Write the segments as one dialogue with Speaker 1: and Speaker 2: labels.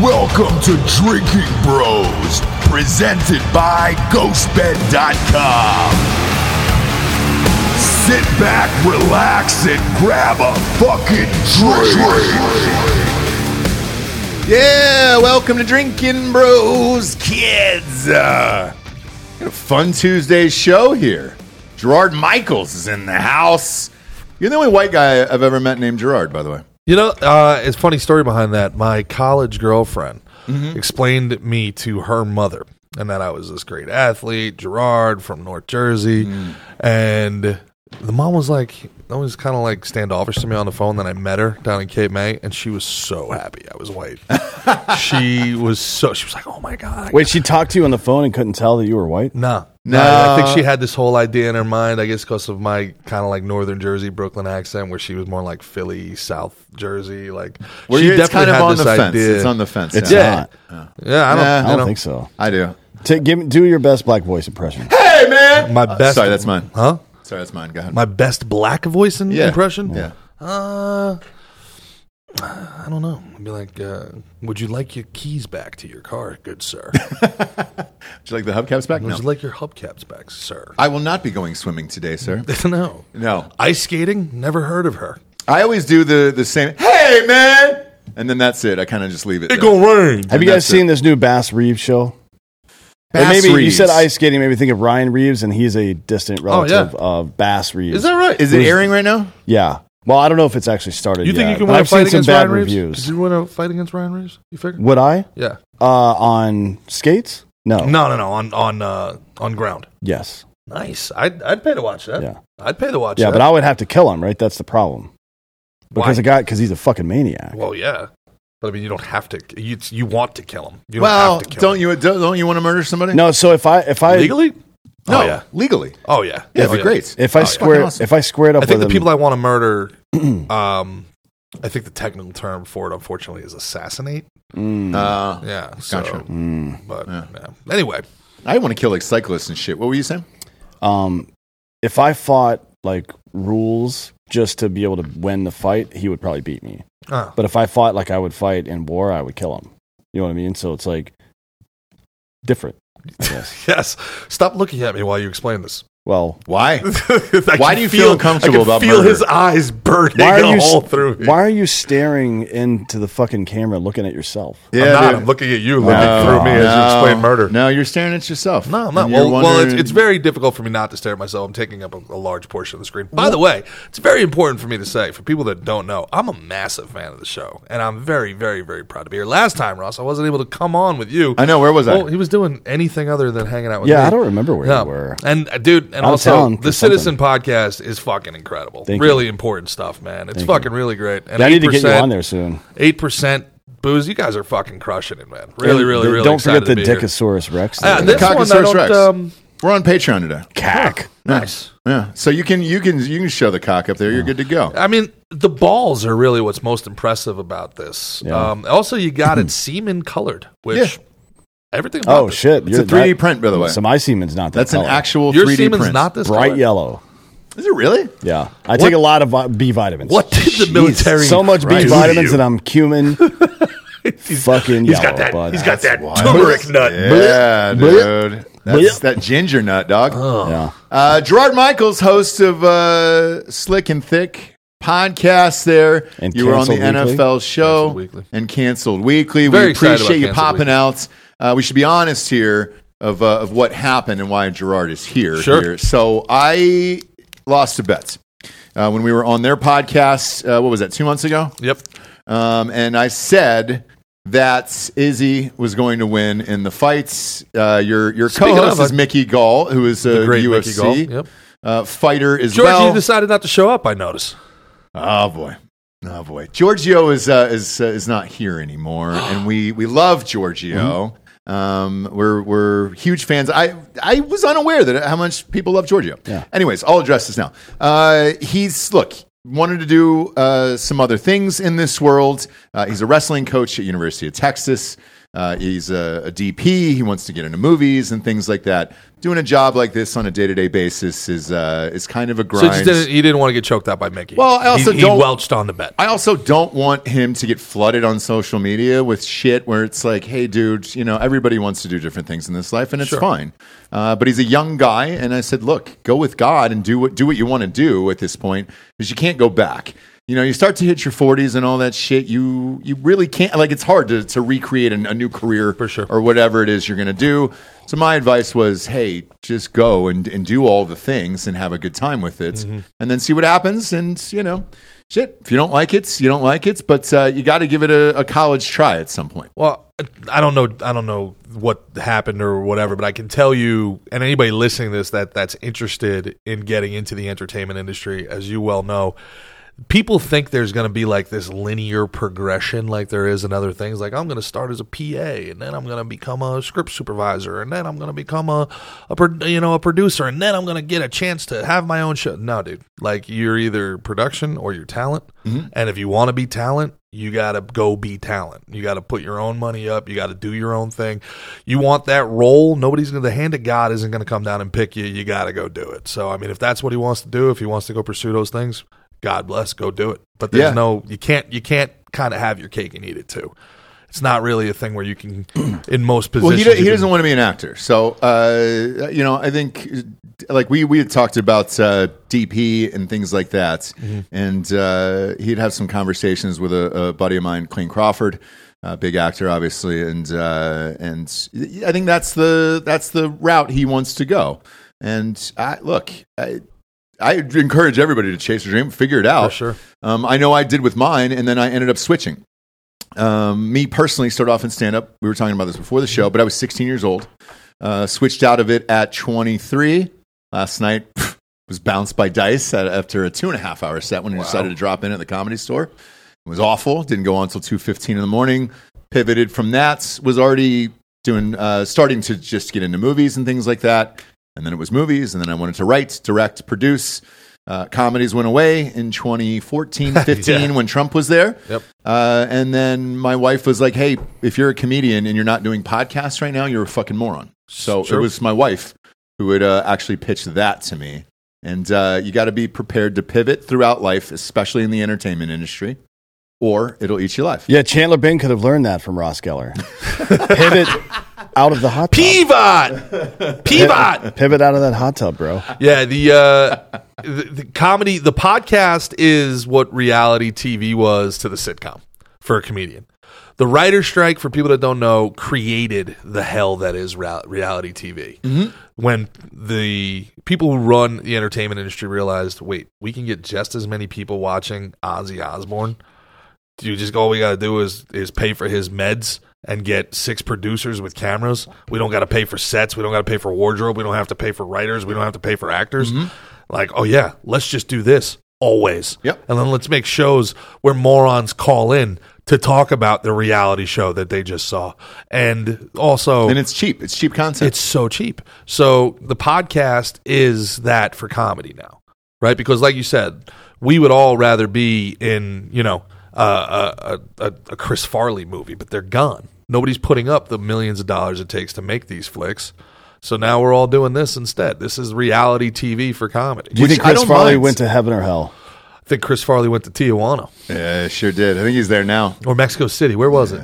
Speaker 1: Welcome to Drinking Bros, presented by GhostBed.com. Sit back, relax, and grab a fucking drink.
Speaker 2: Yeah, welcome to Drinking Bros, kids. Uh, got a fun Tuesday show here. Gerard Michaels is in the house. You're the only white guy I've ever met named Gerard, by the way.
Speaker 3: You know, uh, it's a funny story behind that. My college girlfriend explained me to her mother, and that I was this great athlete, Gerard from North Jersey, and the mom was like, "I was kind of like standoffish to me on the phone." Then I met her down in Cape May, and she was so happy I was white. she was so she was like, "Oh my god!"
Speaker 4: Wait, she talked to you on the phone and couldn't tell that you were white?
Speaker 3: No. No, I, I think she had this whole idea in her mind, I guess, because of my kind of like Northern Jersey, Brooklyn accent, where she was more like Philly, South Jersey. Like,
Speaker 2: Where
Speaker 3: she
Speaker 2: you- it's kind of on the fence. It's on the fence.
Speaker 4: It's
Speaker 2: now.
Speaker 4: not.
Speaker 3: yeah, I don't,
Speaker 2: Nah,
Speaker 3: you
Speaker 4: I don't
Speaker 3: know,
Speaker 4: think so.
Speaker 2: I do.
Speaker 4: Ta- give, me- do your best black voice impression.
Speaker 2: Hey, man.
Speaker 3: My best.
Speaker 2: Uh, Sorry, that's mine.
Speaker 3: Huh?
Speaker 2: Sorry, that's mine. Go ahead.
Speaker 3: My best black voice in,
Speaker 2: Yeah.
Speaker 3: impression?
Speaker 2: Yeah.
Speaker 3: Uh, I don't know. I'd be like, uh, would you like your keys back to your car, good sir?
Speaker 2: Would you like the hubcaps back?
Speaker 3: would
Speaker 2: No.
Speaker 3: you like your hubcaps back, sir?
Speaker 2: I will not be going swimming today, sir.
Speaker 3: no.
Speaker 2: No.
Speaker 3: Ice skating? Never heard of her.
Speaker 2: I always do the, the same, hey, man. And then that's it. I kind of just leave it. there.
Speaker 3: rain.
Speaker 2: And
Speaker 4: Have you guys
Speaker 2: that's it.
Speaker 4: seen this new Bass Reeves show? It
Speaker 2: Bass
Speaker 4: made me- You said
Speaker 2: Reeves.
Speaker 4: ice skating made me think of Ryan Reeves, and he's a distant relative of Bass Reeves.
Speaker 3: Oh, Is that right?
Speaker 2: Is it airing right now?
Speaker 4: Yeah. Well, I don't know if it's actually started
Speaker 3: You think
Speaker 4: yet,
Speaker 3: you can
Speaker 4: but
Speaker 3: win a
Speaker 4: I've seen
Speaker 3: fight
Speaker 4: some
Speaker 3: against
Speaker 4: bad
Speaker 3: Ryan Reeves?
Speaker 4: reviews.
Speaker 3: Did you win a fight against Ryan Reeves? You figure?
Speaker 4: Would I?
Speaker 3: Yeah.
Speaker 4: Uh, on skates? No.
Speaker 3: No, no, no. On on uh, on ground.
Speaker 4: Yes.
Speaker 3: Nice. I'd I'd pay to watch that.
Speaker 4: Yeah.
Speaker 3: I'd pay to watch
Speaker 4: Yeah,
Speaker 3: that.
Speaker 4: but I would have to kill him, right? That's the problem. Because
Speaker 3: Why?
Speaker 4: the guy, because he's a fucking maniac.
Speaker 3: Well, yeah, but I mean, you don't have to. You it's- you want to kill him. You don't
Speaker 2: Well,
Speaker 3: have to kill
Speaker 2: don't
Speaker 3: him.
Speaker 2: you don't don't you want to murder somebody?
Speaker 4: No, so if I if I
Speaker 3: legally?
Speaker 2: no,
Speaker 3: Oh yeah.
Speaker 2: legally.
Speaker 3: Oh yeah.
Speaker 2: Yeah,
Speaker 3: oh,
Speaker 2: it'd be great.
Speaker 4: If I
Speaker 2: Oh, yeah.
Speaker 4: square,
Speaker 2: Fucking awesome.
Speaker 4: if I squared up
Speaker 3: I think
Speaker 4: with
Speaker 3: the
Speaker 4: him,
Speaker 3: people I want to murder. um, I think the technical term for it, unfortunately, is assassinate.
Speaker 4: mm.
Speaker 2: Uh,
Speaker 3: Yeah. So,
Speaker 2: Gotcha.
Speaker 3: But Mm. yeah. anyway,
Speaker 2: I want to kill like cyclists and shit. What were you saying?
Speaker 4: um, if I fought like rules just to be able to win the fight, he would probably beat me.
Speaker 3: Ah.
Speaker 4: But if I fought like I would fight in war, I would kill him. You know what I mean? So it's like different.
Speaker 3: yes. Stop looking at me while you explain this.
Speaker 4: Well,
Speaker 2: Why?
Speaker 3: I
Speaker 2: Why
Speaker 3: can
Speaker 2: do you feel uncomfortable
Speaker 3: I can
Speaker 2: about
Speaker 3: feel
Speaker 2: murder?
Speaker 3: his eyes burning
Speaker 4: why are
Speaker 3: a
Speaker 4: you
Speaker 3: hole through me.
Speaker 4: why are you staring into the fucking camera, looking at yourself?
Speaker 3: I'm not. I'm looking at you, looking
Speaker 2: No,
Speaker 3: through me as you
Speaker 2: no,
Speaker 3: explain murder.
Speaker 2: No, you're staring at yourself.
Speaker 3: No, I'm not.
Speaker 2: And you're
Speaker 3: Well, well it's,
Speaker 2: wondering-
Speaker 3: it's very difficult for me not to stare at myself. I'm taking up a, a large portion of the screen. By the way, it's very important for me to say, for people that don't know, I'm a massive fan of the show, and I'm very, very, very proud to be here. Last time, Ross, I wasn't able to come on with you.
Speaker 2: I know. Where was I?
Speaker 3: Well, he was doing anything other than hanging out with
Speaker 4: Yeah,
Speaker 3: me.
Speaker 4: I don't remember where
Speaker 3: Yeah.
Speaker 4: you were.
Speaker 3: And uh, dude, and
Speaker 4: Out of
Speaker 3: also
Speaker 4: town for
Speaker 3: the Citizen podcast is fucking incredible.
Speaker 4: Thank
Speaker 3: really important stuff, man. It's fucking really great. And
Speaker 4: I need to get you on there soon.
Speaker 3: Eight percent booze. You guys are fucking crushing it, man. Really,
Speaker 4: And
Speaker 3: really,
Speaker 4: the-
Speaker 3: really.
Speaker 4: Don't
Speaker 3: excited
Speaker 4: forget the
Speaker 3: to be here.
Speaker 4: Dickosaurus Rex.
Speaker 3: Uh,
Speaker 4: thing.
Speaker 3: this
Speaker 2: Cock
Speaker 3: one,
Speaker 2: and
Speaker 3: I
Speaker 2: Source
Speaker 3: don't,
Speaker 2: Rex.
Speaker 3: um,
Speaker 2: We're on Patreon today.
Speaker 4: cack.
Speaker 3: nice.
Speaker 2: Yeah. So you can you can you can show the cock up there. You're good to go.
Speaker 3: I mean, the balls are really what's most impressive about this.
Speaker 4: Yeah.
Speaker 3: Um, also, you got it semen colored, which
Speaker 2: Yeah.
Speaker 3: everything. About
Speaker 4: Oh
Speaker 3: this-
Speaker 4: shit!
Speaker 2: It's a 3D print, by the way.
Speaker 4: So my semen's not that.
Speaker 2: That's an
Speaker 4: color.
Speaker 2: actual
Speaker 3: Your
Speaker 2: 3D
Speaker 3: semen's
Speaker 2: print.
Speaker 3: not this
Speaker 4: bright
Speaker 3: color.
Speaker 4: yellow.
Speaker 2: Is it really?
Speaker 4: Yeah, I take a lot of vi- B vitamins.
Speaker 3: What did the military?
Speaker 4: So much B
Speaker 3: do
Speaker 4: vitamins
Speaker 3: to
Speaker 4: that I'm cumin.
Speaker 3: He's-
Speaker 4: fucking
Speaker 3: He's
Speaker 4: yellow,
Speaker 3: got that.
Speaker 4: bud.
Speaker 3: He's got that
Speaker 2: wild.
Speaker 3: turmeric nut.
Speaker 2: Yeah,
Speaker 4: Blech.
Speaker 2: dude. That's that ginger nut, dog.
Speaker 4: yeah.
Speaker 2: Uh, Gerard Michaels, host of uh, Slick and Thick podcast there.
Speaker 4: And
Speaker 2: you were on the
Speaker 4: Canceled Weekly.
Speaker 2: NFL show
Speaker 3: Canceled Weekly.
Speaker 2: and Canceled Weekly.
Speaker 3: Very
Speaker 2: we
Speaker 3: excited about
Speaker 2: appreciate you
Speaker 3: Canceled
Speaker 2: popping
Speaker 3: Weekly.
Speaker 2: out. Uh, we should be honest here of, uh, of what happened and why Gerard is here.
Speaker 3: Sure.
Speaker 2: here. So I lost to bets uh, when we were on their podcast. Uh, what was that, two months ago?
Speaker 3: Yep.
Speaker 2: Um, and I said that Izzy was going to win in the fights. Uh, your your
Speaker 3: Speaking
Speaker 2: co-host
Speaker 3: of,
Speaker 2: is
Speaker 3: I-
Speaker 2: Mickey Gall, who is uh, a
Speaker 3: The great Mickey
Speaker 2: UFC
Speaker 3: Gall, yep.
Speaker 2: uh, fighter as
Speaker 3: George,
Speaker 2: well.
Speaker 3: you decided not to show up. I notice.
Speaker 2: oh boy. Oh boy, Giorgio is uh, is uh, is not here anymore, and we we love Giorgio. Um, we're we're huge fans. I I was unaware that how much people love Giorgio.
Speaker 4: Yeah.
Speaker 2: Anyways, I'll address this now. Uh, he's look wanted to do uh, some other things in this world. Uh, he's a wrestling coach at University of Texas. Uh, he's a, a DP. He wants to get into movies and things like that. Doing a job like this on a day to day basis is uh, is kind of a
Speaker 3: So he
Speaker 2: grind.
Speaker 3: just didn't, he didn't want to get choked out by Mickey.
Speaker 2: Well, I also
Speaker 3: he,
Speaker 2: don't-
Speaker 3: he welched on the bed.
Speaker 2: I also don't want him to get flooded on social media with shit where it's like, hey, dude, you know, everybody wants to do different things in this life, and it's fine. Uh, but he's a young guy, and I said, look, go with God and do what do what you want to do at this point, because you can't go back. You know, you start to hit your 40s and all that shit. You you really can't like it's hard to to recreate an, a new career
Speaker 3: For sure.
Speaker 2: or whatever it is you're going to do. So my advice was, hey, just go and, and do all the things and have a good time with it,
Speaker 3: Mm-hmm.
Speaker 2: and then see what happens. And you know, shit, if you don't like it, you don't like it, but uh, you got to give it a, a college try at some point.
Speaker 3: Well, I don't know. I don't know what happened or whatever, but I can tell you, and anybody listening to this that that's interested in getting into the entertainment industry, as you well know, people think there's going to be like this linear progression, like there is in other things. Like I'm going to start as a PA, and then I'm going to become a script supervisor, and then I'm going to become a, a pro- you know a producer, and then I'm going to get a chance to have my own show. No, dude. Like you're either production or you're talent, and if you want to be talent you got to go be talent. You got to put your own money up. You got to do your own thing. You want that role. Nobody's going to, the hand of God isn't going to come down and pick you. You got to go do it. So, I mean, if that's what he wants to do, if he wants to go pursue those things, God bless, go do it. But there's
Speaker 2: Yeah.
Speaker 3: no, you can't, you can't kind of have your cake and eat it too. It's not really a thing where you can, in most positions,
Speaker 2: Well, he, do,
Speaker 3: you
Speaker 2: he
Speaker 3: can-
Speaker 2: doesn't want to be an actor. So, uh, you know, I think like we, we had talked about uh, DP and things like that.
Speaker 3: Mm-hmm.
Speaker 2: And uh, he'd have some conversations with a, a buddy of mine, Clean Crawford. Uh, big actor, obviously, and uh, and I think that's the that's the route he wants to go. And I, look, I, I encourage everybody to chase their dream, figure it out.
Speaker 3: For sure.
Speaker 2: Um, I know I did with mine, and then I ended up switching. Um, me personally started off in stand up. We were talking about this before the show, but I was 16 years old. Uh, switched out of it at 23. Last night was bounced by dice at, after a two and a half hour set when I decided to drop in at the comedy store. It was awful. Didn't go on until 2.15 in the morning. Pivoted from that. Was already doing, uh, starting to just get into movies and things like that. And then it was movies. And then I wanted to write, direct, produce. Uh, comedies went away in 2014, 15 when Trump was there.
Speaker 3: Yep.
Speaker 2: Uh, and then my wife was like, "Hey, if you're a comedian and you're not doing podcasts right now, you're a fucking moron." So
Speaker 3: Sure.
Speaker 2: it was my wife who would uh, actually pitch that to me. And uh, you got to be prepared to pivot throughout life, especially in the entertainment industry, or it'll eat you alive.
Speaker 4: Yeah, Chandler Bing could have learned that from Ross Geller. pivot out of the hot tub.
Speaker 3: Pivot! Pivot!
Speaker 4: Pivot out of that hot tub, bro.
Speaker 3: Yeah, the, uh, the the comedy, the podcast is what reality TV was to the sitcom for a comedian. The writer strike, for people that don't know, created the hell that is rea- reality TV. When the people who run the entertainment industry realized, wait, we can get just as many people watching Ozzy Osbourne you just all we gotta do is is pay for his meds and get six producers with cameras. We don't gotta pay for sets. We don't gotta pay for wardrobe. We don't have to pay for writers. We don't have to pay for actors. Like, oh yeah, let's just do this always.
Speaker 2: Yep.
Speaker 3: And then let's make shows where morons call in to talk about the reality show that they just saw. And also
Speaker 2: And it's cheap. It's cheap content.
Speaker 3: it's so cheap. So the podcast is that for comedy now, right? Because like you said, we would all rather be in you know uh, a, a a Chris Farley movie, but they're gone. Nobody's putting up the millions of dollars it takes to make these flicks. So now we're all doing this instead. This is reality TV for comedy.
Speaker 4: Do you
Speaker 2: Which
Speaker 4: think
Speaker 2: I
Speaker 4: Chris
Speaker 2: don't
Speaker 4: Farley
Speaker 2: mind.
Speaker 4: went to heaven or hell?
Speaker 3: I think Chris Farley went to Tijuana
Speaker 2: yeah, it sure did. I think he's there now.
Speaker 3: or Mexico City. Where was it?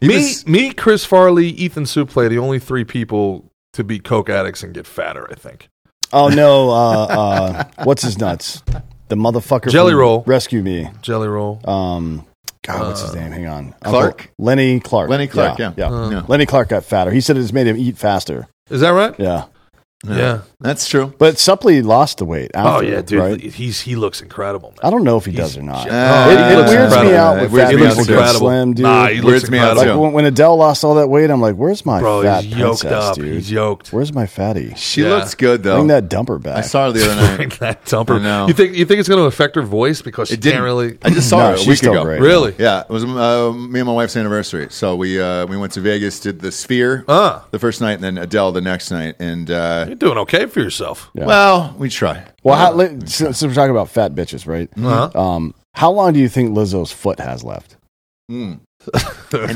Speaker 2: He
Speaker 3: me,
Speaker 2: was-
Speaker 3: me, Chris Farley, Ethan Suplee, the only three people to be coke addicts and get fatter. I think.
Speaker 4: Oh no, uh, uh, what's his nuts? The motherfucker
Speaker 3: Jelly
Speaker 4: from
Speaker 3: Roll. Uh,
Speaker 4: Rescue Me.
Speaker 3: Jelly roll.
Speaker 4: Um God, what's his name? Hang on. Uncle-
Speaker 2: Clark?
Speaker 4: Lenny Clark.
Speaker 2: Lenny Clark, yeah. Uh. Yeah.
Speaker 4: Lenny Clark got fatter. He said it just made him eat faster.
Speaker 3: Is that right?
Speaker 4: Yeah.
Speaker 3: yeah.
Speaker 2: That's true.
Speaker 4: But Supley lost the weight.
Speaker 3: Oh
Speaker 4: After,
Speaker 3: yeah, dude,
Speaker 4: right?
Speaker 3: he's he looks incredible, man.
Speaker 4: I don't know if he does or not.
Speaker 3: Uh,
Speaker 4: It,
Speaker 2: Ah,
Speaker 4: it
Speaker 3: looks
Speaker 4: weirds me
Speaker 3: incredible.
Speaker 4: out
Speaker 2: It
Speaker 4: with
Speaker 2: weirds
Speaker 4: fat
Speaker 2: me out
Speaker 3: He looks
Speaker 4: people
Speaker 2: too.
Speaker 4: getting
Speaker 3: incredible.
Speaker 4: slim, dude.
Speaker 3: Nah, he looks
Speaker 2: Weirds me out,
Speaker 3: incredible.
Speaker 4: like when, when Adele lost all that weight, I'm like, "Where's my
Speaker 3: Bro,
Speaker 4: fat
Speaker 3: he's yoked
Speaker 4: princess,
Speaker 3: up.
Speaker 4: dude?
Speaker 3: He's yoked.
Speaker 4: Where's my fatty?
Speaker 2: She
Speaker 3: Yeah.
Speaker 2: looks good though.
Speaker 4: Bring that dumper back."
Speaker 2: I saw her the other night.
Speaker 3: that dumper.
Speaker 2: I know.
Speaker 3: You think you think it's going to affect her voice because she
Speaker 2: It didn't
Speaker 3: can't really
Speaker 2: I just saw
Speaker 4: No,
Speaker 2: her a
Speaker 4: she's
Speaker 2: week
Speaker 4: still
Speaker 2: ago.
Speaker 4: great.
Speaker 3: really.
Speaker 2: Yeah, it was uh, me and my wife's anniversary. So we uh, we went to Vegas, did the Sphere
Speaker 3: Ah.
Speaker 2: the first night, and then Adele the next night. And uh,
Speaker 3: You're doing okay for yourself.
Speaker 4: Yeah.
Speaker 2: well, we try.
Speaker 4: Well, how, li- since since we're talking about fat bitches, right?
Speaker 3: Uh-huh.
Speaker 4: Um, how long do you think Lizzo's foot has left?
Speaker 2: An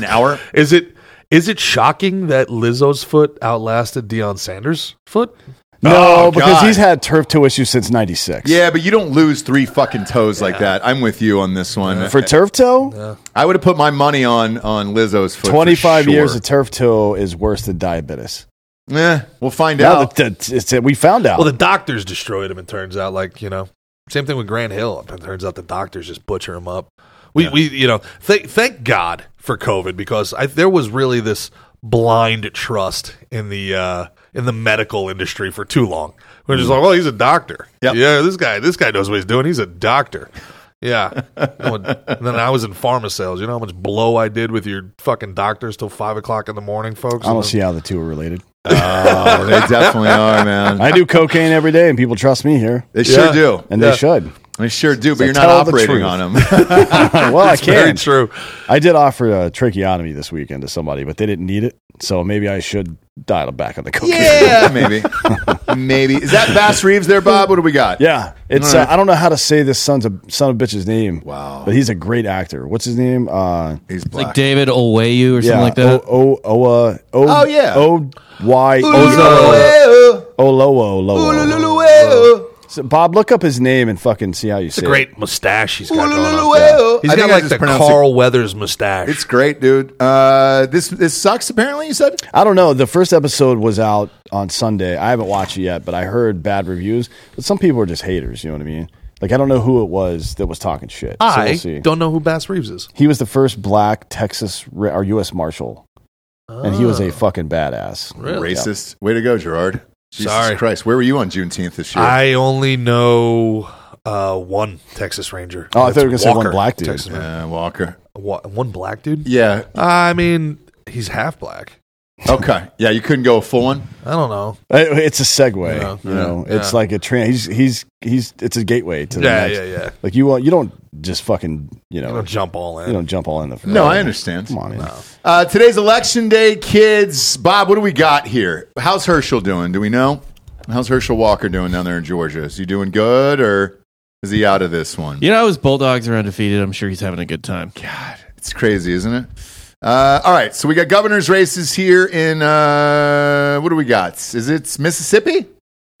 Speaker 2: hour.
Speaker 3: Is it Is it shocking that Lizzo's foot outlasted Deion Sanders' foot?
Speaker 4: No,
Speaker 2: Oh,
Speaker 4: because
Speaker 2: God.
Speaker 4: he's had turf toe issues since '96.
Speaker 2: Yeah, but you don't lose three fucking toes like that. I'm with you on this one.
Speaker 4: For turf toe,
Speaker 2: I would have put my money on on Lizzo's foot. for
Speaker 4: 25
Speaker 2: sure.
Speaker 4: years of turf toe is worse than diabetes.
Speaker 2: Eh, we'll find
Speaker 4: Now
Speaker 2: out.
Speaker 4: that, that it's, we found out.
Speaker 3: Well, the doctors destroyed him. It turns out, like you know, same thing with Grant Hill. It turns out the doctors just butcher him up. We we you know, th- thank God for COVID because I, there was really this blind trust in the uh, in the medical industry for too long. We're just like, well, he's a doctor.
Speaker 2: Yep.
Speaker 3: Yeah, this guy this guy knows what he's doing. He's a doctor. Yeah. and then I was in pharma sales. You know how much blow I did with your fucking doctors till five o'clock in the morning, folks.
Speaker 4: I
Speaker 3: And
Speaker 4: don't
Speaker 3: then-
Speaker 4: see how the two are related.
Speaker 2: Oh, they definitely are, man.
Speaker 4: I do cocaine every day, and people trust me here,
Speaker 2: They sure
Speaker 3: Yeah.
Speaker 2: do.
Speaker 4: and
Speaker 3: Yeah.
Speaker 4: they should.
Speaker 2: They sure do. But
Speaker 4: So
Speaker 2: you're not
Speaker 4: tell the
Speaker 2: operating
Speaker 4: truth.
Speaker 2: on them.
Speaker 4: well, I
Speaker 3: very
Speaker 4: can.
Speaker 3: true.
Speaker 4: I did offer a tracheotomy this weekend to somebody, but they didn't need it, so maybe I should dial back on the cocaine.
Speaker 2: yeah, maybe, maybe. Is that Bass Reeves there, Bob? What do we got?
Speaker 4: Yeah, it's
Speaker 2: All right.
Speaker 4: uh, I don't know how to say this son's a son of a bitch's name.
Speaker 2: Wow.
Speaker 4: but he's a great actor. What's his name? Uh,
Speaker 2: he's
Speaker 5: Like
Speaker 2: black.
Speaker 5: David Owayu or something like that.
Speaker 4: O O O uh, O
Speaker 2: Oh, yeah.
Speaker 4: O Y O
Speaker 3: Oh.
Speaker 2: Ooh-la-la-la-la-la-la.
Speaker 4: Olowo Lowo.
Speaker 2: Ooh-la-la-la-la-la.
Speaker 4: So, Bob, look up his name and fucking see how you say it.
Speaker 3: great mustache he's got going on.
Speaker 2: Ooh-la-la-la-la.
Speaker 3: He's
Speaker 2: I
Speaker 3: got
Speaker 2: think I
Speaker 3: like
Speaker 2: just
Speaker 3: the
Speaker 2: pronounced
Speaker 3: Carl Weathers mustache.
Speaker 2: It's great, dude. Uh, this this sucks. Apparently, you said.
Speaker 4: I don't know. The first episode was out on Sunday. I haven't watched it yet, but I heard bad reviews. But some people are just haters. You know what I mean? Like I don't know who it was that was talking shit. so
Speaker 3: I
Speaker 4: we'll see.
Speaker 3: don't know who Bass Reeves is.
Speaker 4: he was the first black Texas re- or U.S. Marshal, and he was a fucking badass.
Speaker 3: Oh. Really?
Speaker 2: Racist. Way to go, Gerard. Jesus
Speaker 3: Sorry.
Speaker 2: Christ. Where were you on Juneteenth this year?
Speaker 3: I only know uh, one Texas Ranger.
Speaker 4: Oh, I thought you were
Speaker 3: That's
Speaker 4: gonna say one
Speaker 3: Walker,
Speaker 4: black dude.
Speaker 3: Texas Ranger.
Speaker 2: uh, Walker.
Speaker 3: Wa- one black dude.
Speaker 2: Yeah.
Speaker 3: I mean, he's half black.
Speaker 2: Okay. Yeah, you couldn't go a full one.
Speaker 3: I don't know.
Speaker 4: Uh, It's a segue.
Speaker 3: Yeah,
Speaker 4: you know,
Speaker 3: yeah,
Speaker 4: it's
Speaker 3: yeah.
Speaker 4: like a train. He's he's he's. It's a gateway to the
Speaker 3: Yeah,
Speaker 4: next.
Speaker 3: yeah, yeah.
Speaker 4: Like you want, you don't just fucking you know
Speaker 3: I don't jump all in.
Speaker 4: you don't jump all in the.
Speaker 2: No, I understand.
Speaker 4: Come on, man.
Speaker 2: Uh, today's election day, kids. Bob, what do we got here? How's Herschel doing? Do we know? How's Herschel Walker doing down there in Georgia? Is he doing good or is he out of this one?
Speaker 5: You know, his Bulldogs are undefeated. I'm sure he's having a good time.
Speaker 2: God, it's crazy, isn't it? Uh, all right, so we got governor's races here in uh, what do we got? Is it Mississippi?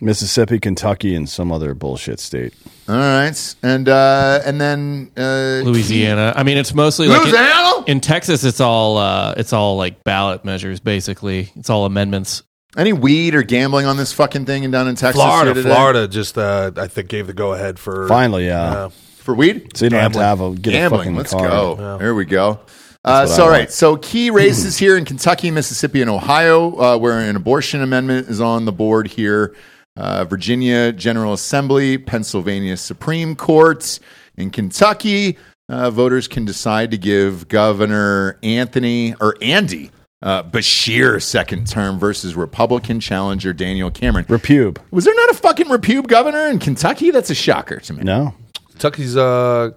Speaker 4: Mississippi, Kentucky, and some other bullshit state.
Speaker 2: All right, and uh, and then uh,
Speaker 5: Louisiana. I mean, it's mostly like in,
Speaker 2: Louisiana.
Speaker 5: in Texas. It's all uh, it's all like ballot measures. Basically, it's all amendments.
Speaker 2: Any weed or gambling on this fucking thing and down in Texas? here
Speaker 3: Florida,
Speaker 2: today?
Speaker 3: Florida just uh, I think gave the go ahead for
Speaker 4: Finally, uh, yeah.
Speaker 3: Yeah.
Speaker 2: for weed.
Speaker 4: So you don't have to
Speaker 3: Gambling.
Speaker 4: have a get a
Speaker 2: gambling.
Speaker 4: fucking
Speaker 2: Let's
Speaker 4: card.
Speaker 2: go.
Speaker 3: Yeah.
Speaker 2: There we go. Uh,
Speaker 4: what
Speaker 2: so,
Speaker 4: I
Speaker 2: all
Speaker 4: want.
Speaker 2: right. So, key races here in Kentucky, Mississippi, and Ohio, uh, where an abortion amendment is on the board here. Uh, Virginia General Assembly, Pennsylvania Supreme Court. In Kentucky, uh, voters can decide to give Governor Anthony or Andy uh, Bashir second term versus Republican challenger Daniel Cameron.
Speaker 4: Repube.
Speaker 2: Was there not a fucking repube governor in Kentucky? That's a shocker to me.
Speaker 4: No.
Speaker 3: Kentucky's. Uh,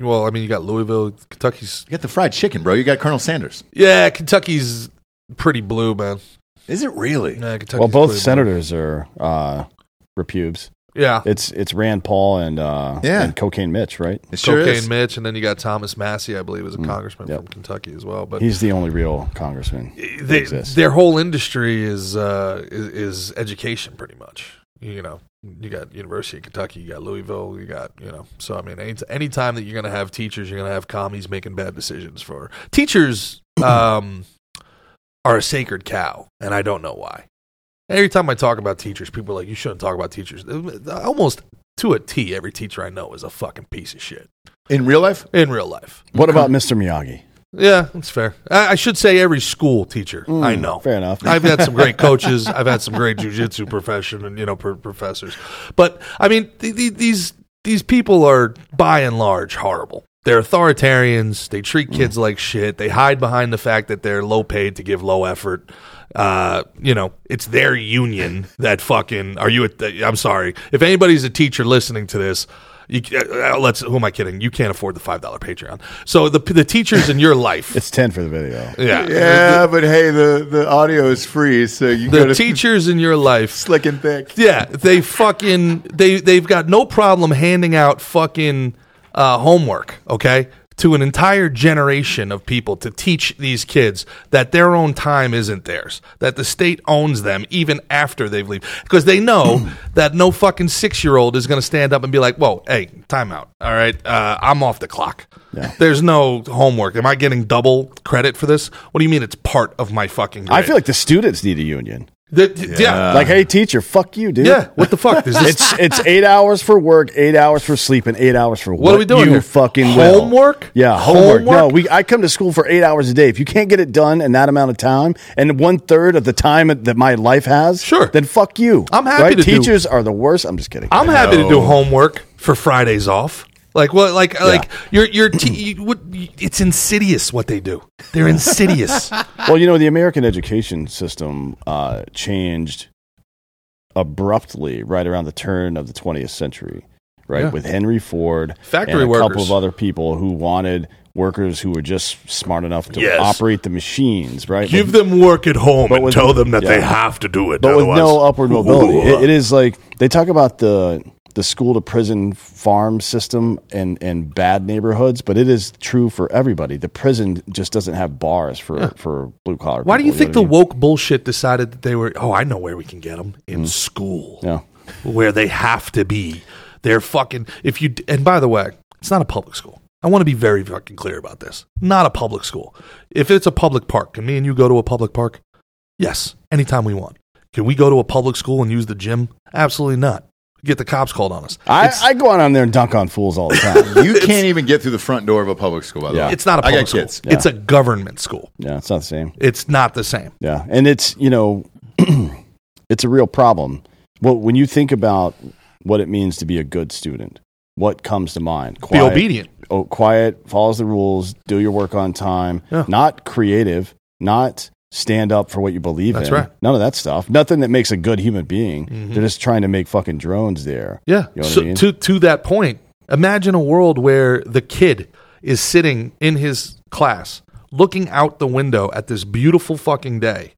Speaker 3: well, I mean, you got Louisville. Kentucky's.
Speaker 2: You got the fried chicken, bro. You got Colonel Sanders.
Speaker 3: Yeah, Kentucky's pretty blue, man.
Speaker 2: Is it really?
Speaker 3: Yeah, Kentucky's
Speaker 4: Well, both
Speaker 3: pretty blue.
Speaker 4: senators are uh, repubes.
Speaker 3: Yeah,
Speaker 4: It's it's Rand Paul and uh,
Speaker 2: Yeah.
Speaker 4: and Cocaine Mitch, right?
Speaker 2: It sure
Speaker 3: Cocaine
Speaker 2: is.
Speaker 3: Mitch, and then you got Thomas Massey, I believe, is a congressman
Speaker 4: Mm. Yep.
Speaker 3: from Kentucky as well. But
Speaker 4: He's the only real congressman. that
Speaker 3: they,
Speaker 4: exists.
Speaker 3: their whole industry is, uh, is is education, pretty much. You know, you got University of Kentucky, you got Louisville, you got you know. So I mean, any any time that you're going to have teachers, you're going to have commies making bad decisions for teachers. Um, are a sacred cow, and I don't know why. Every time I talk about teachers, people are like, "You shouldn't talk about teachers." Almost to a T, every teacher I know is a fucking piece of shit
Speaker 2: In real life?
Speaker 3: in real life.
Speaker 4: What about Mr. Miyagi?
Speaker 3: Yeah, that's fair. I, I should say every school teacher. I know.
Speaker 4: Mm, Fair enough.
Speaker 3: I've had some great coaches. I've had some great jujitsu profession and you know pro- professors. But I mean, th- th- these these people are by and large horrible. They're authoritarians. They treat kids like shit. They hide behind the fact that they're low paid to give low effort. Uh, you know, it's their union that fucking. Are you? At the, I'm sorry. If anybody's a teacher listening to this, you, ca- uh, let's. Who am I kidding? You can't afford the five dollar Patreon. So the the teachers in your life.
Speaker 4: It's ten for the video.
Speaker 3: yeah.
Speaker 2: Yeah, but hey, the, the audio is free, so you
Speaker 3: The
Speaker 2: go to
Speaker 3: teachers in your life
Speaker 2: slick and thick.
Speaker 3: Yeah, they fucking they they've got no problem handing out fucking uh, homework. Okay, to an entire generation of people to teach these kids that their own time isn't theirs, that the state owns them even after they've leave, because they know that no fucking six year old is going to stand up and be like, "Whoa, hey, timeout! All right, uh, I'm off the clock. There's no homework. Am I getting double credit for this? What do you mean? It's part of my fucking. Grade?
Speaker 4: I feel like the students need a union.
Speaker 3: That- yeah,
Speaker 4: like, hey, teacher, fuck you, dude.
Speaker 3: Uh, yeah. What the fuck? Is this
Speaker 4: It's it's eight hours for work, eight hours for sleep, and eight hours for what,
Speaker 3: are we doing
Speaker 4: You
Speaker 3: here?
Speaker 4: fucking will.
Speaker 3: Homework?
Speaker 4: Yeah, homework. No,
Speaker 3: Homework?
Speaker 4: we. I come to school for eight hours a day. If you can't get it done in that amount of time, and one third of the time that my life has,
Speaker 3: Sure.
Speaker 4: then fuck you.
Speaker 3: I'm happy
Speaker 4: Right?
Speaker 3: to do-
Speaker 4: Teachers are the worst. I'm just kidding.
Speaker 3: I'm happy to do homework for Fridays off. Like what? like like you're you're t- you, what, it's insidious what they do. They're insidious.
Speaker 4: well, you know, the American education system uh, changed abruptly right around the turn of the 20th century, right?
Speaker 3: Yeah.
Speaker 4: With Henry Ford
Speaker 3: Factory
Speaker 4: and a couple
Speaker 3: workers.
Speaker 4: of other people who wanted workers who were just smart enough to
Speaker 3: Yes.
Speaker 4: operate the machines, right?
Speaker 3: Give
Speaker 4: With-
Speaker 3: them work at home and
Speaker 4: with-
Speaker 3: tell them that they
Speaker 4: yeah.
Speaker 3: have to do it.
Speaker 4: but with
Speaker 3: otherwise-
Speaker 4: no upward mobility. It- it is like they talk about the the school to prison farm system and and bad neighborhoods, but it is true for everybody. The prison just doesn't have bars for for blue collar.
Speaker 3: Why do you
Speaker 4: people,
Speaker 3: think
Speaker 4: know
Speaker 3: the
Speaker 4: what
Speaker 3: woke bullshit decided that they were? Oh, I know where we can get them in school.
Speaker 4: I mean? Mm. yeah.
Speaker 3: where they have to be. They're fucking. If you and by the way, it's not a public school. I want to be very fucking clear about this. Not a public school. If it's a public park, can me and you go to a public park? Yes, anytime we want. Can we go to a public school and use the gym? Absolutely not. Get the cops called on us.
Speaker 4: I,
Speaker 3: It's-
Speaker 4: I go on, on there and dunk on fools all the time.
Speaker 2: You can't even get through the front door of a public school, by the
Speaker 4: Yeah.
Speaker 2: way.
Speaker 3: it's not a
Speaker 2: I
Speaker 3: public
Speaker 2: got
Speaker 3: school.
Speaker 2: kids.
Speaker 3: It's a government school.
Speaker 4: yeah, it's not the same.
Speaker 3: It's not the same.
Speaker 4: Yeah, and it's you know, it's a real problem. Well, when you think about what it means to be a good student, what comes to mind?
Speaker 3: Be
Speaker 4: Quiet,
Speaker 3: obedient.
Speaker 4: Oh, quiet, follows the rules, do your work on time.
Speaker 3: Yeah.
Speaker 4: Not creative. Not stand up for what you believe
Speaker 3: That's
Speaker 4: in.
Speaker 3: right. Mm-hmm.
Speaker 4: None of that stuff. Nothing that makes a good human being. They're just trying to make fucking drones there.
Speaker 3: Yeah.
Speaker 4: You know what I
Speaker 3: so
Speaker 4: mean?
Speaker 3: to to that point, imagine a world where the kid is sitting in his class, looking out the window at this beautiful fucking day,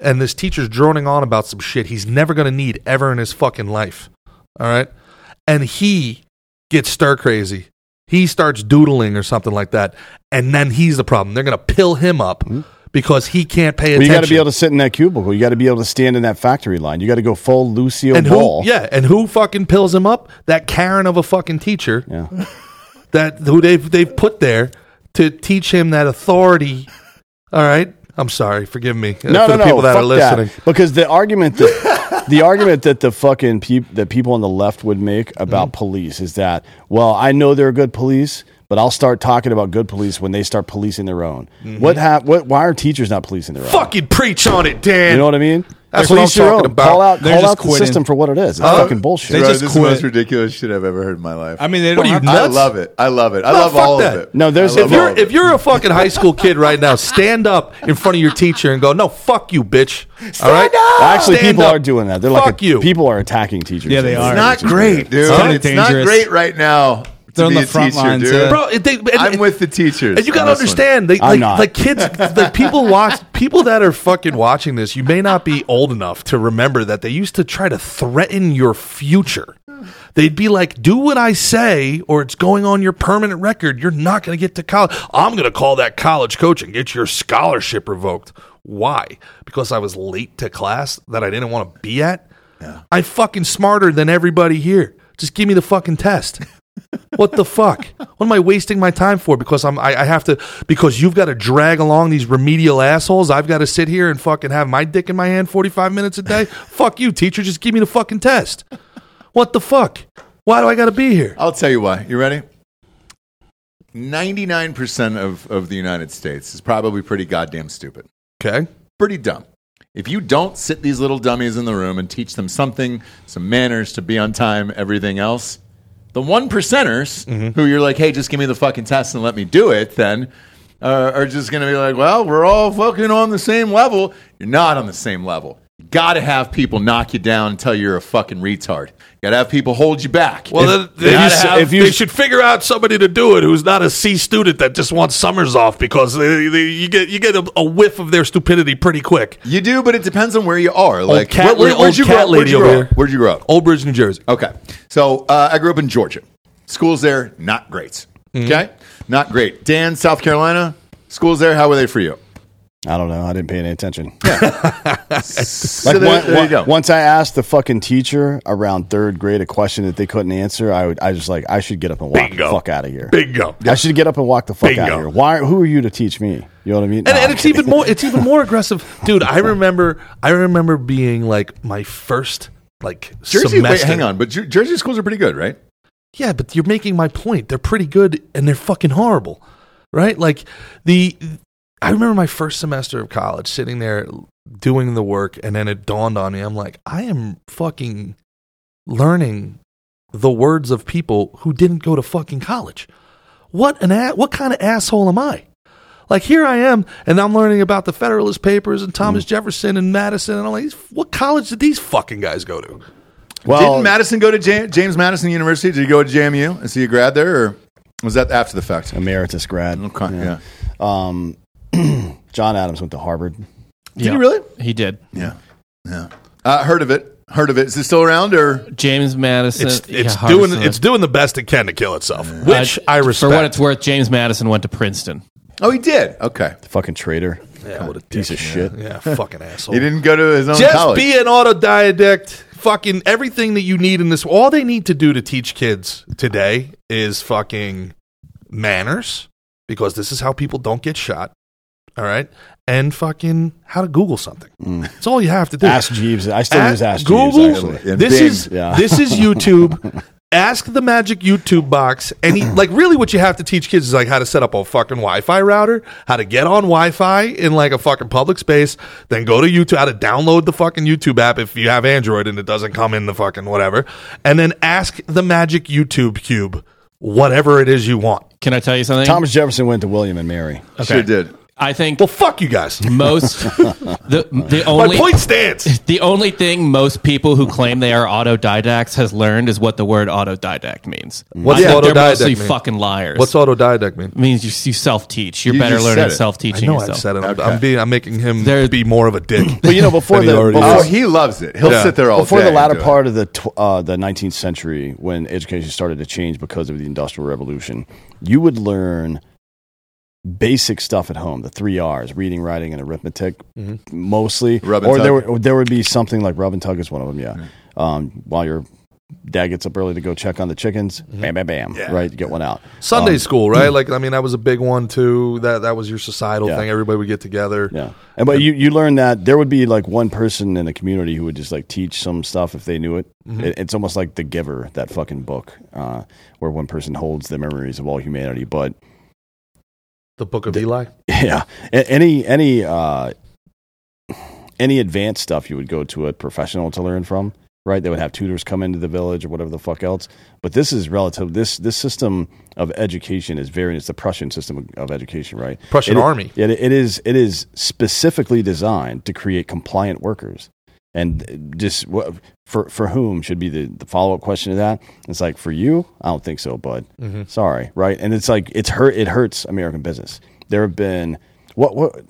Speaker 3: and this teacher's droning on about some shit he's never gonna need ever in his fucking life. All right, and he gets stir crazy. He starts doodling or something like that, and then he's the problem. They're gonna pill him up because he can't pay
Speaker 4: Mm-hmm. Well, you
Speaker 3: attention.
Speaker 4: got to be able to sit in that cubicle. You got to be able to stand in that factory line. You got to go full Lucio
Speaker 3: and
Speaker 4: Ball.
Speaker 3: who yeah and who fucking pills him up that karen of a fucking teacher
Speaker 4: Yeah.
Speaker 3: that who they've they've put there to teach him that authority all right i'm sorry forgive me uh, for
Speaker 4: No, no,
Speaker 3: the
Speaker 4: no.
Speaker 3: people that
Speaker 4: fuck
Speaker 3: are listening
Speaker 4: That. Because the argument that the argument that the fucking peop that people on the left would make about
Speaker 3: Mm-hmm.
Speaker 4: police is that, well, I know they're good police, but I'll start talking about good police when they start policing their own.
Speaker 3: Mm-hmm.
Speaker 4: What hap- What? Why are teachers not policing their own?
Speaker 3: fucking preach on it dan
Speaker 4: You know what I mean?
Speaker 3: That's what
Speaker 4: Police
Speaker 3: I'm
Speaker 4: your
Speaker 3: talking
Speaker 4: own.
Speaker 3: about.
Speaker 4: Call out,
Speaker 6: They're
Speaker 4: call
Speaker 6: just
Speaker 4: out the
Speaker 6: quitting.
Speaker 4: system for what it is. It's
Speaker 3: Uh,
Speaker 4: fucking bullshit.
Speaker 6: they
Speaker 2: Bro,
Speaker 6: just
Speaker 2: this
Speaker 6: quit.
Speaker 2: is the most ridiculous shit I've ever heard in my life.
Speaker 6: I mean, they
Speaker 3: What
Speaker 6: don't.
Speaker 3: are you
Speaker 6: have to-
Speaker 2: I
Speaker 3: nuts?
Speaker 2: love it. I love it. I love
Speaker 3: fuck
Speaker 2: all
Speaker 3: that.
Speaker 2: of it.
Speaker 4: No, there's-
Speaker 2: I love
Speaker 3: if you're
Speaker 2: all of
Speaker 3: if
Speaker 2: it.
Speaker 3: you're a fucking high school kid right now, stand up in front of your teacher and go, "No, fuck you, bitch." All right?
Speaker 4: Actually,
Speaker 3: Stand
Speaker 4: people
Speaker 3: up.
Speaker 4: are doing that. They're
Speaker 3: fuck
Speaker 4: like, a-
Speaker 3: you.
Speaker 4: people are attacking teachers.
Speaker 6: Yeah, they
Speaker 4: It's
Speaker 6: are.
Speaker 2: it's not
Speaker 4: which is
Speaker 2: great, dude.
Speaker 6: It's kinda
Speaker 2: It's, not
Speaker 6: dangerous.
Speaker 2: great right now. To
Speaker 6: They're on
Speaker 2: be
Speaker 6: the
Speaker 2: a
Speaker 6: front
Speaker 2: teacher,
Speaker 6: lines,
Speaker 2: dude.
Speaker 6: uh,
Speaker 3: bro. It, they, and,
Speaker 2: I'm with the teachers.
Speaker 3: And you got to
Speaker 2: on this one.
Speaker 3: understand, they,
Speaker 4: I'm
Speaker 3: like,
Speaker 4: not.
Speaker 3: like kids, like people watch people that are fucking watching this. You may not be old enough to remember that they used to try to threaten your future. They'd be like, "Do what I say, or it's going on your permanent record. You're not going to get to college. I'm going to call that college coach and get your scholarship revoked." Why? Because I was late to class that I didn't want to be at. I'm fucking smarter than everybody here. Just give me the fucking test. What the fuck? What am I wasting my time for? Because I'm I, I have to because you've got to drag along these remedial assholes. I've got to sit here and fucking have my dick in my hand forty five minutes a day. fuck you, teacher. Just give me the fucking test. What the fuck? Why do I got to be here?
Speaker 2: I'll tell you why. You ready? 99% of, of the United States is probably pretty goddamn stupid.
Speaker 3: Okay.
Speaker 2: Pretty dumb. If you don't sit these little dummies in the room and teach them something, some manners to be on time, everything else, the one percenters
Speaker 3: Mm-hmm.
Speaker 2: who you're like, hey, just give me the fucking test and let me do it, then uh, are just going to be like, well, we're all fucking on the same level. You're not on the same level. You got to have people knock you down and tell you you're a fucking retard. You got to have people hold you back.
Speaker 3: Well,
Speaker 4: If-
Speaker 3: they, they
Speaker 4: if you
Speaker 3: gotta
Speaker 4: s-
Speaker 3: have-
Speaker 4: if you
Speaker 3: they
Speaker 4: s-
Speaker 3: should figure out somebody to do it who's not a C student that just wants summers off because they, they, you get you get a, a whiff of their stupidity pretty quick.
Speaker 2: You do, but it depends on where you are. Like,
Speaker 3: cat
Speaker 2: where- where-
Speaker 3: lady- old
Speaker 2: where'd you grow
Speaker 3: cat
Speaker 2: up? Where'd
Speaker 3: lady
Speaker 2: you
Speaker 3: over
Speaker 2: grow
Speaker 3: here.
Speaker 2: up? Where'd you grow up?
Speaker 3: Old Bridge, New Jersey.
Speaker 2: Okay, so uh, I grew up in Georgia. Schools there not great.
Speaker 4: Mm-hmm.
Speaker 2: Okay, not great. Dan, South Carolina, schools there. How were they for you?
Speaker 4: I don't know. I didn't pay any attention.
Speaker 2: So
Speaker 4: Like
Speaker 2: there,
Speaker 4: one-
Speaker 2: there you go.
Speaker 4: one- once I asked the fucking teacher around third grade a question that they couldn't answer, I would I just like I should get up and walk
Speaker 3: Bingo.
Speaker 4: the fuck out of here.
Speaker 3: Bingo.
Speaker 4: I should get up and walk the fuck out
Speaker 3: Bingo.
Speaker 4: of here. Why? Who are you to teach me? You know what I mean?
Speaker 3: And,
Speaker 4: Nah,
Speaker 3: and it's even more it's even more aggressive. Dude, I remember I remember being like my first like
Speaker 2: Jersey.
Speaker 3: semester.
Speaker 2: Wait, hang on. But Jer- Jersey schools are pretty good, right?
Speaker 3: Yeah, but you're making my point. They're pretty good and they're fucking horrible. Right? Like the I remember my first semester of college sitting there doing the work and then it dawned on me. I'm like, I am fucking learning the words of people who didn't go to fucking college. What an a- what kind of asshole am I? Like here I am, and I'm learning about the Federalist Papers and Thomas Jefferson and Madison, and I'm like, what college did these fucking guys go to?
Speaker 2: Didn't Madison go to J- James Madison University? Did he go to JMU and see a grad there, or was that after the fact?
Speaker 4: emeritus grad.
Speaker 3: Mm-hmm.
Speaker 2: Okay, yeah.
Speaker 4: Um, John Adams went to Harvard.
Speaker 5: Did
Speaker 2: he really?
Speaker 5: He did.
Speaker 2: Yeah. Yeah. Uh, heard of it. Heard of it. Is it still around or
Speaker 5: James Madison.
Speaker 3: it's
Speaker 5: uh, yeah,
Speaker 3: it's
Speaker 5: hard to
Speaker 3: doing
Speaker 5: say.
Speaker 3: it's doing the best it can to kill itself,
Speaker 5: Uh,
Speaker 3: which I respect.
Speaker 5: For what it's worth, James Madison went to Princeton.
Speaker 2: Oh, he did. Okay.
Speaker 4: The fucking traitor.
Speaker 3: yeah, what a
Speaker 4: Piece
Speaker 3: dick.
Speaker 4: of shit.
Speaker 3: Yeah, fucking asshole.
Speaker 2: He didn't go to his own
Speaker 3: Just
Speaker 2: college.
Speaker 3: be an autodidact. Fucking everything that you need in this. All they need to do to teach kids today is fucking manners, because this is how people don't get shot. All right, and fucking how to Google something.
Speaker 2: Mm.
Speaker 3: That's all you have to do.
Speaker 4: Ask Jeeves. I still
Speaker 3: At
Speaker 4: use Ask
Speaker 3: Google.
Speaker 4: Jeeves. Actually.
Speaker 2: And
Speaker 3: this
Speaker 2: Bing.
Speaker 3: is
Speaker 4: Yeah.
Speaker 3: this is YouTube. Ask the magic YouTube box, and he, like really, what you have to teach kids is like how to set up a fucking Wi-Fi router, how to get on Wi-Fi in like a fucking public space, then go to YouTube, how to download the fucking YouTube app if you have Android and it doesn't come in the fucking whatever, and then ask the magic YouTube cube whatever it is you want.
Speaker 5: Can I tell you something?
Speaker 4: Thomas Jefferson went to William and Mary.
Speaker 2: Sure did.
Speaker 5: I think
Speaker 3: Well, fuck you guys.
Speaker 5: most the
Speaker 3: My
Speaker 5: the only
Speaker 3: point stands.
Speaker 5: the only thing most people who claim they are autodidacts has learned is what the word autodidact means.
Speaker 3: What's
Speaker 5: I think
Speaker 3: autodidact
Speaker 5: They're mostly
Speaker 3: mean?
Speaker 5: fucking liars.
Speaker 3: What's autodidact mean?
Speaker 5: it means you, you self teach. You're
Speaker 2: You
Speaker 5: better
Speaker 2: just said
Speaker 5: learning
Speaker 2: it.
Speaker 5: self
Speaker 3: I
Speaker 5: teaching
Speaker 3: know I
Speaker 5: yourself.
Speaker 3: said it. I'm,
Speaker 2: Okay.
Speaker 3: I'm being. I'm making him
Speaker 5: There-
Speaker 3: be more of a dick.
Speaker 4: But you know, before
Speaker 3: Than he
Speaker 4: the
Speaker 3: already
Speaker 4: before
Speaker 2: Oh, he loves it. He'll
Speaker 3: Yeah.
Speaker 2: sit there all
Speaker 4: before
Speaker 2: day
Speaker 4: the
Speaker 2: and
Speaker 4: latter
Speaker 2: do it.
Speaker 4: part of the tw- uh, the 19th century, when education started to change because of the Industrial Revolution, you would learn basic stuff at home, the three R's: reading, writing, and arithmetic, mostly.
Speaker 2: Rub and
Speaker 4: or there
Speaker 2: tug.
Speaker 4: would, there would be something like rub and tug is one of them. Yeah, um, while your dad gets up early to go check on the chickens, bam, bam, bam, right, you get one out.
Speaker 3: Sunday school, right? Like, I mean, that was a big one too. That that was your societal
Speaker 4: Yeah.
Speaker 3: thing. Everybody would get together.
Speaker 4: Yeah. And but you you learn that there would be like one person in the community who would just like teach some stuff if they knew it. it it's almost like The Giver, that fucking book, uh, where one person holds the memories of all humanity. But
Speaker 3: The Book of Eli.
Speaker 4: yeah, a- any any uh, any advanced stuff you would go to a professional to learn from, right? They would have tutors come into the village or whatever the fuck else. But this is relative. This this system of education is very. It's the Prussian system of- of education, right?
Speaker 3: Prussian
Speaker 4: It-
Speaker 3: Army.
Speaker 4: It, it is it is specifically designed to create compliant workers, and just wha- for for whom should be the, the follow up question to that. It's like for you, I don't think so, bud.
Speaker 3: Mm-hmm.
Speaker 4: Sorry, right? And it's like it's hurt. It hurts American business. There have been what what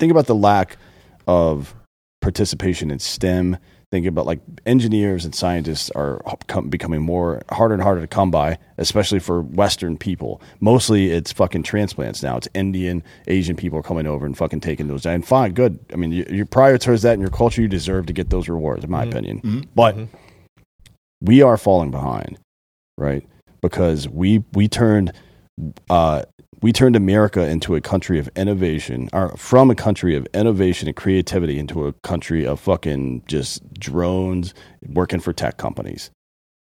Speaker 4: think about the lack of participation in STEM. Think about like engineers and scientists are com- becoming more harder and harder to come by, especially for Western people. Mostly it's fucking transplants now. It's Indian, Asian people are coming over and fucking taking those. And fine, good. I mean, you, you prioritize that in your culture. You deserve to get those rewards, in my opinion. But we are falling behind, right? Because we we turned uh, we turned America into a country of innovation, or from a country of innovation and creativity into a country of fucking just drones working for tech companies.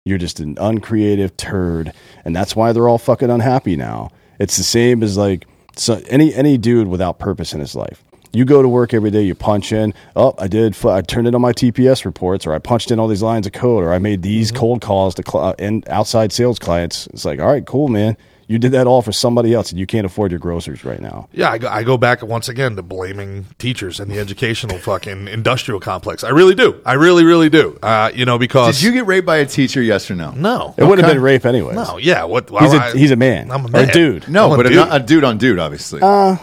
Speaker 4: You're just an uncreative turd, and that's why they're all fucking unhappy now. It's the same as like so any any dude without purpose in his life. You go to work every day, you punch in. Oh, I did. fu- I turned in all my TPS reports, or I punched in all these lines of code, or I made these
Speaker 2: Mm-hmm.
Speaker 4: cold calls to cl- and outside sales clients. It's like, all right, cool, man. You did that all for somebody else, and you can't afford your groceries right now.
Speaker 3: Yeah, I go, I go back once again to blaming teachers and the educational fucking industrial complex. I really do. I really, really do. Uh, you know, because
Speaker 2: Did you get raped by a teacher? Yes or no?
Speaker 3: no,
Speaker 4: It would have been rape anyway.
Speaker 3: no, yeah. What
Speaker 4: he's
Speaker 3: I-
Speaker 4: a he's a man.
Speaker 3: I'm a
Speaker 4: Or
Speaker 3: man.
Speaker 4: dude.
Speaker 2: No,
Speaker 3: I'm a
Speaker 2: but a,
Speaker 3: dude.
Speaker 2: not- a dude on dude, obviously.
Speaker 4: Uh,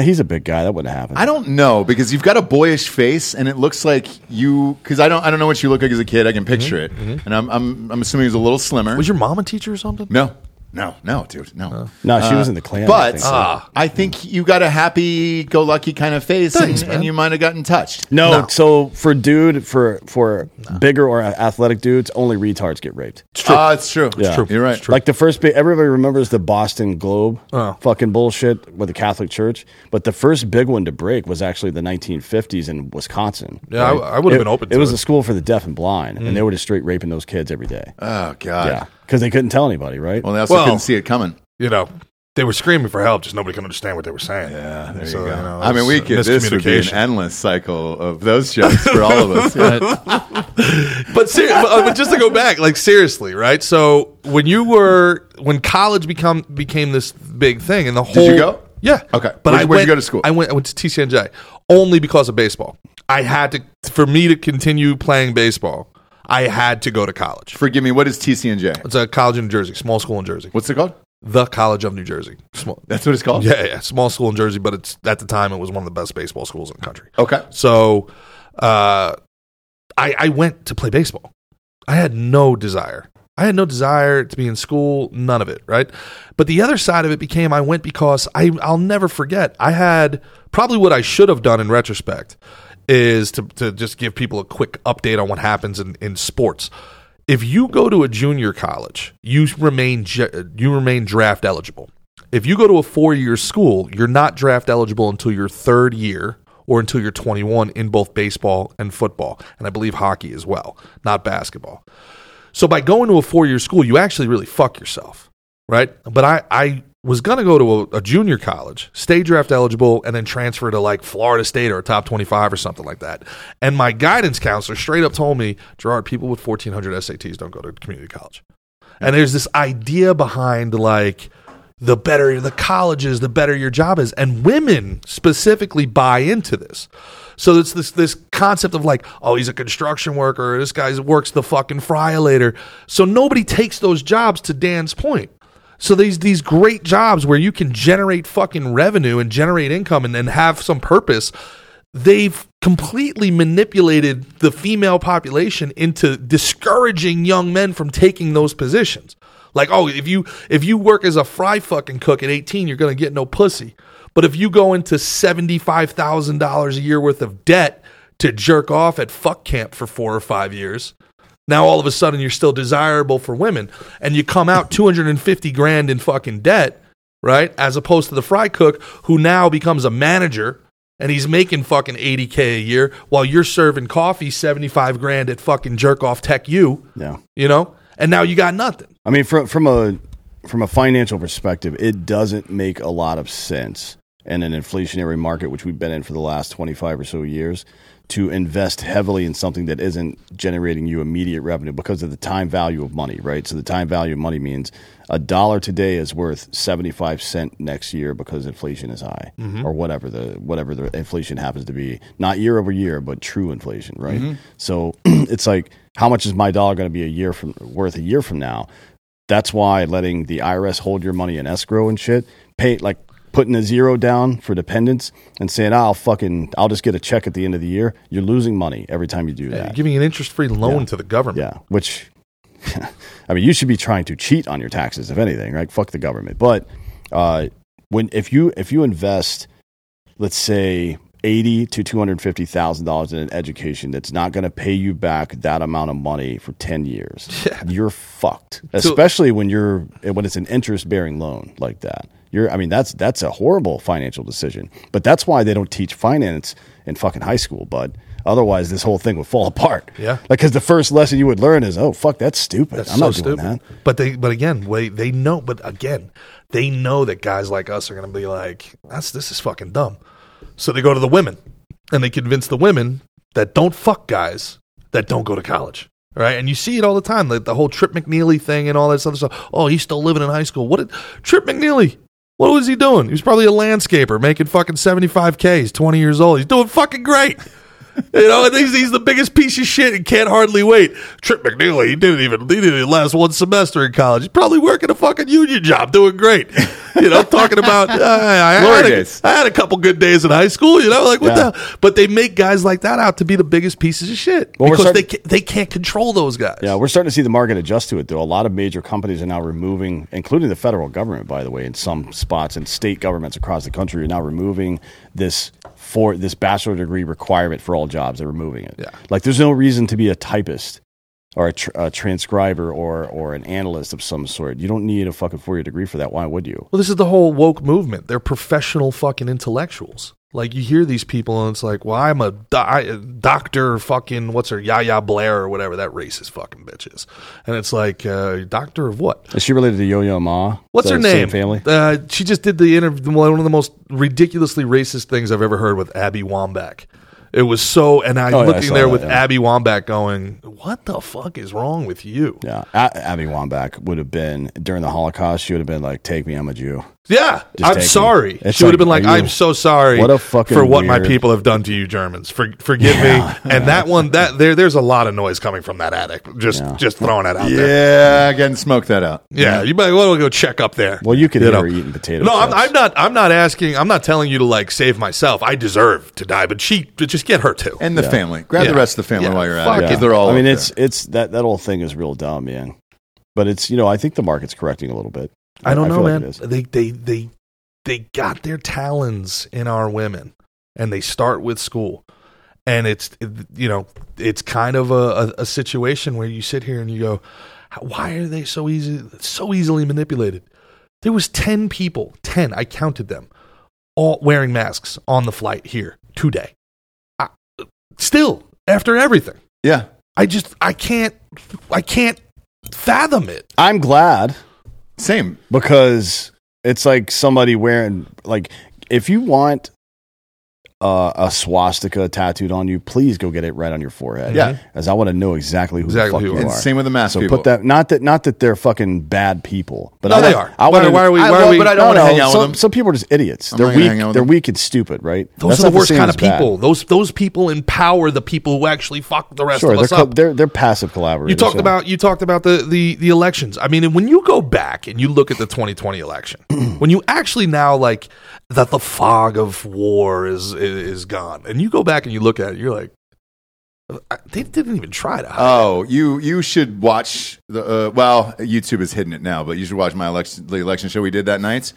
Speaker 4: he's a big guy. That wouldn't happen.
Speaker 2: I don't know because you've got a boyish face, and it looks like you. Because I don't, I don't know what
Speaker 3: Mm-hmm,
Speaker 2: you look like as a kid. I can picture it, and I'm, I'm, I'm assuming he's a little slimmer.
Speaker 3: was your mom a teacher or something?
Speaker 2: no, no, no, dude, no.
Speaker 3: Uh.
Speaker 4: No, she was in the Klan. I
Speaker 2: Uh, But
Speaker 4: think, so.
Speaker 3: Ah.
Speaker 2: I think you got a happy-go-lucky kind of face,
Speaker 3: Thanks,
Speaker 2: and,
Speaker 3: man.
Speaker 2: and you might have gotten touched.
Speaker 4: no, so for dude, for for bigger or athletic dudes, only retards get raped.
Speaker 2: It's true. Ah, it's true.
Speaker 4: Yeah. true.
Speaker 2: You're right.
Speaker 4: Like the first big, everybody remembers the Boston Globe
Speaker 3: Oh.
Speaker 4: fucking bullshit with the Catholic Church, but the first big one to break was actually the 1950s in Wisconsin.
Speaker 3: Yeah, I- I would've been open to
Speaker 4: It was
Speaker 3: it. Mm.
Speaker 4: a school for the deaf and blind, and they were just straight raping those kids every day.
Speaker 2: Oh God.
Speaker 4: yeah, because they couldn't tell anybody, right?
Speaker 2: Well, they also
Speaker 3: Well-
Speaker 2: couldn't see it coming.
Speaker 3: you know, they were screaming for help, just nobody could understand what they were saying. Yeah, there
Speaker 2: you go. I mean, we could. This would be an endless cycle of those jokes for all of us. Yeah.
Speaker 3: but, ser- but, uh, but just to go back, like seriously, right? So when you were when college become became this big thing, and the whole
Speaker 2: you go?
Speaker 3: Yeah.
Speaker 2: Okay.
Speaker 3: But
Speaker 2: Where'd-
Speaker 3: I
Speaker 2: where'd you
Speaker 3: went-
Speaker 2: go to school?
Speaker 3: I went. I went to TCNJ only because of baseball. I had to for me to continue playing baseball. I had to go to college.
Speaker 2: Forgive me. What is TCNJ?
Speaker 3: It's a college in New Jersey, small school in Jersey.
Speaker 2: What's it called?
Speaker 3: The College of New Jersey. Small,
Speaker 2: That's what it's called.
Speaker 3: yeah, yeah, small school in Jersey, but it's at the time it was one of the best baseball schools in the country.
Speaker 2: Okay.
Speaker 3: So uh, I, I went to play baseball. I had no desire. I had no desire to be in school, none of it, right? But the other side of it became I went because I, I'll never forget. I had probably what I should have done in retrospect is to, to just give people a quick update on what happens in, in sports. If you go to a junior college, you remain ge- you remain draft eligible. If you go to a four year school, you're not draft eligible until your third year or until you're 21 in both baseball and football, and I believe hockey as well, not basketball. So by going to a four year school, you actually really fuck yourself, right? But I, I was going to go to a, a junior college, stay draft eligible, and then transfer to like Florida State or a top 25 or something like that. And my guidance counselor straight up told me, Gerard, people with 1,400 SATs don't go to community college. And there's this idea behind like the better the college is, the better your job is. And women specifically buy into this. So it's this this concept of like, oh, he's a construction worker, this guy works the fucking fryer later. So nobody takes those jobs to Dan's point. So these these great jobs where you can generate fucking revenue and generate income and then have some purpose they've completely manipulated the female population into discouraging young men from taking those positions. Like, oh, if you if you work as a fry fucking cook at 18, you're gonna get no pussy. But if you go into seventy-five thousand dollars a year worth of debt to jerk off at fuck camp for four or five years, now all of a sudden you're still desirable for women. And you come out two hundred and fifty grand in fucking debt, right? As opposed to the fry cook who now becomes a manager and he's making fucking 80k a year while you're serving coffee 75 grand at fucking jerk off tech you,
Speaker 4: yeah.
Speaker 3: you know? And now you got nothing.
Speaker 4: I mean, from from a from a financial perspective, it doesn't make a lot of sense in an inflationary market, which we've been in for the last twenty five or so years, to invest heavily in something that isn't generating you immediate revenue because of the time value of money, right? So the time value of money means a dollar today is worth seventy five cent next year because inflation is high, or whatever the whatever the inflation happens to be, not year over year, but true inflation, right? So it's like how much is my dollar going to be a year from worth a year from now? That's why letting the IRS hold your money in escrow and shit, pay like putting a zero down for dependents and saying, "Ah, I'll fucking, I'll just get a check at the end of the year. You're losing money every time you do
Speaker 3: You're
Speaker 4: that.
Speaker 3: giving an interest free loan to the government.
Speaker 4: Yeah. Which, I mean, you should be trying to cheat on your taxes, if anything, right? Fuck the government. But, uh, when, if you, if you invest, let's say, eighty to two hundred fifty thousand dollars in an education that's not going to pay you back that amount of money for ten years. You're fucked, especially when you're when it's an interest bearing loan like that. You're, I mean, that's that's a horrible financial decision. But that's why they don't teach finance in fucking high school, bud. Otherwise, this whole thing would fall apart.
Speaker 3: Yeah.
Speaker 4: like because the first lesson you would learn is, oh fuck, that's stupid.
Speaker 3: That's
Speaker 4: I'm
Speaker 3: so
Speaker 4: not doing
Speaker 3: stupid.
Speaker 4: that.
Speaker 3: But they, but again, they, they know. But again, they know that guys like us are going to be like, "That's this is fucking dumb." So they go to the women, and they convince the women that don't fuck guys that don't go to college, right? And you see it all the time, like the whole Trip McNeely thing and all that other stuff. Oh, he's still living in high school. What did Trip McNeely? What was he doing? He was probably a landscaper making fucking seventy five k. He's twenty years old. He's doing fucking great. You know, and he's, he's the biggest piece of shit and can't hardly wait. Trip McNeely, he didn't even he didn't even last one semester in college. He's probably working a fucking union job, doing great. you know, talking about uh, I, had
Speaker 2: Glory
Speaker 3: a,
Speaker 2: days.
Speaker 3: I had a couple good days in high school. You know, like what
Speaker 4: Yeah.
Speaker 3: the? But they make guys like that out to be the biggest pieces of shit
Speaker 4: Well, we're
Speaker 3: because
Speaker 4: start-
Speaker 3: they ca- they can't control those guys.
Speaker 4: Yeah, we're starting to see the market adjust to it, though. A lot of major companies are now removing, including the federal government, by the way, in some spots, and state governments across the country are now removing this for this bachelor degree requirement for all jobs. They're removing it.
Speaker 3: Yeah.
Speaker 4: like there's no reason to be a typist or a, tr- a transcriber or or an analyst of some sort. You don't need a fucking four year degree for that. Why would you?
Speaker 3: Well, this is the whole woke movement. They're professional fucking intellectuals. Like you hear these people, and it's like, well, I'm a di- doctor, fucking what's her Yaya Blair or whatever that racist fucking bitch is, and it's like uh, doctor of what?
Speaker 4: Is she related to Yo Yo Ma?
Speaker 3: What's
Speaker 4: Is
Speaker 3: her
Speaker 4: that the same
Speaker 3: name?
Speaker 4: family.
Speaker 3: Uh, she just did the interview. One of the most ridiculously racist things I've ever heard with Abby Wambach. It was so, and I
Speaker 4: Oh, yeah, I
Speaker 3: looking
Speaker 4: saw
Speaker 3: there
Speaker 4: that,
Speaker 3: with
Speaker 4: yeah.
Speaker 3: Abby Wambach going, "What the fuck is wrong with you?"
Speaker 4: Yeah, A- Abby Wambach would have been during the Holocaust. She would have been like, "Take me, I'm a Jew."
Speaker 3: Yeah,
Speaker 4: Just
Speaker 3: I'm
Speaker 4: take it.
Speaker 3: sorry.
Speaker 4: It's
Speaker 3: she would have been
Speaker 4: like,
Speaker 3: like,
Speaker 4: are you-
Speaker 3: "I'm so sorry
Speaker 4: What a fucking
Speaker 3: for what my
Speaker 4: weird-
Speaker 3: people have done to you Germans. For, forgive me." And that one, that there, there's a lot of noise coming from that attic. Just, just throwing that out there.
Speaker 2: Yeah, again, smoke that out.
Speaker 3: Yeah, you might want to go check up there.
Speaker 4: Well, you could hear
Speaker 3: know.
Speaker 4: her eating potatoes.
Speaker 3: No, I'm, I'm not. I'm not asking. I'm not telling you to like save myself. I deserve to die, but she just get her too.
Speaker 2: And the family. Grab
Speaker 3: Yeah.
Speaker 2: the rest of the family
Speaker 3: Yeah.
Speaker 2: while you're
Speaker 3: Fuck
Speaker 2: at it. 'cause
Speaker 3: yeah.
Speaker 2: They're all.
Speaker 4: I mean,
Speaker 2: up
Speaker 4: it's it's that that whole thing is real dumb, man. But it's you know, I think the market's correcting a little bit.
Speaker 3: I don't know,
Speaker 4: feel like
Speaker 3: man.
Speaker 4: it is.
Speaker 3: they they they they got their talons in our women, and they start with school, and it's you know it's kind of a, a, a situation where you sit here and you go, why are they so easy so easily manipulated? There was ten people, ten I counted them, all wearing masks on the flight here today. I, still, after everything,
Speaker 2: there. yeah,
Speaker 3: I just I can't I can't fathom it.
Speaker 4: I'm glad
Speaker 2: same.
Speaker 4: because it's like somebody wearing like if you want uh, a swastika tattooed on you, please go get it right on your forehead.
Speaker 2: Yeah.
Speaker 4: as I want to know exactly who
Speaker 3: Exactly who
Speaker 4: the fuck
Speaker 3: you
Speaker 4: you
Speaker 2: And
Speaker 4: are.
Speaker 2: same with the mask
Speaker 4: so
Speaker 2: people.
Speaker 4: put that not that not that they're fucking bad people, but
Speaker 3: No,
Speaker 4: I
Speaker 3: they
Speaker 4: wanna-
Speaker 3: are.
Speaker 4: I
Speaker 3: Why-
Speaker 4: want
Speaker 3: why are we-
Speaker 2: I,
Speaker 3: why are
Speaker 2: well,
Speaker 3: we-
Speaker 2: but I don't
Speaker 4: no,
Speaker 2: want to
Speaker 4: no,
Speaker 2: hang out
Speaker 4: some,
Speaker 2: with them.
Speaker 4: some people are just idiots.
Speaker 2: I'm
Speaker 4: they're
Speaker 2: not gonna hang
Speaker 4: weak.
Speaker 2: out
Speaker 4: They're
Speaker 2: with them.
Speaker 4: weak and stupid, right?
Speaker 3: Those
Speaker 4: That's
Speaker 3: are
Speaker 4: not
Speaker 3: the worst
Speaker 4: same
Speaker 3: kind
Speaker 4: as
Speaker 3: of
Speaker 4: bad.
Speaker 3: people. Those those people empower the people who actually fuck the rest
Speaker 4: Sure,
Speaker 3: of
Speaker 4: they're,
Speaker 3: us
Speaker 4: co-
Speaker 3: up.
Speaker 4: they're they're passive collaborators.
Speaker 3: You talked
Speaker 4: yeah.
Speaker 3: about you talked about the, the the elections. I mean, and when you go back and you look at the 2020 election, when you actually now like that the fog of war is is, is gone, and you go back and you look at it, you're like, I- they didn't even try to. hide.
Speaker 2: Oh, you you should watch the uh, well. YouTube is hidden it now, but you should watch my election the election show we did that night.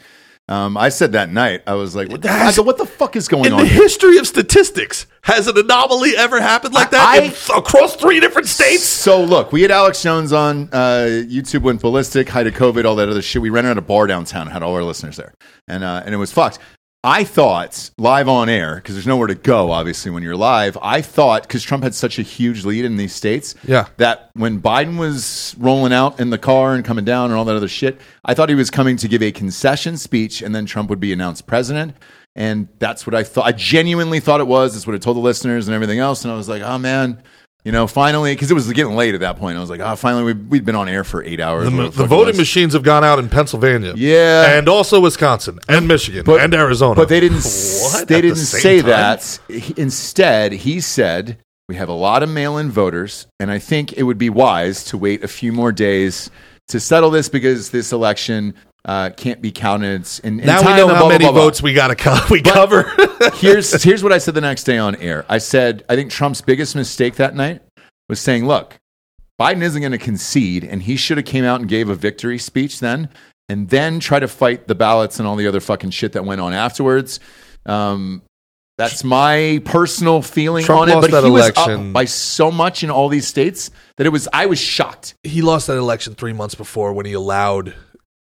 Speaker 2: Um, I said that night I was like, what the, I go, what the fuck is going
Speaker 3: in
Speaker 2: on?
Speaker 3: the
Speaker 2: here?
Speaker 3: history of statistics, has an anomaly ever happened like that
Speaker 2: I-
Speaker 3: in- across three different states?
Speaker 2: So look, we had Alex Jones on. Uh, YouTube went ballistic. Hi to COVID, all that other shit. We rented out a bar downtown, had all our listeners there, and uh, and it was fucked. I thought live on air because there's nowhere to go, obviously, when you're live. I thought because Trump had such a huge lead in these states,
Speaker 3: Yeah.
Speaker 2: that when Biden was rolling out in the car and coming down and all that other shit, I thought he was coming to give a concession speech and then Trump would be announced president. And that's what I thought. I genuinely thought it was. That's what I told the listeners and everything else. And I was like, oh man, you know, finally, because it was getting late at that point. I was like, oh, finally, we we'd been on air for eight hours.
Speaker 3: The,
Speaker 2: Whatever
Speaker 3: the
Speaker 2: fuck it
Speaker 3: voting
Speaker 2: was.
Speaker 3: machines have gone out in Pennsylvania,
Speaker 2: Yeah.
Speaker 3: and also Wisconsin and Michigan and Arizona.
Speaker 2: But they didn't.
Speaker 3: What?
Speaker 2: They
Speaker 3: At the
Speaker 2: didn't
Speaker 3: same
Speaker 2: say
Speaker 3: time?
Speaker 2: that. He- Instead, he said, "We have a lot of mail-in voters, and I think it would be wise to wait a few more days to settle this because this election uh, can't be counted in, in
Speaker 3: Now
Speaker 2: time."
Speaker 3: we know
Speaker 2: and
Speaker 3: how
Speaker 2: blah, blah,
Speaker 3: many
Speaker 2: blah, blah.
Speaker 3: votes we got to co- we cover.
Speaker 2: here's here's what I said the next day on air. I said I think Trump's biggest mistake that night was saying, "Look, Biden isn't going to concede, and he should have came out and gave a victory speech then, and then try to fight the ballots and all the other fucking shit that went on afterwards." Um, that's my personal feeling
Speaker 3: Trump
Speaker 2: on it.
Speaker 3: lost
Speaker 2: But
Speaker 3: that
Speaker 2: he was
Speaker 3: election.
Speaker 2: up by so much in all these states that it was I was shocked.
Speaker 3: he lost that election three months before when he allowed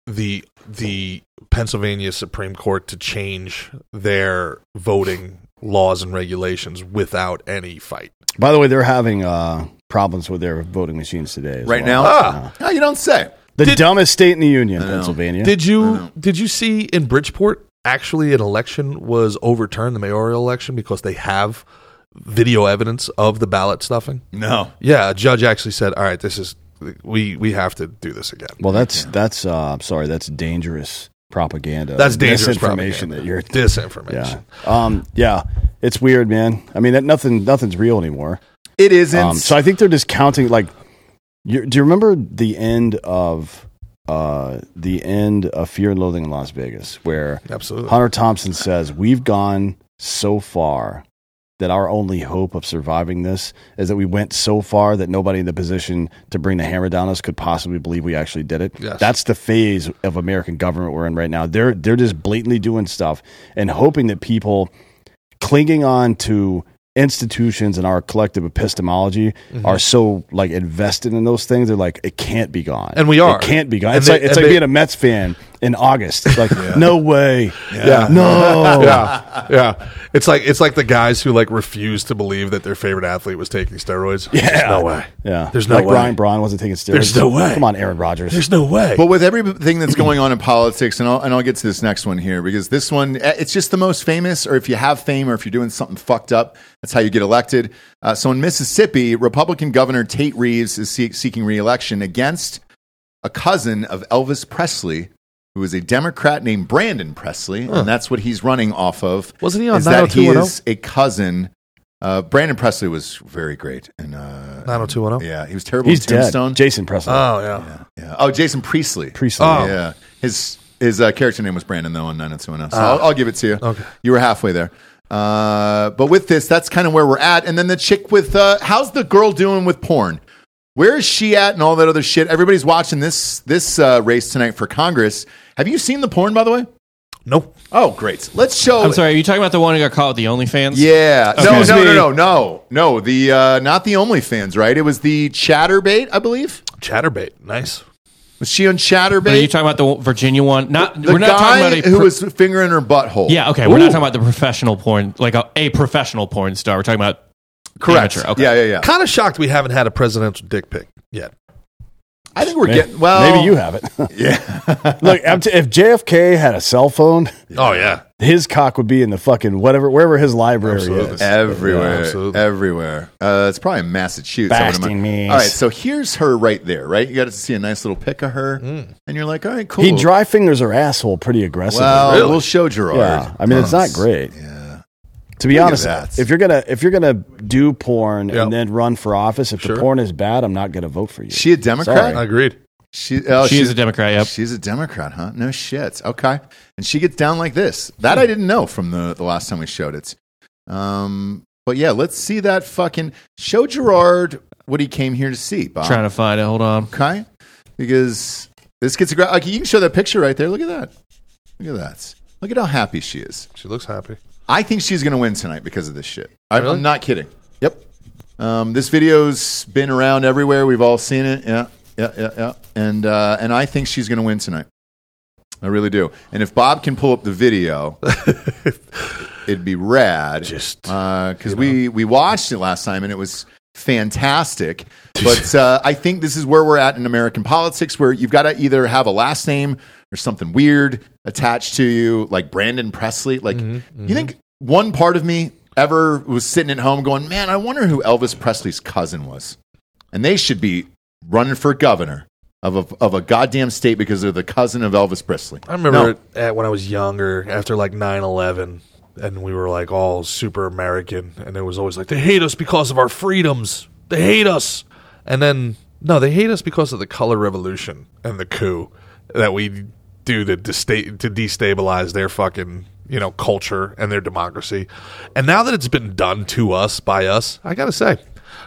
Speaker 3: the the Pennsylvania Supreme Court to change their voting laws and regulations without any fight.
Speaker 4: By the way, they're having uh, problems with their voting machines today. as
Speaker 2: Right
Speaker 4: well. Uh,
Speaker 2: now,
Speaker 3: Ah.
Speaker 2: No, you don't say.
Speaker 4: the
Speaker 3: Did-
Speaker 4: dumbest state in the union, Pennsylvania.
Speaker 3: Did you did you see in Bridgeport actually an election was overturned, the mayoral election, because they have video evidence of the ballot stuffing?
Speaker 2: No,
Speaker 3: Yeah, a judge actually said, "All right, this is we we have to do this again."
Speaker 4: well, that's that's uh, I'm sorry, that's dangerous propaganda.
Speaker 3: That's dangerous
Speaker 4: information
Speaker 3: propaganda.
Speaker 4: that you're.
Speaker 3: disinformation.
Speaker 4: Yeah, um, yeah, it's weird, man. I mean, that nothing nothing's real anymore.
Speaker 2: it isn't.
Speaker 4: Um, so I think they're just counting. Like, you do you remember the end of uh, the end of Fear and Loathing in Las Vegas, where
Speaker 3: Absolutely.
Speaker 4: Hunter Thompson says, We've gone so far that our only hope of surviving this is that we went so far that nobody in the position to bring the hammer down us could possibly believe we actually did it.
Speaker 3: Yes.
Speaker 4: That's the phase of American government we're in right now. They're they're just blatantly doing stuff and hoping that people clinging on to institutions and our collective epistemology
Speaker 3: Mm-hmm.
Speaker 4: are so like invested in those things they're like it can't be gone
Speaker 3: And we are.
Speaker 4: it can't be gone
Speaker 3: And
Speaker 4: it's
Speaker 3: they-
Speaker 4: like it's
Speaker 3: and
Speaker 4: like
Speaker 3: they-
Speaker 4: being a mets fan in august It's like no way
Speaker 3: Yeah.
Speaker 4: no
Speaker 3: yeah, Ah, yeah. It's like it's like the guys who like refuse to believe that their favorite athlete was taking steroids. Yeah, There's no way.
Speaker 4: yeah
Speaker 3: There's no
Speaker 4: like
Speaker 3: way.
Speaker 4: brian braun wasn't taking steroids
Speaker 3: There's no way.
Speaker 4: come on aaron rodgers
Speaker 3: There's no way.
Speaker 2: But with everything that's going on in politics, and I'll, and I'll get to this next one here because this one, eh, it's just the most famous, or if you have fame or if you're doing something fucked up, that's how you get elected. Uh, so in Mississippi, Republican Governor Tate Reeves is see- seeking reelection against a cousin of Elvis Presley, who is a Democrat named Brandon Presley, and that's what he's running off of.
Speaker 3: Wasn't he on
Speaker 2: Is that he
Speaker 3: 90210?
Speaker 2: is a cousin. Uh, Brandon Presley was very great. and uh,
Speaker 3: 90210?
Speaker 2: Yeah, he was terrible
Speaker 4: he's
Speaker 2: in
Speaker 4: dead
Speaker 2: Tombstone.
Speaker 4: jason presley
Speaker 3: oh yeah.
Speaker 2: Yeah. Oh, Jason Priestley.
Speaker 4: Priestley.
Speaker 3: Oh.
Speaker 2: Yeah. His his uh, character name was Brandon though on 90210. So I'll, I'll give it to you.
Speaker 3: Okay.
Speaker 2: You were halfway there. Uh, but with this, that's kind of where we're at. And then the chick with uh, how's the girl doing with porn? Where is she at and all that other shit? Everybody's watching this this uh, race tonight for Congress. Have you seen the porn by the way?
Speaker 3: Nope.
Speaker 2: Oh, great. Let's show.
Speaker 5: I'm sorry, are you talking about the one who got caught with the OnlyFans?
Speaker 2: Yeah. No,
Speaker 4: Excuse
Speaker 2: no, no,
Speaker 4: me.
Speaker 2: no, no, no. The uh, not the OnlyFans, right? It was the ChatterBait, I believe.
Speaker 3: Chatterbait. Nice.
Speaker 2: Was she on ChatterBait?
Speaker 5: Are you talking about the Virginia one? Not
Speaker 2: The
Speaker 5: Uh, we're not
Speaker 2: guy
Speaker 5: talking about a
Speaker 2: who
Speaker 5: pro-
Speaker 2: was fingering her butthole.
Speaker 5: Yeah, okay. We're
Speaker 2: Ooh.
Speaker 5: not talking about the professional porn, like a, a professional porn star. We're talking about
Speaker 2: correct.
Speaker 5: amateur. Okay.
Speaker 2: Yeah, yeah, yeah.
Speaker 3: Kind of shocked we haven't had a presidential dick pic yet.
Speaker 2: I think we're
Speaker 4: May-
Speaker 2: getting well.
Speaker 4: maybe you have it
Speaker 2: Yeah.
Speaker 4: look I'm t- if jfk had a cell phone
Speaker 3: Oh yeah.
Speaker 4: his cock would be in the fucking whatever wherever his library
Speaker 3: Absolutely.
Speaker 4: is
Speaker 2: everywhere,
Speaker 3: absolutely.
Speaker 2: everywhere. Uh, it's probably in Massachusetts. I would
Speaker 4: Basting
Speaker 2: imagine.
Speaker 4: knees.
Speaker 2: All right, so here's her right there. Right, you got to see a nice little pic of her, and you're like, all right, cool.
Speaker 4: Mm. he dry fingers her asshole pretty aggressively
Speaker 2: Well,
Speaker 3: Really?
Speaker 2: we'll show Gerard.
Speaker 4: Yeah, I mean it's not
Speaker 2: Yes.
Speaker 4: great.
Speaker 2: Yeah.
Speaker 4: To be
Speaker 2: Look at
Speaker 4: honest,
Speaker 2: that.
Speaker 4: if you're gonna if you're gonna do porn
Speaker 3: Yep.
Speaker 4: and then run for office, if
Speaker 3: Sure.
Speaker 4: the porn is bad, I'm not gonna vote for you.
Speaker 2: She a Democrat?
Speaker 4: Sorry.
Speaker 3: Agreed.
Speaker 2: She, oh,
Speaker 5: she is
Speaker 2: she's-
Speaker 5: a Democrat. Yep.
Speaker 2: She's a Democrat, huh? No shit. Okay. And she gets down like this. That I didn't know from the, the last time we showed it. Um, but yeah, let's see that fucking show Gerard what he came here to see, Bob.
Speaker 5: Trying to find it. Hold on.
Speaker 2: okay. Because this gets a gra- like, you can show that picture right there. Look at that. Look at that. Look at how happy she is.
Speaker 3: She looks happy.
Speaker 2: I think she's going to win tonight because of this shit. I'm,
Speaker 3: Really?
Speaker 2: I'm not kidding. Yep. Um, this video's been around everywhere. We've all seen it. Yeah, yeah, yeah, yeah. And uh, and I think she's going to win tonight. I really do. And if Bob can pull up the video, it'd be rad.
Speaker 3: Just,
Speaker 2: because we we watched it last time and it was fantastic. But uh, I think this is where we're at in American politics, where you've got to either have a last name or something weird attached to you, like Brandon Presley. Like, you think one part of me ever was sitting at home going, "Man, I wonder who Elvis Presley's cousin was," and they should be running for governor. Of a, of a goddamn state because they're the cousin of Elvis Presley.
Speaker 3: I remember
Speaker 2: No.
Speaker 3: at, when I was younger, after like 9-11, and we were like all super American, and it was always like they hate us because of our freedoms. They hate us, and then no, they hate us because of the color revolution and the coup that we do to desta- to destabilize their fucking you know culture and their democracy. And now that it's been done to us by us, I gotta say,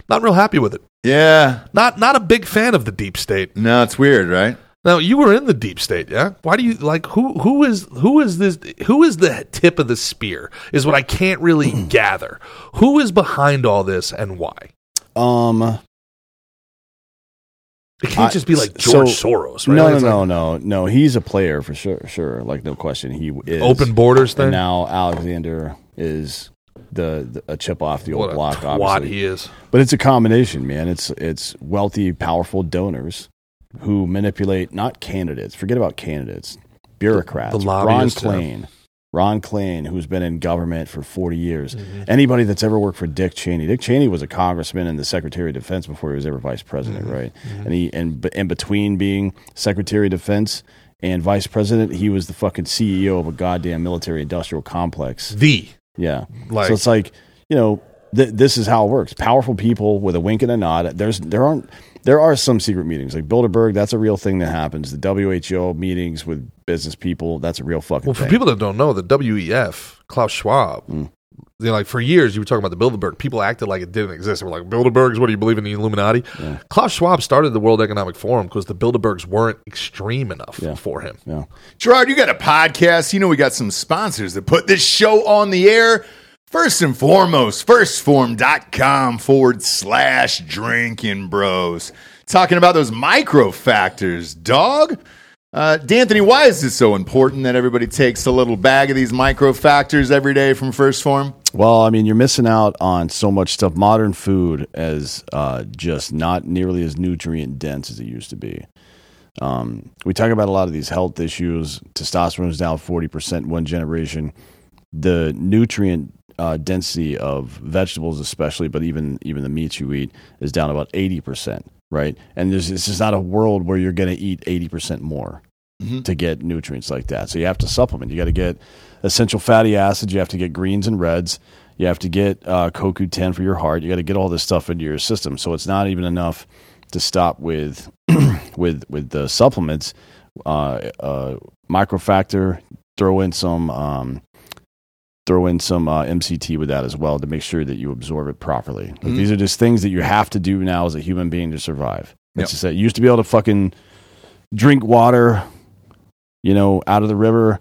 Speaker 3: not real happy with it.
Speaker 2: Yeah.
Speaker 3: Not not a big fan of the deep state.
Speaker 2: No, it's weird, right?
Speaker 3: Now you were in the deep state, yeah. Why do you like who? Who is who is this? Who is the tip of the spear? Is what I can't really gather. Who is behind all this and why?
Speaker 4: Um,
Speaker 3: It can't
Speaker 4: I-
Speaker 3: just be like
Speaker 4: so-
Speaker 3: George Soros, right?
Speaker 4: no,
Speaker 3: Like,
Speaker 4: no,
Speaker 3: it's
Speaker 4: no,
Speaker 3: like
Speaker 4: no, no. He's a player for sure. Sure, like no question, he is
Speaker 3: Open borders thing.
Speaker 4: And now Alexander is the, the a chip off the old
Speaker 3: what a
Speaker 4: block,
Speaker 3: twat
Speaker 4: obviously.
Speaker 3: he is.
Speaker 4: But it's a combination, man. It's it's wealthy, powerful donors who manipulate not candidates. Forget about candidates, bureaucrats.
Speaker 3: The- the
Speaker 4: Ron
Speaker 3: lobbyists, yeah.
Speaker 4: Klain, Ron Klain, who's been in government for forty years. Anybody that's ever worked for Dick Cheney. Dick Cheney was a congressman and the Secretary of Defense before he was ever Vice President, right? And he and be- in between being Secretary of Defense. And vice president, he was the fucking CEO of a goddamn military industrial complex.
Speaker 3: The
Speaker 4: Yeah.
Speaker 3: Like-
Speaker 4: so it's like, you know, th- this is how it works. Powerful people with a wink and a nod. There's there aren't there are some secret meetings like Bilderberg. That's a real thing that happens. The WHO meetings with business people. That's a real fucking
Speaker 3: Well, for
Speaker 4: thing.
Speaker 3: people that don't know, the WEF, Klaus Schwab,
Speaker 4: Mm.
Speaker 3: you know, like for years you were talking about the Bilderberg. People acted like it didn't exist. They were like, Bilderbergs, what do you believe in the Illuminati? Klaus Schwab started the World Economic Forum because the Bilderbergs weren't extreme enough for him.
Speaker 4: yeah.
Speaker 2: Gerard, you got a podcast. You know, we got some sponsors that put this show on the air. First and foremost, firstform.com forward slash drinking bros. Talking about those micro factors, dog. Uh, D'Anthony, why is this so important that everybody takes a little bag of these micro factors every day from First Form?
Speaker 4: Well, I mean, you're missing out on so much stuff. Modern food is uh, just not nearly as nutrient dense as it used to be. Um, we talk about a lot of these health issues. Testosterone is down 40% one generation. The nutrient uh, density of vegetables, especially, but even even the meats you eat, is down about 80%, right? And there's, it's just not a world where you're going to eat 80% more
Speaker 2: Mm-hmm.
Speaker 4: to get nutrients like that. So you have to supplement. You got to get essential fatty acids. You have to get greens and reds. You have to get uh, CoQ10 for your heart. You got to get all this stuff into your system. So it's not even enough to stop with with with the supplements. Uh, uh, microfactor. Throw in some um, throw in some uh, MCT with that as well to make sure that you absorb it properly. Like, These are just things that you have to do now as a human being to survive. It's just that you used to be able to fucking drink water, you know, out of the river.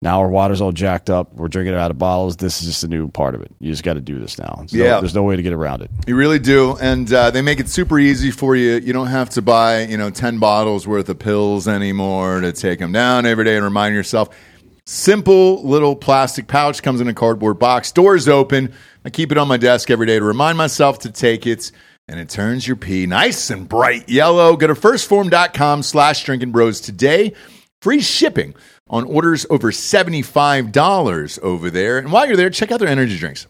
Speaker 4: Now our water's all jacked up. We're drinking it out of bottles. This is just a new part of it. You just got to do this now. So
Speaker 2: Yeah.
Speaker 4: There's no way to get around it.
Speaker 2: You really do, and uh, they make it super easy for you. You don't have to buy, you know, ten bottles worth of pills anymore to take them down every day and remind yourself. Simple little plastic pouch comes in a cardboard box. Doors open. I keep it on my desk every day to remind myself to take it, and it turns your pee nice and bright yellow. Go to firstform.com slash drinking bros today. Free shipping on orders over $75 over there. And while you're there, check out their energy drinks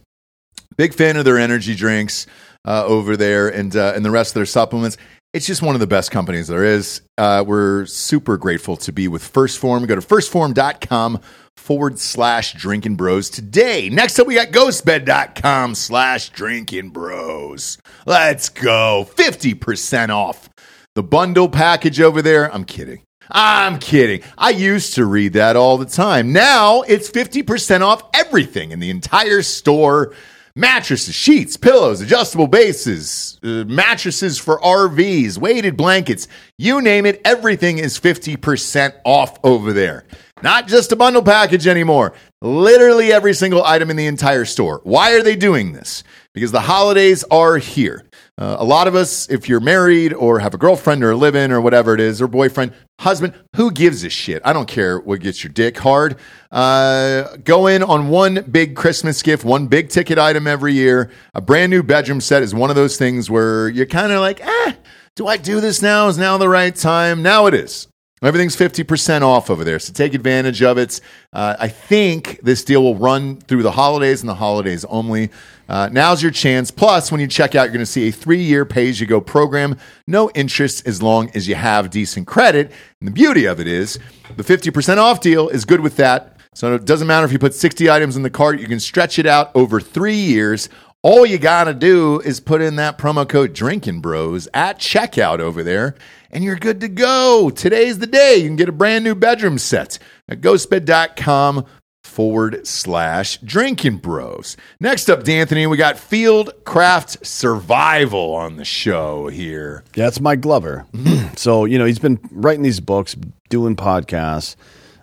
Speaker 2: big fan of their energy drinks uh, over there and uh, and the rest of their supplements. It's just one of the best companies there is. Uh, we're super grateful to be with First Form. Go to firstform.com forward slash drinking bros today. Next up, we got ghostbed.com slash drinking bros. Let's go. 50% off the bundle package over there. I'm kidding. I'm kidding. I used to read that all the time. Now it's 50% off everything in the entire store mattresses, sheets, pillows, adjustable bases, uh, mattresses for RVs, weighted blankets you name it. Everything is 50% off over there. Not just a bundle package anymore. Literally every single item in the entire store. Why are they doing this? Because the holidays are here. Uh, a lot of us, if you're married or have a girlfriend or live in or whatever it is, or boyfriend, husband, who gives a shit? I don't care what gets your dick hard. Uh, go in on one big Christmas gift, one big ticket item every year. A brand new bedroom set is one of those things where you're kind of like, ah, do I do this now? Is now the right time? Now it is. Everything's 50% off over there, so take advantage of it. Uh, I think this deal will run through the holidays and the holidays only. Uh, now's your chance. Plus, when you check out, you're going to see a three year pay as you go program. No interest as long as you have decent credit. And the beauty of it is the 50% off deal is good with that. So it doesn't matter if you put 60 items in the cart, you can stretch it out over three years. All you got to do is put in that promo code Drinking Bros at checkout over there, and you're good to go. Today's the day you can get a brand new bedroom set at ghostbed.com forward slash drinking bros. Next up, D'Anthony, we got Field Craft Survival on the show here.
Speaker 4: Yeah, it's Mike Glover. so you know he's been writing these books, doing podcasts,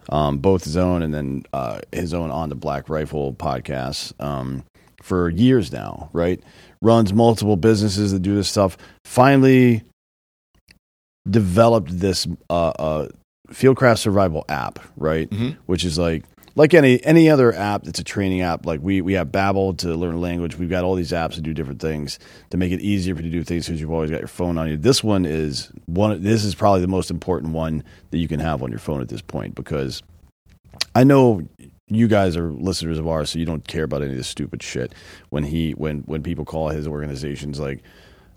Speaker 4: um, both his own and then uh, his own on the Black Rifle podcast um, for years now. Right, runs multiple businesses that do this stuff. Finally, developed this uh, uh, Fieldcraft Survival app, right? Which is like like any any other app that's a training app. Like we we have Babbel to learn a language. We've got all these apps to do different things to make it easier for you to do things because you've always got your phone on you. This one is one. This is probably the most important one that you can have on your phone at this point because I know you guys are listeners of ours, so you don't care about any of this stupid shit. When he when when people call his organizations like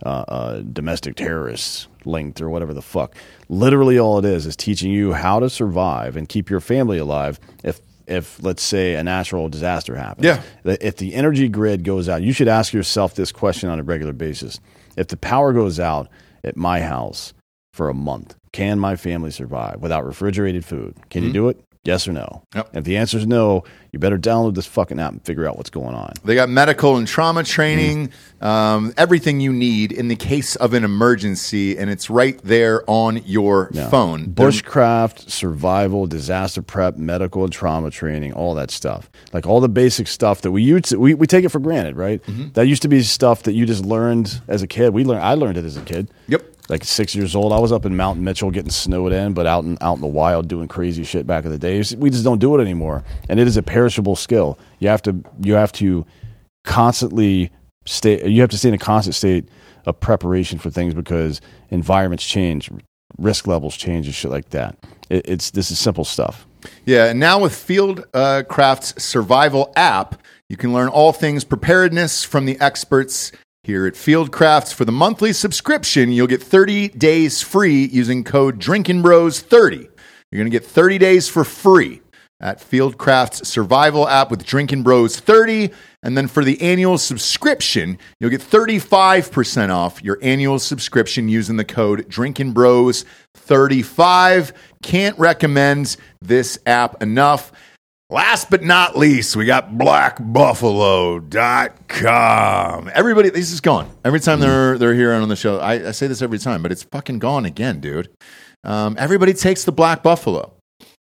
Speaker 4: uh, uh, domestic terrorists linked or whatever the fuck, literally all it is is teaching you how to survive and keep your family alive if if let's say a natural disaster happens.
Speaker 2: Yeah.
Speaker 4: That if the energy grid goes out, you should ask yourself this question on a regular basis. If the power goes out at my house for a month. Can my family survive without refrigerated food? Can you do it? Yes or no?
Speaker 2: Yep.
Speaker 4: And If the answer is no, you better download this fucking app and figure out what's going on.
Speaker 2: They got medical and trauma training, um, everything you need in the case of an emergency, and it's right there on your phone.
Speaker 4: Bushcraft, survival, disaster prep, medical and trauma training, all that stuff. Like all the basic stuff that we used to, we, we take it for granted, right? That used to be stuff that you just learned as a kid. We learned I learned it as a kid.
Speaker 2: Yep.
Speaker 4: Like six years old. I was up in Mount Mitchell getting snowed in, but out in out in the wild doing crazy shit back in the day. We just don't do it anymore. And it is a perishable skill. You have to you have to constantly stay you have to stay in a constant state of preparation for things because environments change risk levels change and shit like that it, it's this is simple stuff
Speaker 2: Yeah, and now with Field uh, Craft's survival app, you can learn all things preparedness from the experts here at Field Crafts. For the monthly subscription, you'll get 30 days free using code Drinking Bros 30 You're going to get 30 days for free at Field Crafts survival app with Drinking Bros 30. And then for the annual subscription, you'll get 35% off your annual subscription using the code Drinking Bros 35. Can't recommend this app enough. Last but not least, we got blackbuffalo.com. Everybody, this is gone. Every time they're, they're here on the show, I, I say this every time, but it's fucking gone again, dude. Um, everybody takes the Black Buffalo.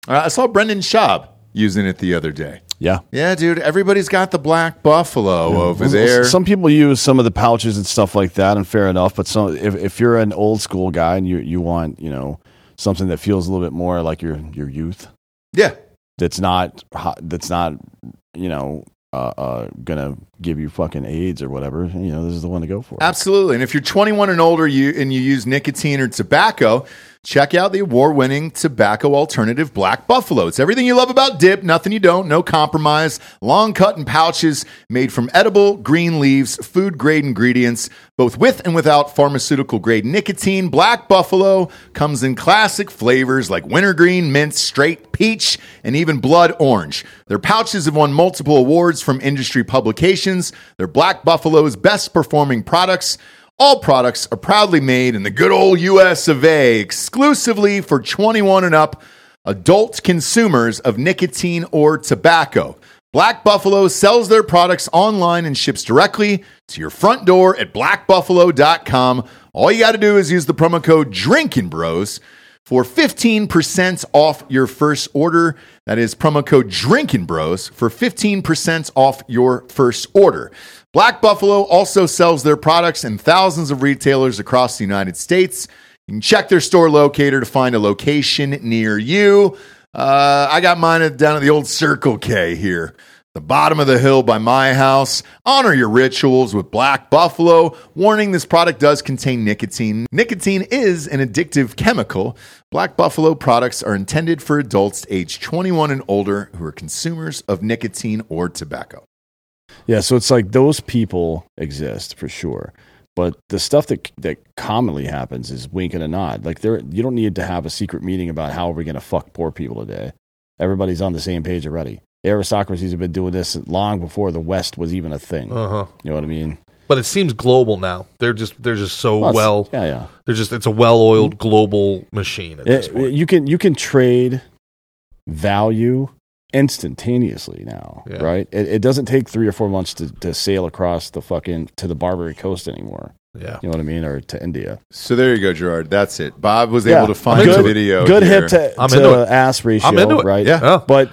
Speaker 2: Uh, I saw Brendan Schaub using it the other day.
Speaker 4: yeah
Speaker 2: Yeah, dude, everybody's got the black buffalo over
Speaker 4: S-
Speaker 2: there.
Speaker 4: some people use some of the pouches and stuff like that and fair enough but some if, if you're an old school guy and you you want you know something that feels a little bit more like your your youth
Speaker 2: yeah,
Speaker 4: that's not hot, that's not you know uh, uh gonna give you fucking aids or whatever you know this is the one to go for
Speaker 2: absolutely. And if you're 21 and older, you and you use nicotine or tobacco, check out the award-winning tobacco alternative Black Buffalo. It's everything you love about dip, nothing you don't, no compromise. Long cut and pouches made from edible green leaves, food-grade ingredients, both with and without pharmaceutical-grade nicotine. Black Buffalo comes in classic flavors like wintergreen, mint, straight peach, and even blood orange. Their pouches have won multiple awards from industry publications. They're Black Buffalo's best performing products. All products are proudly made in the good old US of A, exclusively for 21 and up adult consumers of nicotine or tobacco. Black Buffalo sells their products online and ships directly to your front door at blackbuffalo.com. All you got to do is use the promo code Drinking Bros for 15% off your first order. That is promo code Drinking Bros for 15% off your first order. Black Buffalo also sells their products in thousands of retailers across the United States. You can check their store locator to find a location near you. Uh, I got mine at- down at the old Circle K here, the bottom of the hill by my house. Honor your rituals with Black Buffalo. Warning this product does contain nicotine. Nicotine is an addictive chemical. Black Buffalo products are intended for adults age 21 and older who are consumers of nicotine or tobacco.
Speaker 4: Yeah, so it's like those people exist for sure. But the stuff that that commonly happens is wink and a nod. Like there you don't need to have a secret meeting about how are we going to fuck poor people today. Everybody's on the same page already. Aristocracies have been doing this long before the West was even a thing.
Speaker 3: Uh huh.
Speaker 4: You know what I mean?
Speaker 3: But it seems global now. They're just they're just so
Speaker 4: Well,
Speaker 3: Oh,
Speaker 4: it's-
Speaker 3: well.
Speaker 4: yeah, yeah.
Speaker 3: They're just it's a well-oiled global machine at
Speaker 4: Yeah,
Speaker 3: this point.
Speaker 4: you can you can trade value instantaneously now,
Speaker 3: Yeah.
Speaker 4: right? It, it doesn't take three or four months to, to sail across the fucking to the Barbary Coast anymore.
Speaker 3: yeah.
Speaker 4: You know what I mean? Or to India.
Speaker 2: So there you go, Gerard. That's it. Bob was able
Speaker 4: Yeah.
Speaker 2: to find
Speaker 3: Good-
Speaker 2: a video.
Speaker 4: Good
Speaker 2: here.
Speaker 4: hip to,
Speaker 3: I'm
Speaker 4: to
Speaker 3: into it.
Speaker 4: ass ratio,
Speaker 3: I'm into it.
Speaker 4: right?
Speaker 3: Yeah. Oh.
Speaker 4: But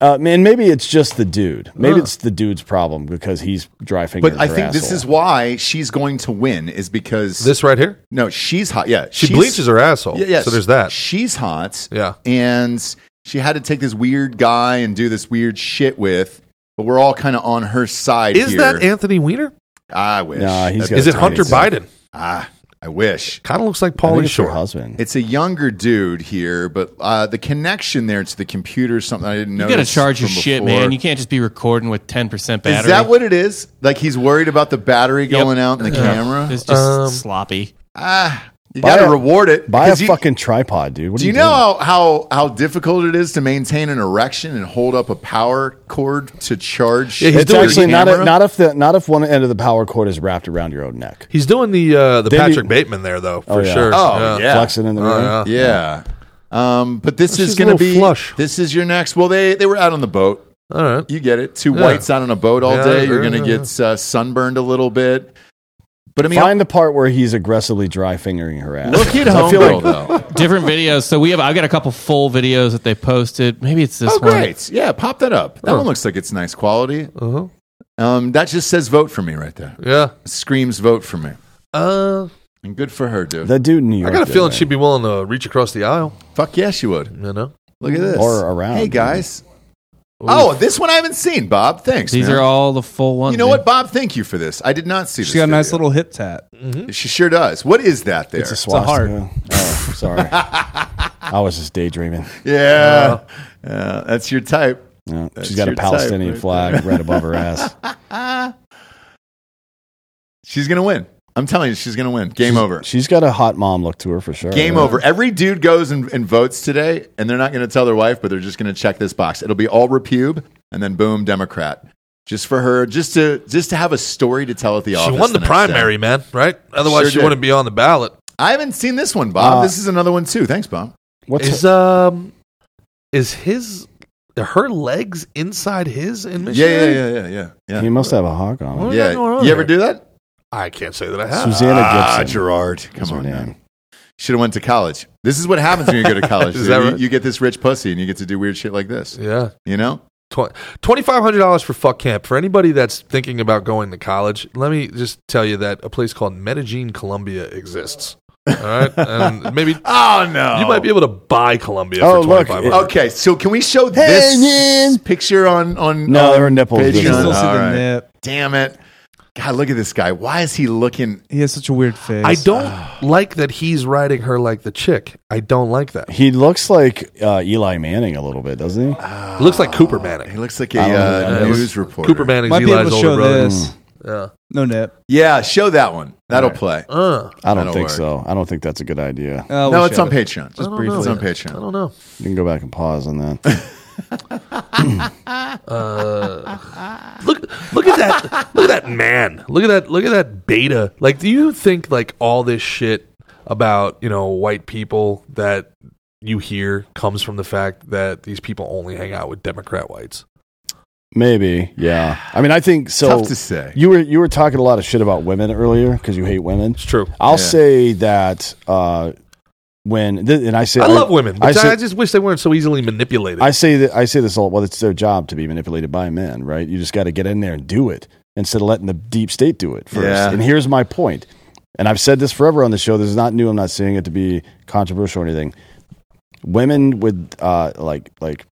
Speaker 4: uh, man, maybe it's just the dude. Maybe
Speaker 3: Huh.
Speaker 4: it's the dude's problem because he's dry fingering.
Speaker 2: But I think this is why she's going to win is because
Speaker 3: This right here.
Speaker 2: No, she's hot. Yeah,
Speaker 3: She
Speaker 2: she's-
Speaker 3: bleaches her asshole.
Speaker 2: Yeah, yes.
Speaker 3: So there's that.
Speaker 2: She's hot.
Speaker 3: Yeah.
Speaker 2: and she had to take this weird guy and do this weird shit with. But we're all kind of on her side
Speaker 3: Is
Speaker 2: here.
Speaker 3: that Anthony Weiner?
Speaker 2: I wish.
Speaker 4: Nah, he's
Speaker 2: That-
Speaker 4: got-
Speaker 3: Is it
Speaker 4: tiny
Speaker 3: Hunter
Speaker 4: sack.
Speaker 3: Biden?
Speaker 2: ah, I wish.
Speaker 3: Kind of looks like Paulie
Speaker 4: Paulie Shore
Speaker 3: Shore.
Speaker 4: husband.
Speaker 2: It's a younger dude here, but uh, the connection there to the computer is something I didn't know.
Speaker 5: You gotta charge your shit, man. You can't just be recording with ten percent battery.
Speaker 2: Is that what it is? Like he's worried about the battery going out in the camera?
Speaker 5: It's just
Speaker 3: Um,
Speaker 5: sloppy.
Speaker 2: Ah, You got
Speaker 4: Buy
Speaker 2: to
Speaker 4: a-
Speaker 2: reward it.
Speaker 4: Buy a
Speaker 2: because you-
Speaker 4: fucking tripod, dude. What
Speaker 2: Do you know how, how how difficult it is to maintain an erection and hold up a power cord to charge?
Speaker 3: Yeah, he's
Speaker 2: the
Speaker 4: It's
Speaker 3: doing
Speaker 4: actually not
Speaker 2: camera?
Speaker 4: if, not if the not if one end of the power cord is wrapped around your own neck.
Speaker 3: He's doing the uh, the
Speaker 4: Then you-
Speaker 3: Patrick Bateman there though for
Speaker 4: Oh, yeah.
Speaker 3: sure.
Speaker 2: Oh, Yeah.
Speaker 4: Flexing in the room.
Speaker 3: yeah.
Speaker 2: Yeah. Um, but this
Speaker 3: That's
Speaker 2: is
Speaker 3: just a
Speaker 2: going to
Speaker 3: little
Speaker 2: be
Speaker 3: flush.
Speaker 2: this is your next. Well, they they were out on the boat.
Speaker 3: All right.
Speaker 2: You get it. Two
Speaker 3: Yeah.
Speaker 2: whites out on a boat all
Speaker 3: Yeah,
Speaker 2: day. You're
Speaker 3: yeah,
Speaker 2: going to
Speaker 3: yeah.
Speaker 2: get uh, sunburned a little bit. But I mean,
Speaker 4: Find the part where he's aggressively dry fingering her ass.
Speaker 2: look at
Speaker 4: I feel
Speaker 2: homegirl
Speaker 4: like-
Speaker 2: though.
Speaker 5: Different videos. So we have. I've got a couple full videos that they posted. Maybe it's this
Speaker 2: Oh,
Speaker 5: one.
Speaker 2: great. Yeah, pop that up. That
Speaker 3: Huh.
Speaker 2: one looks like it's nice quality.
Speaker 3: Uh-huh.
Speaker 2: Um, that just says vote for me right there.
Speaker 3: Yeah.
Speaker 2: Screams vote for me.
Speaker 3: Uh,
Speaker 2: And good for her, dude.
Speaker 4: that dude in New York.
Speaker 3: I got a
Speaker 4: did
Speaker 3: feeling
Speaker 4: that.
Speaker 3: she'd be willing to reach across the aisle.
Speaker 2: Fuck yeah, she would.
Speaker 3: You know.
Speaker 2: Look at this.
Speaker 4: Or around,
Speaker 2: Hey
Speaker 4: maybe.
Speaker 2: guys. Oh, this one I haven't seen, Bob. Thanks.
Speaker 5: These
Speaker 2: man.
Speaker 5: are all the full ones.
Speaker 2: You know
Speaker 5: man.
Speaker 2: what, Bob? Thank you for this. I did not see.
Speaker 6: She
Speaker 2: this
Speaker 6: got a nice
Speaker 2: video.
Speaker 6: little hip tat.
Speaker 2: She sure does. What is that there?
Speaker 4: It's a
Speaker 6: a heart.
Speaker 4: swastika. Oh, sorry. I was just daydreaming.
Speaker 2: yeah. Yeah, that's your type.
Speaker 4: Yeah.
Speaker 2: That's
Speaker 4: She's got a
Speaker 2: your type
Speaker 4: Palestinian
Speaker 2: right
Speaker 4: flag right above her ass.
Speaker 2: She's gonna win. I'm telling you, she's gonna win. Game over.
Speaker 4: She's got a hot mom look to her for sure.
Speaker 2: Game
Speaker 4: Yeah.
Speaker 2: over. Every dude goes and, and votes today, and they're not going to tell their wife, but they're just going to check this box. It'll be all repube, and then boom, Democrat. Just for her, just to just to have a story to tell at the
Speaker 3: She
Speaker 2: office.
Speaker 3: won the,
Speaker 2: next day.
Speaker 3: primary, man. Right? Otherwise,
Speaker 2: Sure
Speaker 3: she
Speaker 2: did.
Speaker 3: wouldn't be on the ballot.
Speaker 2: I haven't seen this one, Bob.
Speaker 4: Uh,
Speaker 2: this is another one too. Thanks, Bob.
Speaker 4: What's
Speaker 3: is um, is his her legs inside his in
Speaker 2: Yeah,
Speaker 3: Michigan?
Speaker 2: yeah, yeah, yeah, yeah, yeah.
Speaker 4: he must have a hog
Speaker 3: What?
Speaker 4: on. Him.
Speaker 3: What's going
Speaker 2: yeah.
Speaker 3: on
Speaker 2: You ever
Speaker 3: here?
Speaker 2: do that?
Speaker 3: I can't say that I have.
Speaker 4: Susanna
Speaker 2: Ah,
Speaker 4: Gibson.
Speaker 2: Gerard.
Speaker 4: is
Speaker 2: Come
Speaker 4: her
Speaker 2: on,
Speaker 4: name.
Speaker 2: man. Should have went to college. This is what happens when you go to college.
Speaker 3: Is that
Speaker 2: You-
Speaker 3: right?
Speaker 2: you, get this rich pussy, and you get to do weird shit like this.
Speaker 3: Yeah.
Speaker 2: You know?
Speaker 3: Twenty five hundred dollars for fuck camp for anybody that's thinking about going to college. Let me just tell you that a place called Medellin, Colombia exists. All right, and maybe
Speaker 2: Oh no!
Speaker 3: you might be able to buy Colombia.
Speaker 4: Oh,
Speaker 3: for
Speaker 4: look,
Speaker 3: 2500
Speaker 2: Okay, so can we show this picture on on?
Speaker 4: No,
Speaker 2: on
Speaker 4: there were nipples
Speaker 2: Patreon?
Speaker 6: You can
Speaker 4: Yeah,
Speaker 6: still see
Speaker 2: All
Speaker 6: the
Speaker 2: right.
Speaker 6: nip.
Speaker 2: Damn it! God, look at this guy. Why is he looking?
Speaker 6: He has such a weird face.
Speaker 3: I don't like that he's riding her like the chick. I don't like that.
Speaker 4: He looks like uh, Eli Manning a little bit, doesn't he?
Speaker 2: Ah,
Speaker 3: looks like Cooper
Speaker 2: He
Speaker 3: Manning.
Speaker 2: looks like a
Speaker 4: I don't know who
Speaker 2: uh,
Speaker 4: that
Speaker 3: is.
Speaker 2: news reporter.
Speaker 3: Cooper Manning's
Speaker 6: Might be
Speaker 3: Eli's
Speaker 6: able
Speaker 3: older
Speaker 6: to show
Speaker 3: brother.
Speaker 6: this.
Speaker 3: Yeah.
Speaker 6: No nip. Uh,
Speaker 2: Yeah, show that one. That'll
Speaker 4: All
Speaker 2: play.
Speaker 4: right.
Speaker 3: Uh,
Speaker 4: I don't
Speaker 2: That'll
Speaker 4: think
Speaker 2: work.
Speaker 4: so. I don't think that's a good idea.
Speaker 6: Oh,
Speaker 2: no,
Speaker 6: we
Speaker 2: it's
Speaker 6: showed
Speaker 2: on
Speaker 6: it.
Speaker 2: Patreon.
Speaker 3: I
Speaker 2: Just
Speaker 3: don't
Speaker 2: briefly,
Speaker 3: know.
Speaker 2: it's on
Speaker 3: I
Speaker 2: Patreon.
Speaker 3: don't know.
Speaker 4: You can go back and pause on that.
Speaker 3: Look at that! look at that man! Look at that! Look at that beta! Like, do you think like all this shit about you know white people that you hear comes from the fact that these people only hang out with Democrat whites?
Speaker 4: Maybe, yeah. I mean, I think so.
Speaker 2: Tough to say.
Speaker 4: You were you were talking a lot of shit about women earlier because you hate women.
Speaker 3: It's true.
Speaker 4: I'll
Speaker 2: Yeah.
Speaker 4: say that uh, when th- and I say
Speaker 3: I love women, but I,
Speaker 4: I say,
Speaker 3: just wish they weren't so easily manipulated.
Speaker 4: I say that I say this all. Well, it's their job to be manipulated by men, right? You just got to get in there and do it instead of letting the deep state do it first.
Speaker 2: Yeah.
Speaker 4: And here's my point. And I've said this forever on the show. This is not new. I'm not saying it to be controversial or anything. Women with uh, like like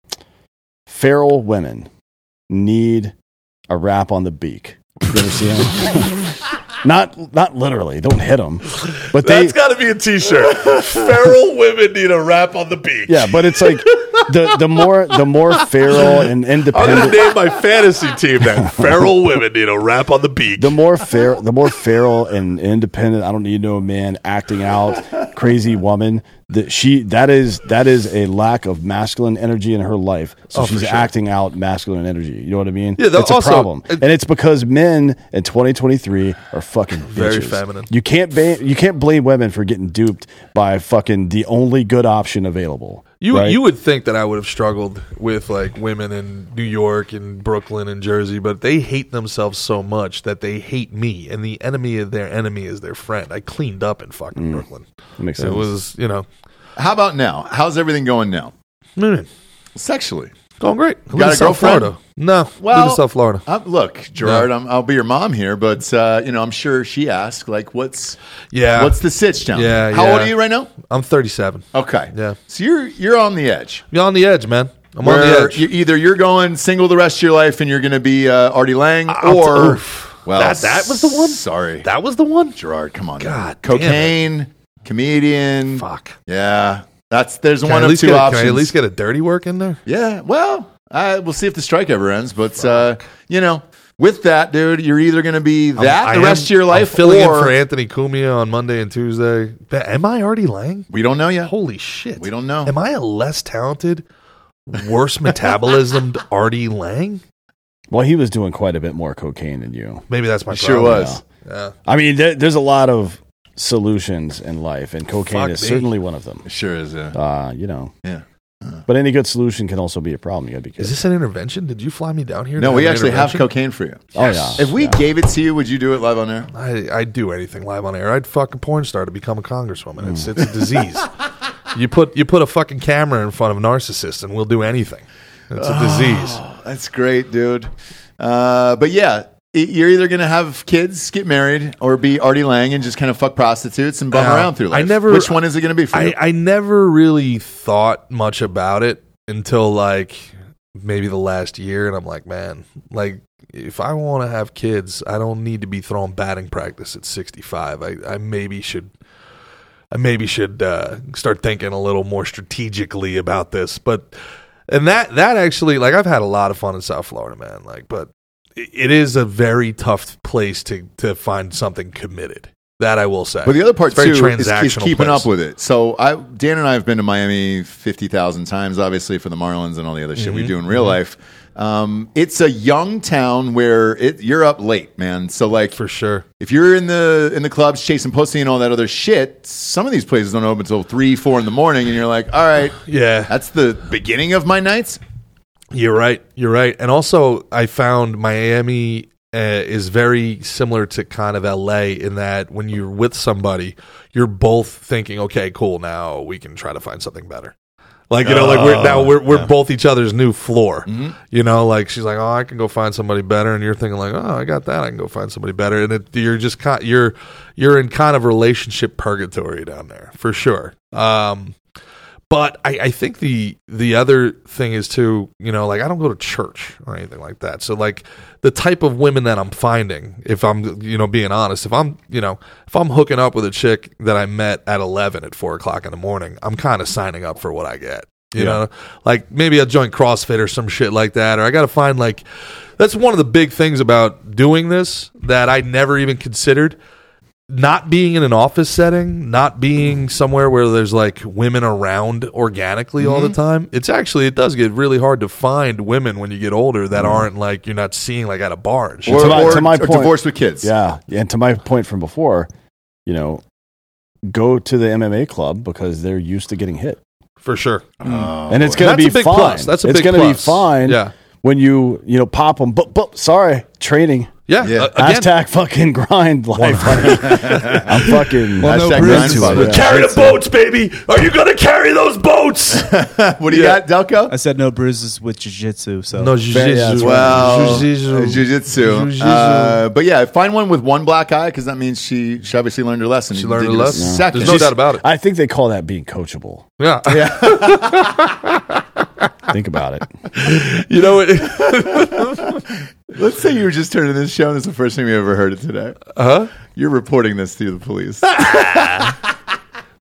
Speaker 4: feral women need a rap on the beak. You ever see 'em? not not literally. Don't hit them, but they
Speaker 3: That's got to be a T-shirt. Feral women need a rap on the beach.
Speaker 4: yeah. But it's like the the more the more feral and
Speaker 3: I'm
Speaker 4: independent.
Speaker 3: gonna name my fantasy team that feral women need a rap on the beach.
Speaker 4: the more fair, the more feral and independent. I don't need no man acting out, crazy woman. That she that is that is a lack of masculine energy in her life. So
Speaker 3: Oh, for
Speaker 4: she's
Speaker 3: sure.
Speaker 4: acting out masculine energy. You know what I mean?
Speaker 3: Yeah, that-
Speaker 4: it's a
Speaker 3: also-
Speaker 4: problem,
Speaker 3: it-
Speaker 4: and it's because men in 2023 are fucking
Speaker 3: Very
Speaker 4: bitches.
Speaker 3: feminine.
Speaker 4: You can't ba- you can't blame women for getting duped by fucking the only good option available.
Speaker 3: You
Speaker 4: right?
Speaker 3: you would think that I would have struggled with like women in New York and Brooklyn and Jersey, but they hate themselves so much that they hate me, and the enemy of their enemy is their friend. I cleaned up in fucking Brooklyn.
Speaker 4: makes
Speaker 3: It
Speaker 4: sense.
Speaker 3: Mm. was you know,
Speaker 2: How about now? How's everything going now?
Speaker 3: man,
Speaker 2: Sexually,
Speaker 3: going great. I live
Speaker 2: Got
Speaker 3: in
Speaker 2: a
Speaker 3: South
Speaker 2: girlfriend?
Speaker 3: Florida. No, well, live
Speaker 2: Well-
Speaker 3: in South Florida.
Speaker 2: Uh, look, Gerard, I'm, I'll be your mom here, but uh, you know, I'm sure she asked, like, what's
Speaker 3: Yeah,
Speaker 2: what's the sitch down?
Speaker 3: Yeah,
Speaker 2: there? How old
Speaker 3: yeah.
Speaker 2: are you right now?
Speaker 3: I'm 37.
Speaker 2: Okay.
Speaker 3: Yeah.
Speaker 2: So you're you're on the edge.
Speaker 3: You're on the edge, man. I'm on the
Speaker 2: Where
Speaker 3: edge.
Speaker 2: you- either you're going single the rest of your life and you're going to be uh, Artie Lang,
Speaker 3: I'll t-
Speaker 2: or
Speaker 3: oof. That- that was the one?
Speaker 2: Sorry,
Speaker 3: that was the one.
Speaker 2: Gerard, come on,
Speaker 3: God damn it.
Speaker 2: cocaine, comedian,
Speaker 3: Fuck.
Speaker 2: yeah, that's there's
Speaker 3: Can I
Speaker 2: one
Speaker 3: at
Speaker 2: of
Speaker 3: least
Speaker 2: two
Speaker 3: get a-
Speaker 2: options.
Speaker 3: Can I at least get a dirty work in there?
Speaker 2: yeah, well, I, we'll see if the strike ever ends, but uh, you know, with that, dude, you're either going to be that
Speaker 3: I
Speaker 2: the
Speaker 3: am-
Speaker 2: rest of your
Speaker 3: I'm
Speaker 2: life,
Speaker 3: filling
Speaker 2: or
Speaker 3: in for Anthony Cumia on Monday and Tuesday. Ba- Am I already Lang?
Speaker 2: we don't know yet.
Speaker 3: Holy shit!
Speaker 2: We don't know.
Speaker 3: Am I a less talented, worse metabolism Artie Lang?
Speaker 4: Well, he was doing quite a bit more cocaine than you.
Speaker 3: Maybe that's my
Speaker 2: He sure
Speaker 3: problem.
Speaker 2: was.
Speaker 3: Yeah.
Speaker 4: I mean, there, there's a lot of solutions in life, and cocaine
Speaker 3: Fuck
Speaker 4: is
Speaker 3: me.
Speaker 4: certainly one of them.
Speaker 2: Sure is. Uh,
Speaker 4: Uh, you know,
Speaker 2: yeah.
Speaker 4: but any good solution can also be a problem. You got to be
Speaker 3: Is
Speaker 4: careful.
Speaker 3: this an intervention? Did you fly me down here?
Speaker 2: No,
Speaker 3: to
Speaker 2: we
Speaker 3: an
Speaker 2: actually have
Speaker 3: intervention?
Speaker 2: cocaine for you.
Speaker 4: Oh yeah.
Speaker 2: If we gave it to you, would you do it live on air?
Speaker 3: I, I'd do anything live on air. I'd fuck a porn star to become a congresswoman. It's it's a disease. you put you put a fucking camera in front of a narcissist, and we'll do anything. It's a disease.
Speaker 2: That's great, dude. Uh, but yeah, i- you're either going to have kids, get married, or be Artie Lang and just kind of fuck prostitutes and bum
Speaker 3: Yeah.
Speaker 2: around through life.
Speaker 3: I never-
Speaker 2: Which one is it going to be for you?
Speaker 3: I, I never really thought much about it until like maybe the last year, and I'm like, man, like if I want to have kids, I don't need to be throwing batting practice at 65. I, I maybe should. I maybe should uh, start thinking a little more strategically about this, but and that that actually like I've had a lot of fun in South Florida, man. Like, but it it is a very tough place to to find something committed. That I will say.
Speaker 2: But the other part
Speaker 3: It's a very
Speaker 2: too is, is
Speaker 3: transactional
Speaker 2: keeping
Speaker 3: place.
Speaker 2: up with it. So I, Dan and I have been to Miami fifty thousand times, obviously for the Marlins and all the other shit
Speaker 3: Mm-hmm.
Speaker 2: we do in real life. Um, it's a young town where it, you're up late, man. So like,
Speaker 3: for sure.
Speaker 2: if you're in the in the clubs chasing pussy and all that other shit, some of these places don't open until three, four in the morning, and you're like, all right,
Speaker 3: Yeah,
Speaker 2: that's the beginning of my nights.
Speaker 3: You're right. You're right. And also, I found Miami uh, is very similar to kind of LA in that when you're with somebody, you're both thinking, okay, cool, now we can try to find something better. Like you know, like we're now we're we're both each other's new floor. You know, like she's like, oh, I can go find somebody better, and you're thinking like, oh, I got that, I can go find somebody better, and it, you're just kind, you're you're in kind of relationship purgatory down there for sure. Um, but I, I think the the other thing is too, you know, like I don't go to church or anything like that. So like the type of women that I'm finding, if I'm you know being honest, if I'm you know if I'm hooking up with a chick that I met at eleven at four o'clock in the morning, I'm kind of signing up for what I get. You know, like maybe I'll join CrossFit or some shit like that, or I got to find like that's one of the big things about doing this that I never even considered not being in an office setting, not being somewhere where there's like women around organically all the time, it's actually it does get really hard to find women when you get older that aren't like you're not seeing like at a bar. And shit.
Speaker 2: Or,
Speaker 4: To my-
Speaker 2: or-
Speaker 4: to my
Speaker 2: or
Speaker 4: point.
Speaker 2: divorced with kids.
Speaker 4: Yeah, and to my point from before, you know, go to the MMA club because they're used to getting hit,
Speaker 3: for sure.
Speaker 2: Oh,
Speaker 4: and it's
Speaker 2: boy.
Speaker 4: going to
Speaker 3: That's
Speaker 4: be
Speaker 3: a big
Speaker 4: fine.
Speaker 3: plus. That's a
Speaker 4: it's
Speaker 3: big
Speaker 4: gonna be
Speaker 3: plus.
Speaker 4: fine.
Speaker 3: Yeah.
Speaker 4: When you you know pop them, but but sorry, training
Speaker 3: Yeah,
Speaker 2: Yeah.
Speaker 3: uh, again,
Speaker 4: hashtag fucking grind life. honey. I'm fucking.
Speaker 2: Well, no, Hashtag Bruce, grandfather.
Speaker 4: Yeah.
Speaker 3: carry the boats, baby. Are you gonna carry those boats?
Speaker 2: what do you got, Delco?
Speaker 6: I said no bruises with jiu-jitsu, so
Speaker 3: no,
Speaker 4: yeah,
Speaker 3: jiu-jitsu.
Speaker 4: that's
Speaker 2: Well,
Speaker 3: Jiu-jitsu.
Speaker 2: jiu-jitsu.
Speaker 3: Jiu-jitsu.
Speaker 2: Uh, but yeah, find one with one black eye because that means she, she obviously learned her lesson.
Speaker 3: She learned
Speaker 2: Did
Speaker 3: her
Speaker 2: it in a
Speaker 3: lesson.
Speaker 2: Second.
Speaker 3: There's no doubt about it.
Speaker 4: I think they call that being coachable.
Speaker 3: Yeah,
Speaker 4: Think about it.
Speaker 3: you know it.
Speaker 2: Let's say you were just turning this show, and it's the first thing we ever heard of today.
Speaker 3: Huh?
Speaker 2: You're reporting this to the police.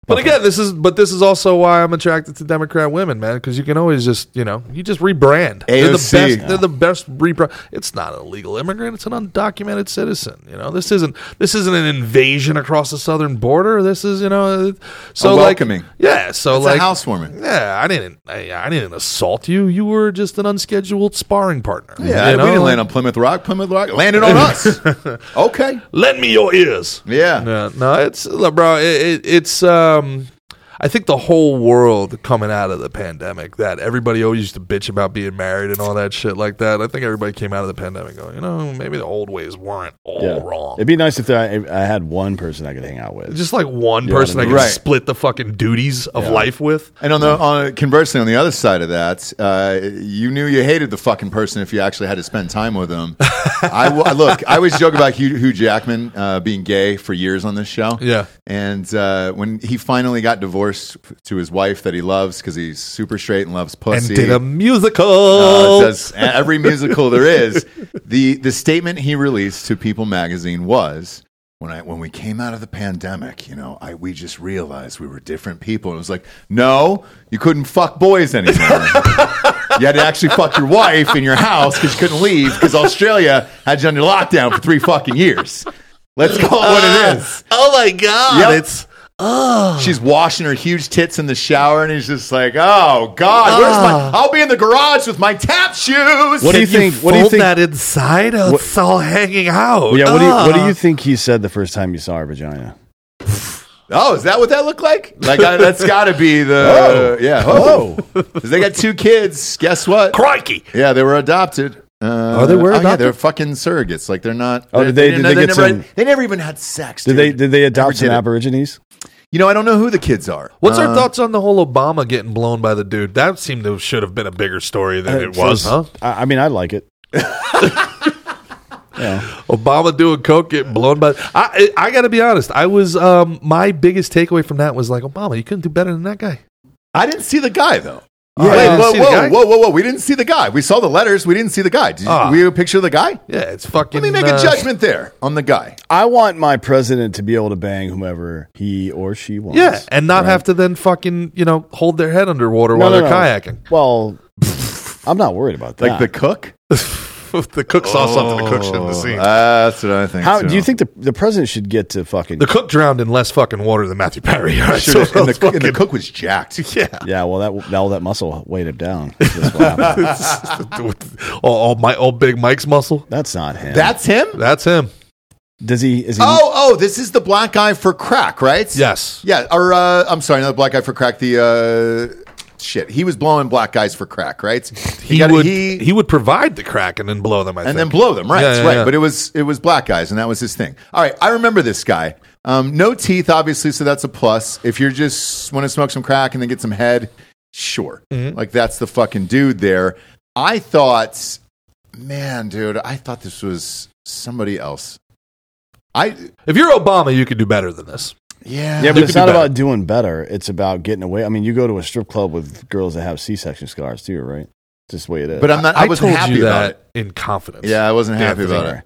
Speaker 3: But again, this is but this is also why I'm attracted to Democrat women, man, because you can always just you know you just rebrand. They're the best.
Speaker 2: AOC.
Speaker 3: They're the best rebrand. It's not an illegal immigrant. It's an undocumented citizen. You know, this isn't this isn't an invasion across the southern border. This is you know,
Speaker 2: A
Speaker 3: so like-
Speaker 2: welcoming.
Speaker 3: yeah, so
Speaker 2: It's a
Speaker 3: like
Speaker 2: housewarming.
Speaker 3: Yeah, I didn't I, I didn't assault you. You were just an unscheduled sparring partner.
Speaker 2: Yeah, we
Speaker 3: you know?
Speaker 2: didn't land on Plymouth Rock. Plymouth Rock landed on us. okay.
Speaker 3: Lend me your ears.
Speaker 2: Yeah.
Speaker 3: No, no, it's look, bro. It, it, it's um, I think the whole world coming out of the pandemic that everybody always used to bitch about being married and all that shit like that. I think everybody came out of the pandemic going, you know, maybe the old ways weren't all
Speaker 4: Yeah.
Speaker 3: wrong.
Speaker 4: It'd be nice if I, I had one person I could hang out with.
Speaker 3: Just like one
Speaker 4: Yeah,
Speaker 3: person I could
Speaker 2: right.
Speaker 3: split the fucking duties of life with.
Speaker 2: And on the on, conversely, on the other side of that, uh, you knew you hated the fucking person if you actually had to spend time with them. I w- I- look, I always joke about Hugh, Hugh Jackman uh, being gay for years on this show.
Speaker 3: Yeah.
Speaker 2: and uh, when he finally got divorced to his wife that he loves because he's super straight and loves pussy,
Speaker 3: And did a musical.
Speaker 2: uh, does every musical there is. The the statement he released to People magazine was when I when we came out of the pandemic, you know, I we just realized we were different people. And it was like, no, you couldn't fuck boys anymore. You had to actually fuck your wife in your house because you couldn't leave because Australia had you under lockdown for three fucking years. Let's call it what it is.
Speaker 3: Oh my god!
Speaker 2: Yep.
Speaker 3: It's oh,
Speaker 2: She's washing her huge tits in the shower, and he's just like, "Oh God, where's my? I'll be in the garage with my tap shoes."
Speaker 4: What do you
Speaker 3: If
Speaker 4: think? What do you
Speaker 3: fold
Speaker 4: think?
Speaker 3: that inside? Oh, it's all hanging out.
Speaker 4: yeah. What do you What do
Speaker 3: Ah.
Speaker 4: you think he said the first time you saw her vagina?
Speaker 2: Oh, is that what that looked like? Like I, that's got to be the yeah. Oh, 'Cause they got two kids. Guess what?
Speaker 3: Crikey!
Speaker 2: Yeah, they were adopted. Uh,
Speaker 4: Oh, they were
Speaker 2: oh, Yeah,
Speaker 4: adopted?
Speaker 2: they're fucking surrogates. Like they're not.
Speaker 4: Oh,
Speaker 2: they're-
Speaker 4: did they- did
Speaker 2: didn't-
Speaker 4: they get
Speaker 2: never,
Speaker 4: some-
Speaker 2: They never even had sex.
Speaker 4: Did
Speaker 2: dude.
Speaker 4: they Did they adopt
Speaker 2: Never
Speaker 4: some
Speaker 2: did it.
Speaker 4: Aborigines?
Speaker 2: You know, I don't know who the kids are.
Speaker 3: What's our
Speaker 2: Uh,
Speaker 3: thoughts on the whole Obama getting blown by the dude? That seemed to should have been a bigger story than it was, huh?
Speaker 4: I, I mean, I like it. yeah.
Speaker 3: Obama doing coke, getting blown by. I I I gotta be honest. I was um my biggest takeaway from that was like Obama, you couldn't do better than that guy.
Speaker 2: I didn't see the guy though. Wait,
Speaker 3: Yeah, I didn't
Speaker 2: whoa,
Speaker 3: see the
Speaker 2: whoa,
Speaker 3: guy.
Speaker 2: whoa, whoa, whoa! We didn't see the guy. We saw the letters. We didn't see the guy. Did you,
Speaker 3: Ah.
Speaker 2: we have a picture of the guy?
Speaker 3: Yeah, it's fucking.
Speaker 2: Let me make
Speaker 3: uh,
Speaker 2: a judgment there on the guy.
Speaker 4: I want my president to be able to bang whomever he or she wants.
Speaker 3: Yeah, and not
Speaker 4: Right.
Speaker 3: have to then fucking you know hold their head underwater
Speaker 4: No,
Speaker 3: while
Speaker 4: no,
Speaker 3: they're
Speaker 4: no.
Speaker 3: kayaking.
Speaker 4: Well, I'm not worried about
Speaker 2: Like
Speaker 4: that.
Speaker 2: the cook.
Speaker 3: the cook saw something. The cook shouldn't have seen.
Speaker 2: Uh, that's what I think.
Speaker 4: How
Speaker 2: too.
Speaker 4: do you think the the president should get to fucking?
Speaker 3: the cook drowned in less fucking water than Matthew Perry. All right,
Speaker 2: Sure,
Speaker 3: so
Speaker 2: and, the,
Speaker 3: fucking,
Speaker 2: and the cook was jacked.
Speaker 3: yeah.
Speaker 4: yeah, well, that all that muscle weighed him down. That's, what happened.
Speaker 3: all, all my old big Mike's muscle.
Speaker 4: That's not him.
Speaker 2: That's him.
Speaker 3: That's him.
Speaker 4: does he? Is he?
Speaker 2: Oh, oh, this is the black guy for crack, right?
Speaker 3: Yes.
Speaker 2: Yeah, or uh, I'm sorry, not the black guy for crack. The uh, shit, he was blowing black guys for crack, right? He,
Speaker 3: He
Speaker 2: got-
Speaker 3: would
Speaker 2: he-
Speaker 3: he, would provide the crack and then blow them. I
Speaker 2: and then
Speaker 3: think.
Speaker 2: blow them, right?
Speaker 3: Yeah, yeah,
Speaker 2: right.
Speaker 3: yeah.
Speaker 2: But it was it was black guys, and that was his thing. All right, I remember this guy. Um, no teeth, obviously, so that's a plus. If you're just want to smoke some crack and then get some head, sure,
Speaker 4: Mm-hmm.
Speaker 2: like that's the fucking dude there. I thought, man, dude, I thought this was somebody else. I
Speaker 3: if you're Obama, you could do better than this.
Speaker 2: yeah,
Speaker 4: yeah, but
Speaker 3: You
Speaker 4: it's
Speaker 3: could do
Speaker 4: not
Speaker 3: better.
Speaker 4: about doing better. It's about getting away. I mean, you go to a strip club with girls that have C-section scars too, right? Just the way it is.
Speaker 2: but I'm not. I, wasn't happy about it.
Speaker 3: in confidence.
Speaker 2: Yeah, I wasn't happy
Speaker 4: Anthony.
Speaker 2: about it.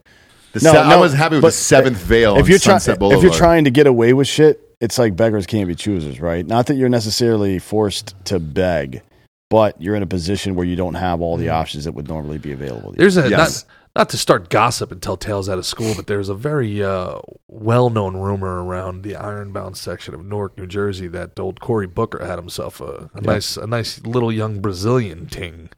Speaker 2: The
Speaker 4: No,
Speaker 2: no,
Speaker 4: no,
Speaker 2: I wasn't happy with
Speaker 4: but
Speaker 2: the seventh veil.
Speaker 4: if you're trying,
Speaker 2: Sunset Boulevard.
Speaker 4: if you're trying to get away with shit, it's like beggars can't be choosers, right? Not that you're necessarily forced to beg, but you're in a position where you don't have all the
Speaker 2: Mm.
Speaker 4: options that would normally be available. to you.
Speaker 3: There's a
Speaker 2: Yes.
Speaker 3: not not to start gossip and tell tales out of school, but there's a very uh, well-known rumor around the Ironbound section of Newark, New Jersey, that old Cory Booker had himself a, a nice, a nice little young Brazilian ting.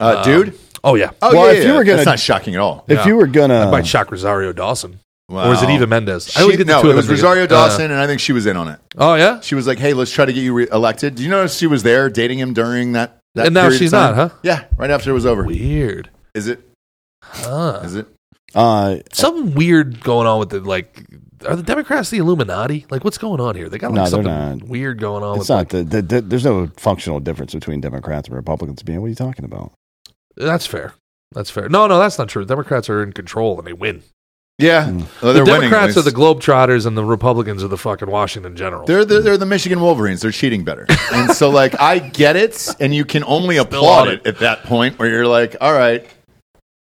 Speaker 2: uh, dude.
Speaker 3: Oh yeah,
Speaker 2: Oh
Speaker 4: well,
Speaker 2: yeah,
Speaker 4: if
Speaker 2: yeah,
Speaker 4: you were
Speaker 2: yeah.
Speaker 4: gonna-
Speaker 2: that's not shocking at all.
Speaker 4: If
Speaker 3: Yeah.
Speaker 4: you were gonna,
Speaker 3: that might shock Rosario Dawson,
Speaker 2: Uh. Wow.
Speaker 3: or is it Eva Mendes?
Speaker 2: She, no,
Speaker 3: of
Speaker 2: it was
Speaker 3: them together.
Speaker 2: Rosario
Speaker 3: Uh,
Speaker 2: Dawson, and I think she was in on it.
Speaker 3: oh yeah,
Speaker 2: She was like, "Hey, let's try to get you re- elected." Do you notice she was there dating him during that? that
Speaker 3: And now
Speaker 2: period of
Speaker 3: she's
Speaker 2: time?
Speaker 3: not, huh?
Speaker 2: Yeah, right after it was over.
Speaker 3: weird.
Speaker 2: Is it?
Speaker 3: Huh.
Speaker 2: Is it?
Speaker 4: uh,
Speaker 3: Something weird going on with the like. Are the Democrats the Illuminati? Like, what's going on here? They got like
Speaker 4: No, they're
Speaker 3: something
Speaker 4: not.
Speaker 3: weird going on. with
Speaker 4: it's not
Speaker 3: like-
Speaker 4: the, the, the- there's no functional difference between Democrats and Republicans. Being, what are you talking about?
Speaker 3: That's fair. That's fair. No, no, that's not true. Democrats are in control and they win.
Speaker 2: Yeah,
Speaker 4: Mm.
Speaker 2: Well,
Speaker 3: the
Speaker 2: they're winning,
Speaker 3: Democrats
Speaker 2: at
Speaker 3: are the
Speaker 2: least.
Speaker 3: Globetrotters and the Republicans are the fucking Washington Generals.
Speaker 2: They're the, they're the Michigan Wolverines. They're cheating better, and so like I get it, and you can only applaud
Speaker 3: on
Speaker 2: it at that point where you're like, all right,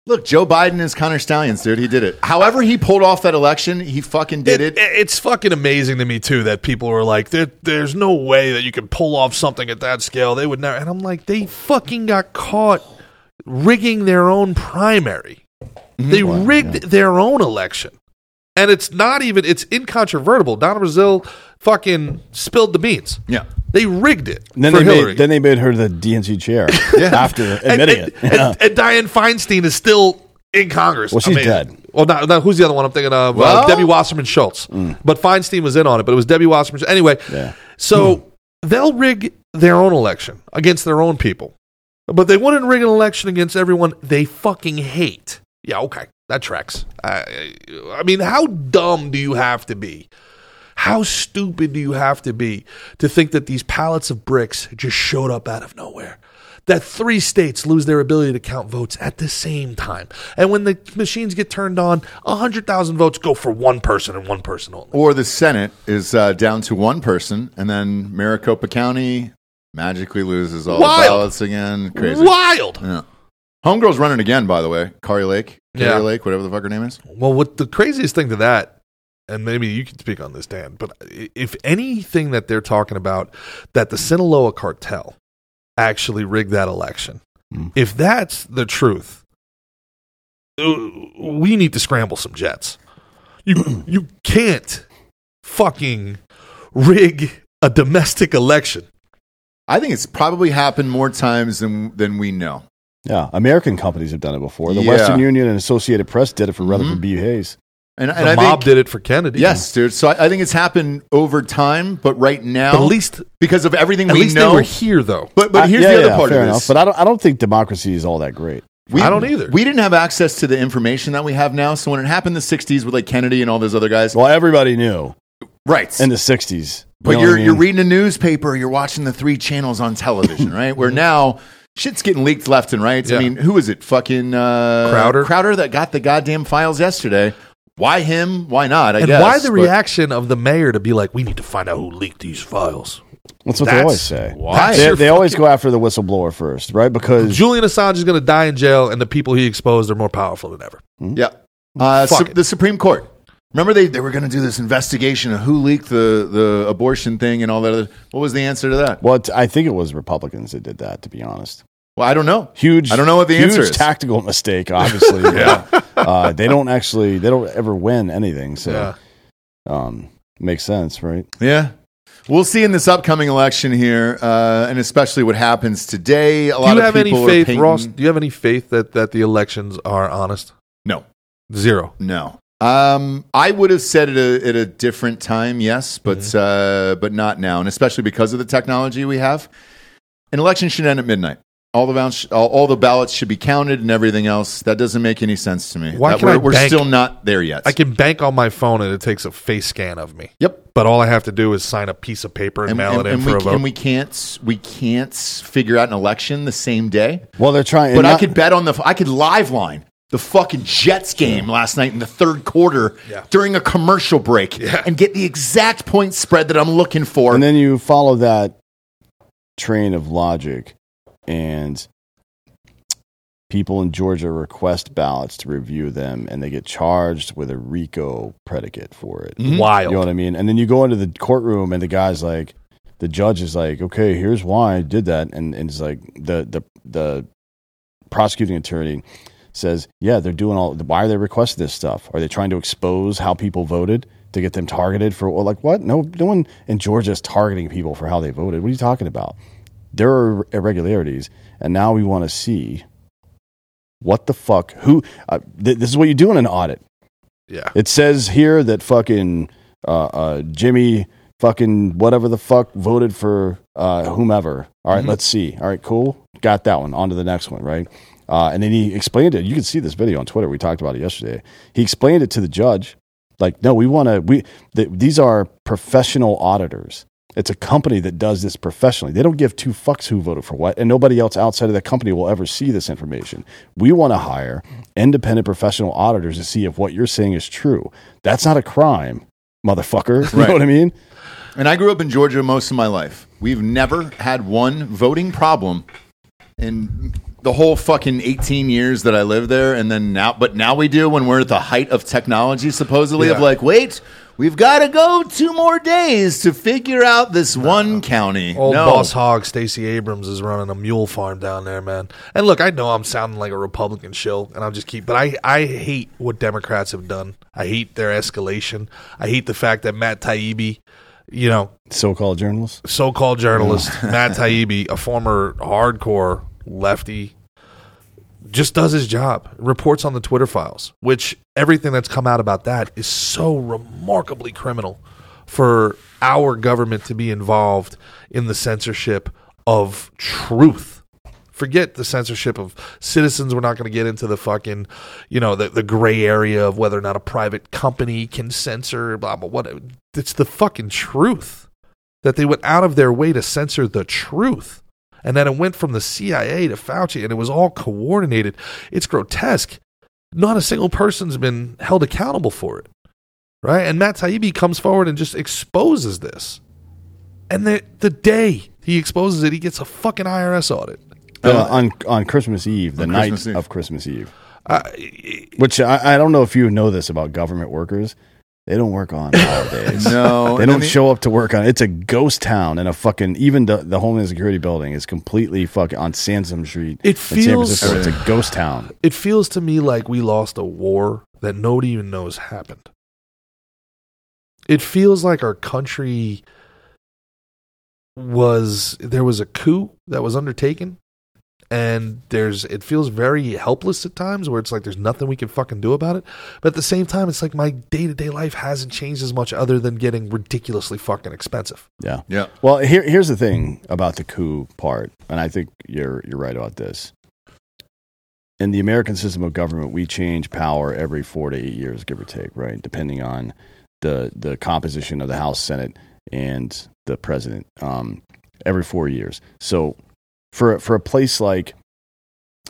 Speaker 2: look, Joe Biden is Connor Stallions, dude. He did it. However, he pulled off that election. He fucking did it.
Speaker 3: It's fucking amazing to me too that people are like, there, "There's no way that you can pull off something at that scale." They would never. And I'm like, they fucking got caught rigging their own primary.
Speaker 4: Mm-hmm.
Speaker 3: They rigged their own election, and it's not even. It's incontrovertible. Donna Brazil fucking spilled the beans.
Speaker 2: Yeah.
Speaker 3: They rigged it
Speaker 4: And then
Speaker 3: for
Speaker 4: they
Speaker 3: Hillary.
Speaker 4: made, then they made her the DNC chair after
Speaker 3: and,
Speaker 4: admitting
Speaker 3: and-
Speaker 4: it. Yeah.
Speaker 3: and- and Dianne Feinstein is still in Congress.
Speaker 4: Well, she's
Speaker 3: Amazing.
Speaker 4: dead.
Speaker 3: Well, not, not- who's the other one I'm thinking of? Uh,
Speaker 2: Well-
Speaker 3: Debbie Wasserman Schultz. But Feinstein was in on it, but it was Debbie Wasserman. Anyway,
Speaker 4: Mm. Yeah. Hmm.
Speaker 3: so they'll rig their own election against their own people, but they wouldn't rig an election against everyone they fucking hate. Yeah, okay. That tracks. I, I mean, how dumb do you have to be? How stupid do you have to be to think that these pallets of bricks just showed up out of nowhere? That three states lose their ability to count votes at the same time. And when the machines get turned on, 100,000 votes go for one person and one person only.
Speaker 2: Or the Senate is uh, down to one person, and then Maricopa County magically loses all
Speaker 3: Wild.
Speaker 2: the ballots again. Crazy.
Speaker 3: Wild.
Speaker 2: Yeah. Homegirl's running again, by the way. Kari Lake. Kari
Speaker 3: Yeah.
Speaker 2: Lake, whatever the fuck her name is.
Speaker 3: Well, what the craziest thing to that, and maybe you can speak on this, Dan, but i- if anything that they're talking about, that the Sinaloa cartel actually rigged that election
Speaker 2: Hmm.
Speaker 3: If that's the truth, uh, we need to scramble some jets. You you can't fucking rig a domestic election.
Speaker 2: I think it's probably happened more times than than we know.
Speaker 4: Yeah, American companies have done it before.
Speaker 2: Yeah.
Speaker 4: The
Speaker 2: Mm-hmm.
Speaker 4: Western Union and Associated Press did it for Rutherford B. Hayes.
Speaker 2: And,
Speaker 3: The
Speaker 2: and I
Speaker 3: mob
Speaker 2: think
Speaker 3: did it for Kennedy.
Speaker 2: yes, dude. So I, I think it's happened over time, but right now,
Speaker 3: But at least
Speaker 2: because of everything
Speaker 3: at
Speaker 2: we
Speaker 3: least
Speaker 2: know.
Speaker 3: they were Uh, here though.
Speaker 2: but but
Speaker 4: I-
Speaker 2: here's
Speaker 4: yeah,
Speaker 2: the other
Speaker 4: yeah,
Speaker 2: part of
Speaker 4: fair
Speaker 2: this.
Speaker 4: But I don't, I don't think democracy is all that great.
Speaker 2: We,
Speaker 3: I don't either.
Speaker 2: We didn't have access to the information that we have now. So when it happened in the '60s with like Kennedy and all those other guys,
Speaker 4: Well, everybody knew
Speaker 2: right?
Speaker 4: in the 60s. You know
Speaker 2: but
Speaker 4: what
Speaker 2: you're
Speaker 4: I mean?
Speaker 2: you're reading a newspaper, you're watching the three channels on television, right? Where now shit's getting leaked left and right. I
Speaker 3: Yeah.
Speaker 2: mean, who is it? Fucking uh,
Speaker 3: Crowder?
Speaker 2: Crowder that got the goddamn files yesterday. Why him? Why not? I
Speaker 3: and
Speaker 2: guess.
Speaker 3: why the
Speaker 2: but-
Speaker 3: reaction of the mayor to be like, we need to find out who leaked these files?
Speaker 4: That's what they
Speaker 3: That's
Speaker 4: always say.
Speaker 3: why.
Speaker 4: They, they always go after the whistleblower first, right? Because
Speaker 3: Julian Assange is going to die in jail, and the people he exposed are more powerful than ever.
Speaker 2: Yeah. Uh,
Speaker 3: Mm, Fuck
Speaker 2: Sup-
Speaker 3: it.
Speaker 2: the Supreme Court. Remember they, they were going to do this investigation of who leaked the, the abortion thing and all that other. What was the answer to that?
Speaker 4: Well, t- I think it was Republicans that did that. To be honest,
Speaker 2: Well, I don't know.
Speaker 4: huge.
Speaker 2: I don't know what the
Speaker 4: huge
Speaker 2: answer is.
Speaker 4: Tactical mistake, obviously. yeah. Uh, they don't actually. They don't ever win anything. So,
Speaker 3: Yeah.
Speaker 4: um, makes sense, right?
Speaker 2: yeah. We'll see in this upcoming election here, uh, and especially what happens today. A lot
Speaker 3: Do
Speaker 2: of
Speaker 3: you have any
Speaker 2: people are
Speaker 3: faith,
Speaker 2: painting-
Speaker 3: Ross? Do you have any faith that, that the elections are honest?
Speaker 2: No,
Speaker 3: Zero.
Speaker 2: no. Um, I would have said it a, at a different time, yes, but
Speaker 3: Mm-hmm.
Speaker 2: uh, but not now, and especially because of the technology we have. An election should end at midnight. All the ballots, all, all the ballots should be counted, and everything else. That doesn't make any sense to me.
Speaker 3: Why
Speaker 2: That
Speaker 3: can
Speaker 2: we're
Speaker 3: I
Speaker 2: we're
Speaker 3: bank-
Speaker 2: still not there yet.
Speaker 3: I can bank on my phone, and it takes a face scan of me.
Speaker 2: yep.
Speaker 3: But all I have to do is sign a piece of paper and,
Speaker 2: And,
Speaker 3: mail
Speaker 2: and-
Speaker 3: it in
Speaker 2: and
Speaker 3: for
Speaker 2: we,
Speaker 3: a vote.
Speaker 2: and we can't we can't figure out an election the same day.
Speaker 4: Well, they're trying.
Speaker 2: But
Speaker 4: and
Speaker 2: I
Speaker 4: not-
Speaker 2: could bet on the I could live line the fucking Jets game last night in the third quarter
Speaker 3: Yeah.
Speaker 2: during a commercial break and get the exact point spread that I'm looking for.
Speaker 4: And then you follow that train of logic, and people in Georgia request ballots to review them, and they get charged with a RICO predicate for
Speaker 2: Mm-hmm.
Speaker 4: it.
Speaker 2: Hmm?
Speaker 3: Wild.
Speaker 4: You know what I mean? And then you go into the courtroom, and the guy's like, the judge is like, okay, here's why I did that, and, and it's like the the the prosecuting attorney says, yeah, they're doing all. Why are they requesting this stuff? Are they trying to expose how people voted to get them targeted for? Well, like what? No, no one in Georgia is targeting people for how they voted. What are you talking about? There are irregularities, and now we want to see what the fuck who. Uh, th- this is what you do in an audit.
Speaker 3: yeah.
Speaker 4: It says here that fucking uh, uh, Jimmy fucking whatever the fuck voted for uh, whomever. All right, let's see. All right, cool. Got that one. On to the next one, right? Uh, and then he explained it. You can see this video on Twitter. We talked about it yesterday. He explained it to the judge. Like, no, we want to. We th- these are professional auditors. It's a company that does this professionally. They don't give two fucks who voted for what, and nobody else outside of the company will ever see this information. We want to hire independent professional auditors to see if what you're saying is true. That's not a crime, motherfucker. You
Speaker 2: Right.
Speaker 4: know what I mean?
Speaker 2: And I grew up in Georgia most of my life. We've never had one voting problem in the whole fucking 18 years that I lived there. And then now, but now we do when we're at the height of technology, supposedly, of
Speaker 3: Yeah.
Speaker 2: like, wait, we've got to go two more days to figure out this one county.
Speaker 3: Old
Speaker 2: no.
Speaker 3: boss hog Stacey Abrams is running a mule farm down there, man. And look, I know I'm sounding like a Republican shill, and I'm just keep, but I I hate what Democrats have done. I hate their escalation. I hate the fact that Matt Taibbi, you know,
Speaker 4: So-called journalists.
Speaker 3: so-called journalist Matt Taibbi, a former hardcore lefty, just does his job. Reports on the Twitter files, which everything that's come out about that is so remarkably criminal for our government to be involved in the censorship of truth. Forget the censorship of citizens. We're not going to get into the fucking, you know, the, the gray area of whether or not a private company can censor, blah, blah, what. It's the fucking truth that they went out of their way to censor the truth and that it went from the CIA to Fauci and it was all coordinated. It's grotesque. Not a single person's been held accountable for it. Right? And Matt Taibbi comes forward and just exposes this. And the, the day he exposes it, he gets a fucking IRS audit.
Speaker 4: Uh, on on Christmas Eve, the
Speaker 2: On
Speaker 4: night
Speaker 2: Christmas Eve.
Speaker 4: of Christmas Eve.
Speaker 3: Uh,
Speaker 4: Which I, I don't know if you know this about government workers. They don't work on holidays.
Speaker 2: No, and
Speaker 4: They
Speaker 2: then
Speaker 4: don't
Speaker 2: the-
Speaker 4: show up to work on. It's a ghost town and a fucking even the, the Homeland Security building is completely fucking on Sansom Street.
Speaker 3: It
Speaker 4: in San
Speaker 3: feels-
Speaker 4: Francisco. It's a ghost town.
Speaker 3: It feels to me like we lost a war that nobody even knows happened. It feels like our country was there was a coup that was undertaken and there's it feels very helpless at times where it's like there's nothing we can fucking do about it but at the same time it's like my day-to-day life hasn't changed as much other than getting ridiculously fucking expensive
Speaker 4: Yeah.
Speaker 2: Yeah.
Speaker 4: Well, here, here's the thing about the coup part, and I think you're you're right about this. In the American system of government, we change power every four to eight years, give or take, right? Depending on the the composition of the House, Senate, and the president, um, every four years. So, for for a place like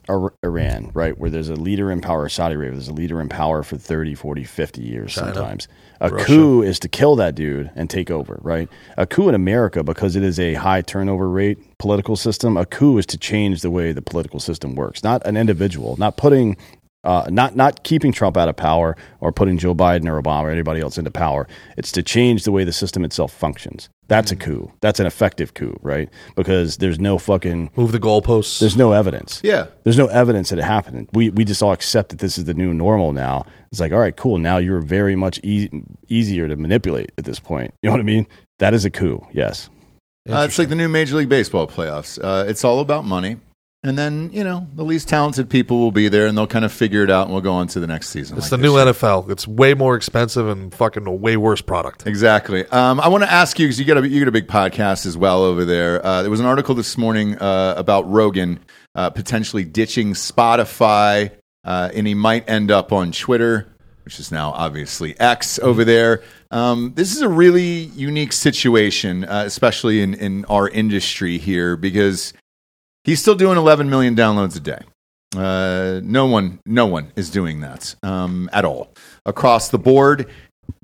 Speaker 4: Ir- Iran, right, where there's a leader in power, Saudi Arabia, there's a leader in power for 30, 40, 50 years
Speaker 3: China.
Speaker 4: sometimes. A
Speaker 3: Russia.
Speaker 4: coup is to kill that dude and take over, right? A coup in America, because it is a high turnover rate political system, a coup is to change the way the political system works, not an individual, not putting. Uh, not not keeping Trump out of power or putting Joe Biden or Obama or anybody else into power. It's to change the way the system itself functions. That's a coup. That's an effective coup, right? Because there's no fucking
Speaker 3: move the goalposts
Speaker 4: there's no evidence.
Speaker 2: Yeah.
Speaker 4: There's no evidence that it happened. We we just all accept that this is the new normal now. It's like, all right, cool. Now you're very much ea- easier to manipulate at this point. You know what I mean? That is a coup. Yes.
Speaker 2: Uh, it's like the new Major League Baseball playoffs. Uh, it's all about money. And then, you know, the least talented people will be there and they'll kind of figure it out and we'll go on to the next season.
Speaker 3: it's
Speaker 2: like
Speaker 3: the
Speaker 2: this.
Speaker 3: new nfl it's way more expensive and fucking a way worse product
Speaker 2: Exactly. Um, I want to ask you because you got a you got a big podcast as well over there. Uh, there was an article this morning uh, about Rogan uh, potentially ditching Spotify, uh, and he might end up on Twitter, which is now obviously X over there. Um, this is a really unique situation, uh, especially in in our industry here, because he's still doing 11 million downloads a day. Uh, no one, no one is doing that um, at all across the board.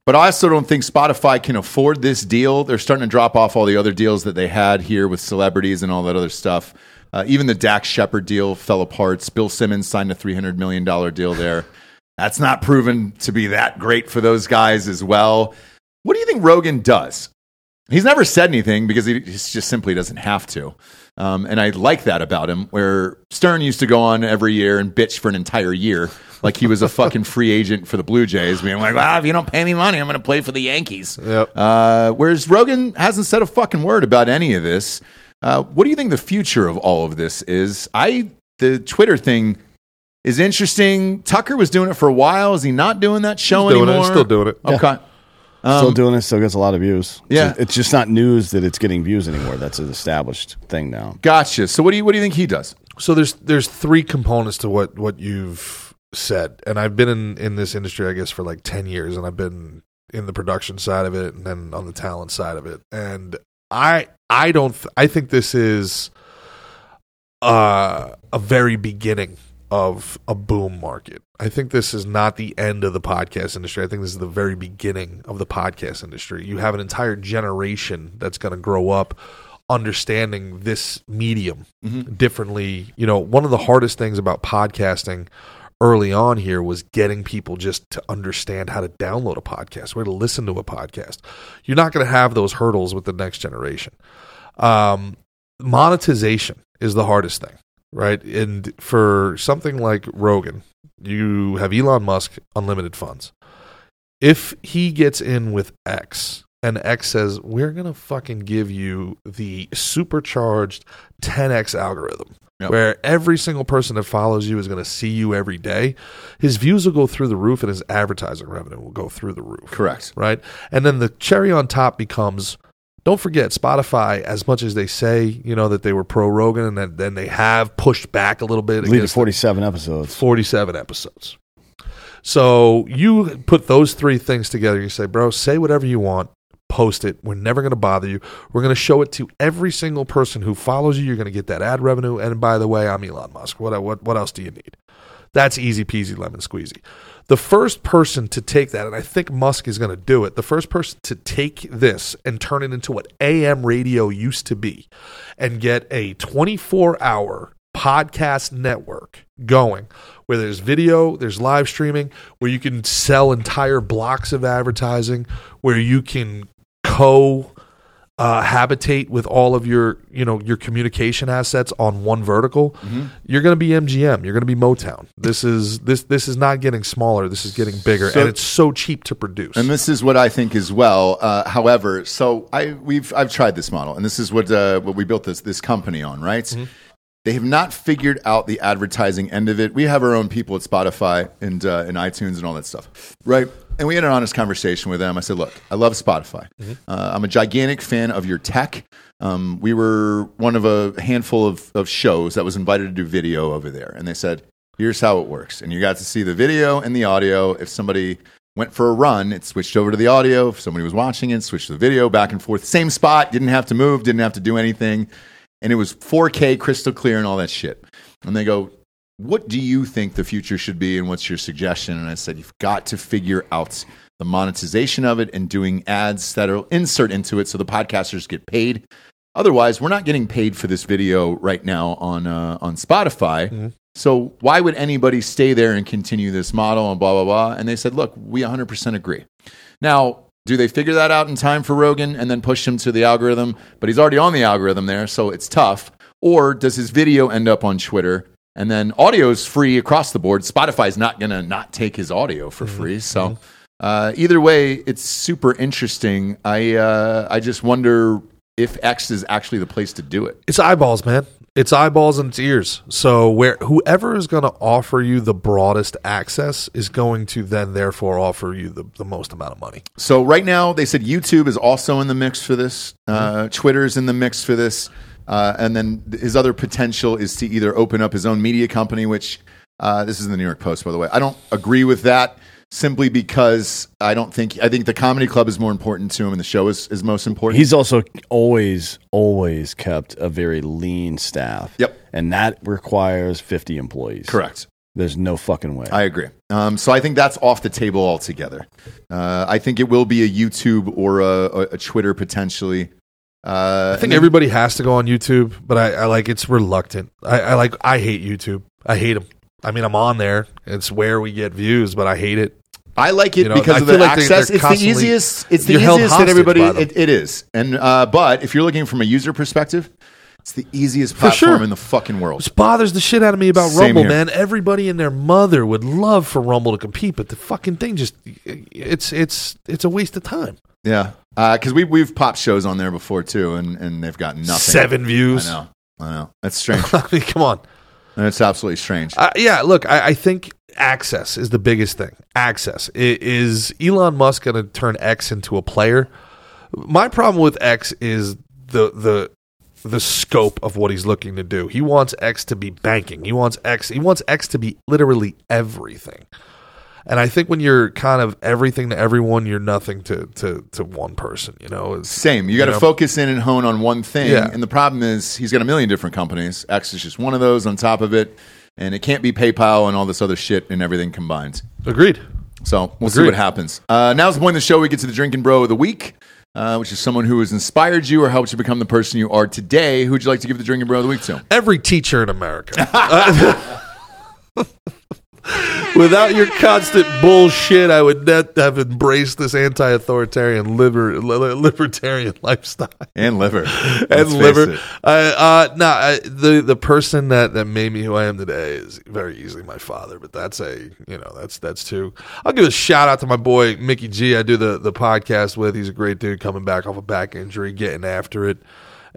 Speaker 2: But I also don't think Spotify can afford this deal. They're starting to drop off all the other deals that they had here with celebrities and all that other stuff. Uh, even the Dax Shepard deal fell apart. Bill Simmons signed a $300 million deal there. That's not proven to be that great for those guys as well. What do you think Rogan does? He's never said anything because he he just simply doesn't have to. Um, and I like that about him, where Stern used to go on every year and bitch for an entire year, like he was a fucking free agent for the Blue Jays, being like, ah, if you don't pay me money, I'm going to play for the Yankees.
Speaker 3: Yep.
Speaker 2: Uh, whereas Rogan hasn't said a fucking word about any of this. Uh, what do you think the future of all of this is? I the Twitter thing is interesting. Tucker was doing it for a while. Is he not doing that show
Speaker 3: doing it.
Speaker 2: anymore?
Speaker 3: He's still doing it.
Speaker 2: Okay.
Speaker 4: still doing it. Still gets a lot of views. It's
Speaker 2: Um, Yeah.
Speaker 4: just- it's just not news that it's getting views anymore. That's an established thing now.
Speaker 2: Gotcha. So what do you what do you think he does?
Speaker 3: So there's there's three components to what what you've said, and I've been in in this industry, I guess, for like ten years, and I've been in the production side of it, and then on the talent side of it, and I I don't th- I think this is uh, a very beginning of a boom market. I think this is not the end of the podcast industry. I think this is the very beginning of the podcast industry. You have an entire generation that's going to grow up understanding this medium Mm-hmm. differently. You know, one of the hardest things about podcasting early on here was getting people just to understand how to download a podcast, where to listen to a podcast. You're not going to have those hurdles with the next generation. Um, monetization is the hardest thing, right? And for something like Rogan, you have Elon Musk unlimited funds. If he gets in with X and X says, we're going to fucking give you the supercharged 10X algorithm.
Speaker 2: Yep.
Speaker 3: Where every single person that follows you is going to see you every day, his views will go through the roof and his advertising revenue will go through the roof
Speaker 2: Correct.
Speaker 3: right? And then the cherry on top becomes don't forget Spotify. As much as they say, you know, that they were pro Rogan, and then, then they have pushed back a little bit.
Speaker 4: Lead to
Speaker 3: against the-
Speaker 4: 47 episodes.
Speaker 3: 47 episodes. So you put those three things together. You say, bro, say whatever you want, post it. We're never going to bother you. We're going to show it to every single person who follows you. You're going to get that ad revenue. And by the way, I'm Elon Musk. What, what, what else do you need? That's easy peasy lemon squeezy. The first person to take that, and I think Musk is going to do it, the first person to take this and turn it into what AM radio used to be and get a 24 hour podcast network going where there's video, there's live streaming, where you can sell entire blocks of advertising, where you can co uh, habitate with all of your you know your communication assets on one vertical
Speaker 2: Mm-hmm.
Speaker 3: you're going to be mgm you're going to be motown this is this this is not getting smaller this is getting bigger
Speaker 2: So-
Speaker 3: and it's so cheap to produce
Speaker 2: And this is what I think as well. Uh, however, so I we've I've tried this model, and this is what uh, what we built this this company on, right? They have not figured out the advertising end of it. We have our own people at Spotify and uh, and iTunes and all that stuff, right? And we had an honest conversation with them. I said, "Look, I love Spotify. Uh, I'm a gigantic fan of your tech. Um, we were one of a handful of, of shows that was invited to do video over there, and they said." Here's how it works. And you got to see the video and the audio. If somebody went for a run, it switched over to the audio. If somebody was watching it, switched to the video, back and forth. Same spot, didn't have to move, didn't have to do anything. And it was 4K, crystal clear, and all that shit. And they go, What do you think the future should be? And what's your suggestion? And I said, You've got to figure out the monetization of it and doing ads that are insert into it so the podcasters get paid. Otherwise, we're not getting paid for this video right now on, uh, on Spotify. So why would anybody stay there and continue this model and blah blah blah? And they said, look, we 100% agree. Now, do they figure that out in time for Rogan and then push him to the algorithm? But he's already on the algorithm there, so it's tough. Or does his video end up on Twitter? And then audio's free across the board. Spotify's not going to not take his audio for free. So uh, either way, it's super interesting. I uh, I just wonder if X is actually the place to do it.
Speaker 3: It's eyeballs, man. It's eyeballs and it's ears. So where whoever is going to offer you the broadest access is going to then therefore offer you the, the most amount of money.
Speaker 2: So right now they said YouTube is also in the mix for this. Uh, Twitter's in the mix for this, uh, and then th- his other potential is to either open up his own media company, which uh, this is in the New York Post, by the way. I don't agree with that simply because I don't think I think the comedy club is more important to him, and the show is, is most important.
Speaker 4: He's also always, always kept a very lean staff.
Speaker 2: Yep.
Speaker 4: And that requires 50 employees.
Speaker 2: correct.
Speaker 4: There's no fucking way.
Speaker 2: I agree. Um, so I think that's off the table altogether. Uh, I think it will be a YouTube or a, a, a Twitter potentially. Uh,
Speaker 3: I think everybody has to go on YouTube, but I, I like it's reluctant. I, I like I hate YouTube. I hate them. I mean, I'm on there. It's where we get views, but I hate it.
Speaker 2: I like it
Speaker 3: You know, I
Speaker 2: because of
Speaker 3: feel
Speaker 2: the
Speaker 3: like they-
Speaker 2: access.
Speaker 3: they're
Speaker 2: it's the
Speaker 3: constantly-
Speaker 2: easiest. It's the
Speaker 3: you're held
Speaker 2: easiest that
Speaker 3: hostage
Speaker 2: everybody.
Speaker 3: by them.
Speaker 2: It, it is, and uh, but if you're looking from a user perspective, it's the easiest platform
Speaker 3: sure.
Speaker 2: in the fucking world.
Speaker 3: This bothers the shit out of me about
Speaker 2: Same
Speaker 3: Rumble,
Speaker 2: here.
Speaker 3: man. Everybody and their mother would love for Rumble to compete, but the fucking thing just it's it's it's a waste of time.
Speaker 2: Yeah, because we we've popped shows on there before too, and and they've got nothing.
Speaker 3: Seven
Speaker 2: I
Speaker 3: views.
Speaker 2: know. I know. That's strange.
Speaker 3: I mean, come on.
Speaker 2: That's absolutely strange.
Speaker 3: Uh, yeah, look, I, I think access is the biggest thing. Access I- is Elon Musk going to turn X into a player? My problem with X is the the the scope of what he's looking to do. He wants X to be banking. He wants X. He wants X to be literally everything. And I think when you're kind of everything to everyone, you're nothing to to to one person. You know, it's,
Speaker 2: Same. You got to
Speaker 3: know?
Speaker 2: focus in and hone on one thing.
Speaker 3: Yeah.
Speaker 2: And the problem is he's got a million different companies. X is just one of those on top of it, and it can't be PayPal and all this other shit and everything combined.
Speaker 3: agreed.
Speaker 2: So we'll see
Speaker 3: Agreed.
Speaker 2: what happens. Uh, now's the point of the show. We get to the drinking bro of the week, uh, which is someone who has inspired you or helped you become the person you are today. Who would you like to give the drinking bro of the week to?
Speaker 3: every teacher in America. Uh, Without your constant bullshit, I would not have embraced this anti-authoritarian liber- li- libertarian lifestyle
Speaker 2: And liver. Let's
Speaker 3: and
Speaker 2: face
Speaker 3: liver.
Speaker 2: it.
Speaker 3: Uh, uh, no, I, the the person that, that made me who I am today is very easily my father. But that's a you know that's that's too. I'll give a shout out to my boy Mickey G. I do the the podcast with. He's a great dude coming back off a back injury, getting after it.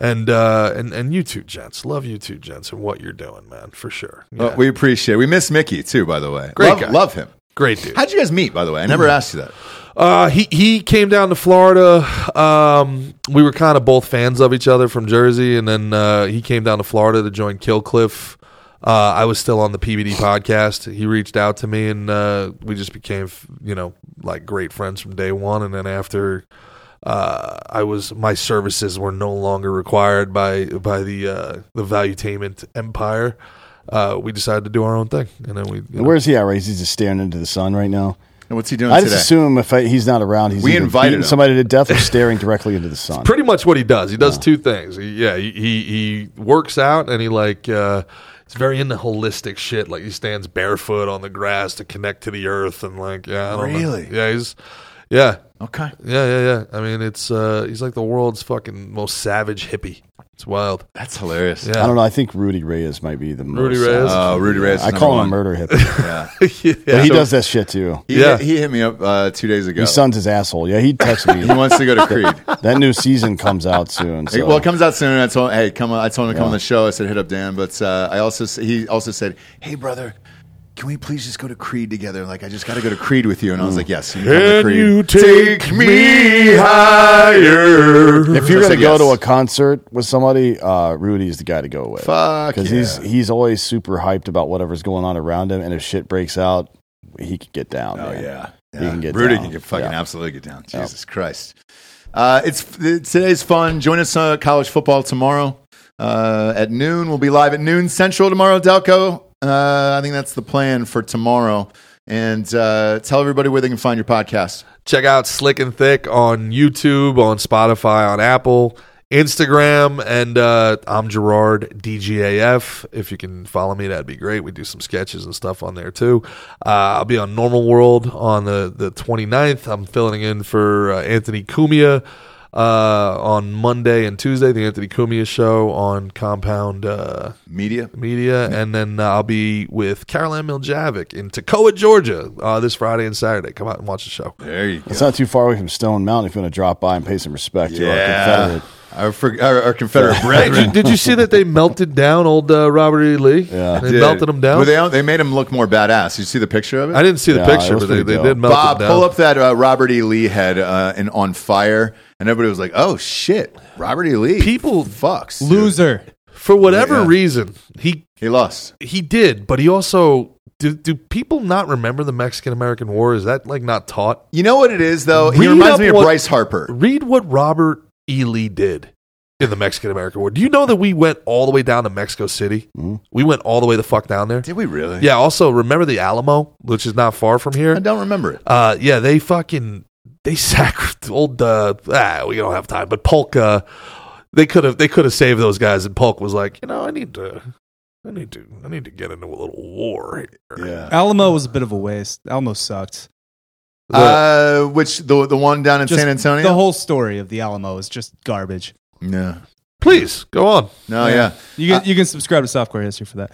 Speaker 3: And uh, and and you two gents, love you two gents, and what you're doing, man, for sure. Yeah.
Speaker 2: Well, we appreciate it. We miss Mickey, too, by the way.
Speaker 3: Great
Speaker 2: love,
Speaker 3: guy.
Speaker 2: love him.
Speaker 3: great dude.
Speaker 2: How'd you guys meet, by the way? I never asked you that.
Speaker 3: Uh, he he came down to Florida. Um, we were kind of both fans of each other from Jersey, and then uh, he came down to Florida to join Killcliff. Uh, I was still on the PBD podcast. He reached out to me, and uh, we just became, f- you know, like great friends from day one. And then after, uh, I was my services were no longer required by by the uh, the Valuetainment empire. Uh, we decided to do our own thing, and then we. you know,
Speaker 4: Where's he at, right? He's just staring into the sun right now.
Speaker 2: And what's he doing
Speaker 4: I
Speaker 2: today?
Speaker 4: just assume if I, he's not around, he's
Speaker 2: We
Speaker 4: either
Speaker 2: invited
Speaker 4: beating
Speaker 2: him.
Speaker 4: somebody to death or staring directly into the sun.
Speaker 3: pretty much what he does. He does two things. He, yeah, he, he he works out and he like uh, He's very into holistic shit. Like he stands barefoot on the grass to connect to the earth and like yeah. I don't know.
Speaker 2: Really?
Speaker 3: Yeah. He's yeah.
Speaker 2: Okay.
Speaker 3: Yeah, yeah, yeah. I mean, it's uh he's like the world's fucking most savage hippie. It's wild.
Speaker 2: That's hilarious.
Speaker 3: Yeah.
Speaker 4: I don't know. I think Rudy Reyes might be the most.
Speaker 3: Rudy Reyes?
Speaker 2: Uh, Rudy Reyes. is
Speaker 4: I
Speaker 2: number
Speaker 4: call him
Speaker 2: one.
Speaker 4: a murder hippie.
Speaker 2: Yeah.
Speaker 4: But he
Speaker 2: So-
Speaker 4: does that shit too.
Speaker 2: He,
Speaker 3: Yeah.
Speaker 2: he hit me up uh, two days ago.
Speaker 4: He sons his asshole. Yeah, he texted
Speaker 2: He
Speaker 4: me.
Speaker 2: wants to go to Creed.
Speaker 4: that new season comes out soon.
Speaker 2: Hey,
Speaker 4: So.
Speaker 2: well, it comes out soon. And I told hey, come on. I told him to come
Speaker 4: Yeah.
Speaker 2: on the show. I said hit up Dan, but uh, I also s- he also said, hey brother, can we please just go to Creed together? Like I just got to go to Creed with you. And I was like, yes. You can come to Creed.
Speaker 3: take me higher?
Speaker 4: if you're
Speaker 2: I
Speaker 4: gonna
Speaker 2: said
Speaker 4: go to
Speaker 2: yes.
Speaker 4: a concert with somebody, uh, Rudy's the guy to go with.
Speaker 2: Fuck
Speaker 4: because
Speaker 2: yeah.
Speaker 4: he's he's always super hyped about whatever's going on around him, and if shit breaks out, he could get down.
Speaker 2: Oh
Speaker 4: man.
Speaker 2: yeah,
Speaker 4: He can get
Speaker 2: Rudy
Speaker 4: down.
Speaker 2: can get fucking
Speaker 4: Yeah.
Speaker 2: absolutely get down. Jesus Christ! Uh, it's today's fun. Join us uh, college football tomorrow uh, at noon. We'll be live at noon central tomorrow. Delco, uh, I think that's the plan for tomorrow. And uh, tell everybody where they can find your podcast.
Speaker 3: Check out Slick and Thick on YouTube, on Spotify, on Apple, Instagram, and uh, I'm Gerard DGAF. If you can follow me, that'd be great. We do some sketches and stuff on there too. Uh, I'll be on Normal World on the, the 29th. I'm filling in for uh, Anthony Cumia uh, on Monday and Tuesday, the Anthony Cumia show on Compound. Uh,
Speaker 2: Media.
Speaker 3: media, and then uh, I'll be with Caroline Miljavic in Toccoa, Georgia, uh, this Friday and Saturday. Come out and watch the show.
Speaker 2: There you go.
Speaker 4: It's not too far away from Stone Mountain if you want to drop by and pay some respect to our Confederate.
Speaker 2: Our, for, our, our Confederate
Speaker 3: Hey, did,
Speaker 2: brethren.
Speaker 3: did you see that they melted down old uh, Robert E. Lee? Yeah, they
Speaker 2: Dude.
Speaker 3: melted him down.
Speaker 2: Well, they, they made him look more badass. You see the picture of it?
Speaker 3: I didn't see the
Speaker 4: Yeah, it
Speaker 3: picture,
Speaker 4: was
Speaker 3: but they,
Speaker 4: pretty
Speaker 3: they
Speaker 4: dope.
Speaker 3: did melt
Speaker 2: Bob,
Speaker 3: him down.
Speaker 2: pull up that uh, Robert E. Lee head uh, and on fire, and everybody was like, "Oh shit, Robert E. Lee."
Speaker 3: People
Speaker 2: fucks dude.
Speaker 6: Loser.
Speaker 3: For whatever
Speaker 2: Yeah.
Speaker 3: reason, he
Speaker 2: He lost.
Speaker 3: he did, but he also do, do people not remember the Mexican American War? Is that like not taught?
Speaker 2: You know what it is though. he
Speaker 3: Read
Speaker 2: reminds
Speaker 3: up
Speaker 2: me of
Speaker 3: what-
Speaker 2: Bryce Harper.
Speaker 3: Read what Robert E. Lee did in the Mexican American War. Do you know that we went all the way down to Mexico City?
Speaker 4: Hmm.
Speaker 3: We went all the way the fuck down there.
Speaker 2: Did we really?
Speaker 3: Yeah. Also, remember the Alamo, which is not far from
Speaker 2: I
Speaker 3: here.
Speaker 2: don't remember it.
Speaker 3: Uh, yeah, they fucking they sacrificed old. Uh, ah, we don't have time. But Polk, uh, they could have they could have saved those guys. And Polk was like, you know, I need to, I need to, I need to get into a little war. Here.
Speaker 2: Yeah.
Speaker 6: Alamo was a bit of a waste. Alamo sucked.
Speaker 2: Uh, which the the one down in
Speaker 6: Just
Speaker 2: San Antonio?
Speaker 6: The whole story of the Alamo is just garbage.
Speaker 2: no.
Speaker 3: Please go on.
Speaker 2: No, yeah.
Speaker 6: You can you can subscribe to Softcore History for that.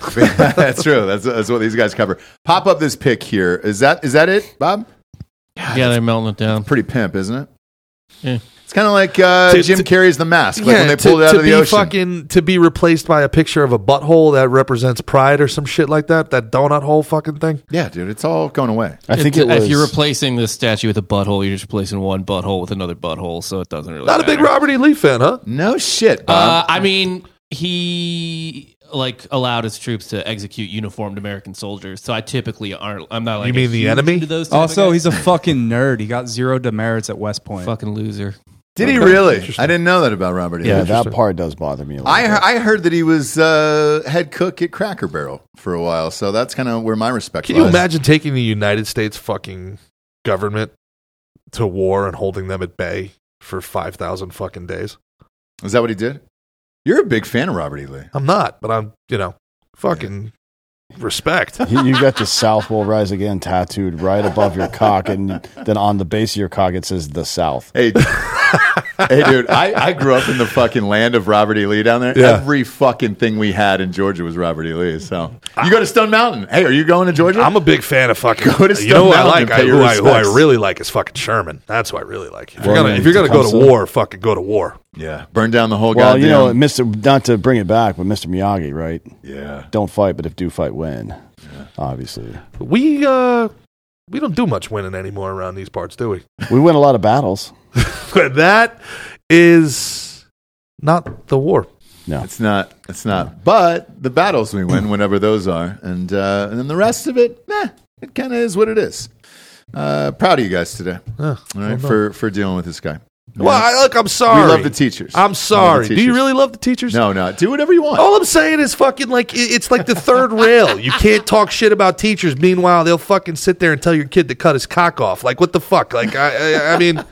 Speaker 2: that's true. That's that's what these guys cover. Pop up this pic here. Is that is that it, Bob?
Speaker 5: Yeah, they're melting it down.
Speaker 2: Pretty pimp, isn't it?
Speaker 5: Yeah.
Speaker 2: It's kind of like uh,
Speaker 3: To-
Speaker 2: Jim
Speaker 3: to-
Speaker 2: Carrey's The Mask, like when they
Speaker 3: to-
Speaker 2: pulled it out
Speaker 3: to
Speaker 2: of the
Speaker 3: be
Speaker 2: ocean.
Speaker 3: fucking to be replaced by a picture of a butthole that represents pride or some shit like that. That donut hole fucking thing.
Speaker 2: yeah, dude, it's all going away.
Speaker 4: I think it
Speaker 5: It's-
Speaker 4: was.
Speaker 5: If you're replacing this statue with a butthole, you're just replacing one butthole with another butthole, so it doesn't really.
Speaker 3: Not a big
Speaker 5: matter.
Speaker 3: Robert E. Lee fan, huh?
Speaker 2: No shit, Bob.
Speaker 5: Uh, I mean, he like allowed his troops to execute uniformed American soldiers. So I typically aren't. I'm not like
Speaker 3: You
Speaker 5: a
Speaker 3: mean the
Speaker 5: huge
Speaker 3: enemy?
Speaker 5: into Those type of
Speaker 6: Also,
Speaker 5: guys.
Speaker 6: he's a fucking nerd. He got zero demerits at West Point.
Speaker 5: fucking loser.
Speaker 2: Did he really? I didn't know that about Robert. E.
Speaker 4: yeah,
Speaker 2: Lee.
Speaker 4: that part does bother me a little.
Speaker 2: I
Speaker 4: bit.
Speaker 2: heard, I heard that he was uh, head cook at Cracker Barrel for a while, so that's kind of where my respect.
Speaker 3: Can you
Speaker 2: lies.
Speaker 3: imagine taking the United States fucking government to war and holding them at bay for 5,000 fucking days?
Speaker 2: Is that what he did? You're a big fan of Robert E. Lee.
Speaker 3: I'm not, but I'm, you know, fucking respect.
Speaker 4: He- you got the South will rise again tattooed right above your cock, and then on the base of your cock it says the South.
Speaker 2: Hey, hey, dude, I, I grew up in the fucking land of Robert E. Lee down there.
Speaker 3: Yeah.
Speaker 2: Every fucking thing we had in Georgia was Robert E. Lee. So you go to Stone Mountain. Hey, are you going to Georgia?
Speaker 3: I'm a big fan of fucking.
Speaker 2: Go to
Speaker 3: you
Speaker 2: Stone
Speaker 3: know who I
Speaker 2: Mountain
Speaker 3: like?
Speaker 2: and
Speaker 3: I,
Speaker 2: pay your
Speaker 3: who, I, who I
Speaker 2: respects.
Speaker 3: really like is fucking Sherman. That's who I really like. If you're
Speaker 4: Well,
Speaker 3: gonna,
Speaker 4: yeah,
Speaker 3: if you're gonna go to
Speaker 4: Tecumseh.
Speaker 3: war, fucking go to war.
Speaker 2: yeah, burn down the whole
Speaker 4: Well,
Speaker 2: goddamn.
Speaker 4: you know, Mr. Not to bring it back, but Mr. Miyagi, right?
Speaker 2: yeah,
Speaker 4: Don't fight, but if do fight, win. Obviously,
Speaker 3: We uh, we don't do much winning anymore around these parts, do we?
Speaker 4: we win a lot of battles.
Speaker 3: But that is not the war.
Speaker 2: it's not, it's not. But the battles we win, whenever those are, and uh, and then the rest of it, eh, it kind of is what it is. Uh, proud of you guys today.
Speaker 3: Yeah.
Speaker 2: All right, for for dealing with this guy.
Speaker 3: Well, I, look, I'm sorry.
Speaker 2: We love the teachers.
Speaker 3: I'm sorry. Do you
Speaker 2: teachers.
Speaker 3: really Oh, love the teachers?
Speaker 2: No, no. Do whatever you want.
Speaker 3: All I'm saying is fucking like it- it's like the third rail. You can't talk shit about teachers. Meanwhile, they'll fucking sit there and tell your kid to cut his cock off. Like what the fuck? Like I, I, I mean,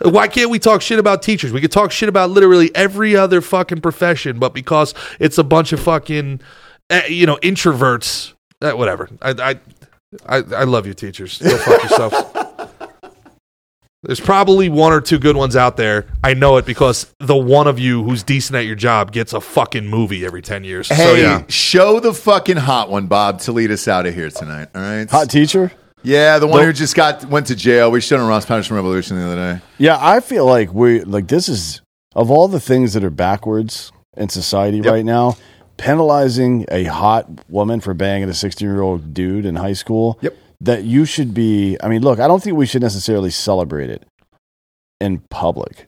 Speaker 3: why can't we talk shit about teachers? We could talk shit about literally every other fucking profession, but because it's a bunch of fucking eh, you know, introverts. eh, whatever. I, I I I love you, teachers. Go fuck yourselves. There's probably one or two good ones out there. I know it because the one of you who's decent at your job gets a fucking movie every ten years.
Speaker 2: Hey,
Speaker 3: so yeah,
Speaker 2: show the fucking hot one, Bob, to lead us out of here tonight. All right.
Speaker 4: Hot teacher?
Speaker 2: yeah, the one who just got went to jail. We showed on Ross Patterson Revolution the other day.
Speaker 4: Yeah, I feel like we like this is of all the things that are backwards in society right now, penalizing a hot woman for banging a 16-year-old dude in high school.
Speaker 2: Yep.
Speaker 4: That you should be I mean, look, I don't think we should necessarily celebrate it in public.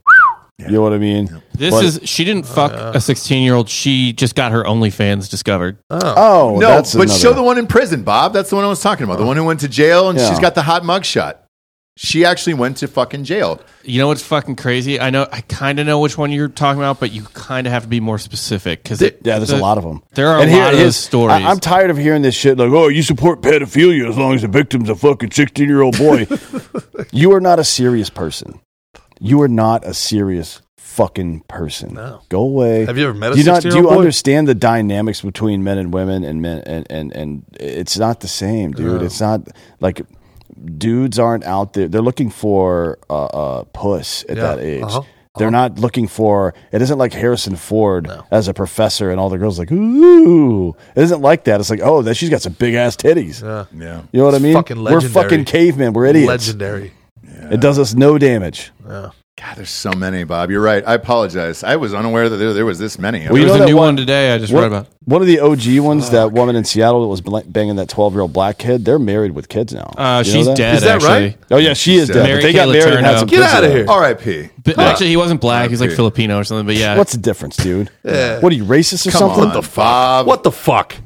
Speaker 4: You know what I mean?
Speaker 5: This
Speaker 4: But-
Speaker 5: is she didn't fuck
Speaker 3: Uh.
Speaker 5: a 16 year old. She just got her OnlyFans discovered.
Speaker 4: Oh,
Speaker 2: no,
Speaker 4: that's
Speaker 2: but
Speaker 4: another-
Speaker 2: show the one in prison, Bob. That's the one I was talking
Speaker 3: Oh.
Speaker 2: about. The one who went to jail and
Speaker 4: Yeah.
Speaker 2: she's got the hot mugshot. She actually went to fucking jail.
Speaker 5: You know what's fucking crazy? I know I kind of know which one you're talking about, but you kind of have to be more specific because
Speaker 4: Yeah, there's a lot of them.
Speaker 5: There are a lot of those stories.
Speaker 4: I, am tired of hearing this shit like, oh, you support pedophilia as long as the victim's a fucking 16 year old boy. you are not a serious person. You are not a serious fucking person.
Speaker 3: No.
Speaker 4: Go away.
Speaker 3: Have you ever met a
Speaker 4: do you not, Do
Speaker 3: 16-year-old
Speaker 4: you
Speaker 3: boy?
Speaker 4: understand the dynamics between men and women and men and, and, and it's not the same, dude. It's not like dudes aren't out there. They're looking for a uh, uh, puss at
Speaker 3: Yeah.
Speaker 4: that age.
Speaker 3: Uh-huh.
Speaker 4: They're not looking for. It isn't like Harrison Ford as a professor, and all the girls like, ooh. It isn't like that. It's like, oh, that she's got some big ass titties.
Speaker 2: Yeah.
Speaker 4: You know what I
Speaker 3: It's
Speaker 4: mean?
Speaker 3: fucking
Speaker 4: We're
Speaker 3: legendary.
Speaker 4: fucking cavemen. We're idiots.
Speaker 3: legendary.
Speaker 4: It does us no damage.
Speaker 2: God, Ah, there's so many, Bob. You're right. I apologize. I was unaware that there, there was this many.
Speaker 4: Well, you
Speaker 5: There's
Speaker 4: know
Speaker 5: a
Speaker 4: that
Speaker 5: new
Speaker 4: one-
Speaker 5: one, today. I just read about.
Speaker 4: One of the OG ones, that woman in Seattle that was bla- banging that 12 year old black kid, they're married with kids now.
Speaker 5: Uh,
Speaker 4: You know
Speaker 5: she's
Speaker 4: that?
Speaker 5: dead.
Speaker 3: Is that
Speaker 5: actually.
Speaker 3: right?
Speaker 4: Oh, yeah, she is dead.
Speaker 5: Mary
Speaker 4: but they
Speaker 5: Kay
Speaker 4: got married and had
Speaker 5: Letourneau.
Speaker 4: some
Speaker 3: Get
Speaker 4: kids
Speaker 3: out of
Speaker 4: together.
Speaker 5: Oh,
Speaker 3: here.
Speaker 2: R.I.P.
Speaker 5: But Actually, he wasn't black. He's like Filipino or something. But yeah,
Speaker 4: What's the difference, dude? What are you, racist or
Speaker 2: Come
Speaker 4: something?
Speaker 2: on, Bob.
Speaker 3: What the fuck?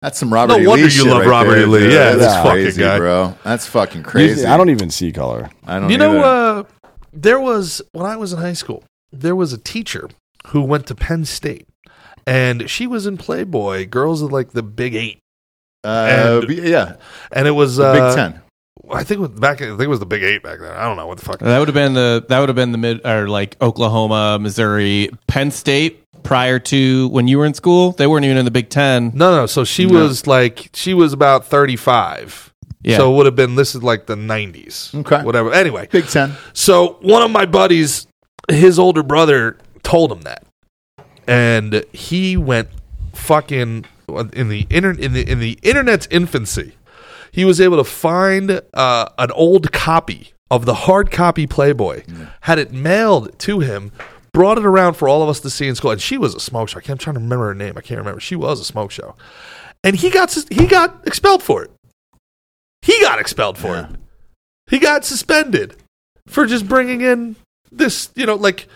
Speaker 2: That's some Robert
Speaker 3: No
Speaker 2: E.
Speaker 3: wonder
Speaker 2: Lee
Speaker 3: you
Speaker 2: shit
Speaker 3: love
Speaker 2: right
Speaker 3: Robert
Speaker 2: there,
Speaker 3: E. Lee.
Speaker 2: dude.
Speaker 3: Yeah, this
Speaker 2: That's
Speaker 3: fucking
Speaker 2: crazy,
Speaker 3: guy.
Speaker 2: bro. That's fucking
Speaker 4: You-
Speaker 2: crazy.
Speaker 4: I don't even see color.
Speaker 2: I don't
Speaker 3: you know,
Speaker 2: either.
Speaker 3: uh, there was when I was in high school, there was a teacher who went to Penn State, and she was in Playboy. Girls of like the Big Eight,
Speaker 2: Uh,
Speaker 3: and-
Speaker 2: b- yeah,
Speaker 3: and it was
Speaker 2: the
Speaker 3: uh,
Speaker 2: Big Ten.
Speaker 3: I think it was back. I think it was the Big Eight back then. I don't know what the fuck.
Speaker 5: that would have been the that would have been the mid or like Oklahoma, Missouri, Penn State prior to when you were in school. They weren't even in the Big Ten.
Speaker 3: No, no. So she was like she was about thirty five.
Speaker 5: Yeah.
Speaker 3: So it would have been this is like the nineties.
Speaker 2: Okay.
Speaker 3: Whatever. Anyway,
Speaker 2: Big Ten.
Speaker 3: So one of my buddies, his older brother, told him that, and he went fucking in the inter- in the in the internet's infancy. He was able to find uh, an old copy of the hard copy Playboy, had it mailed to him, brought it around for all of us to see in school. And she was a smoke show. I can't, I'm trying to remember her name. I can't remember. She was a smoke show, and he got sus- he got expelled for it. He got expelled for it. He got suspended for just bringing in this, you know, like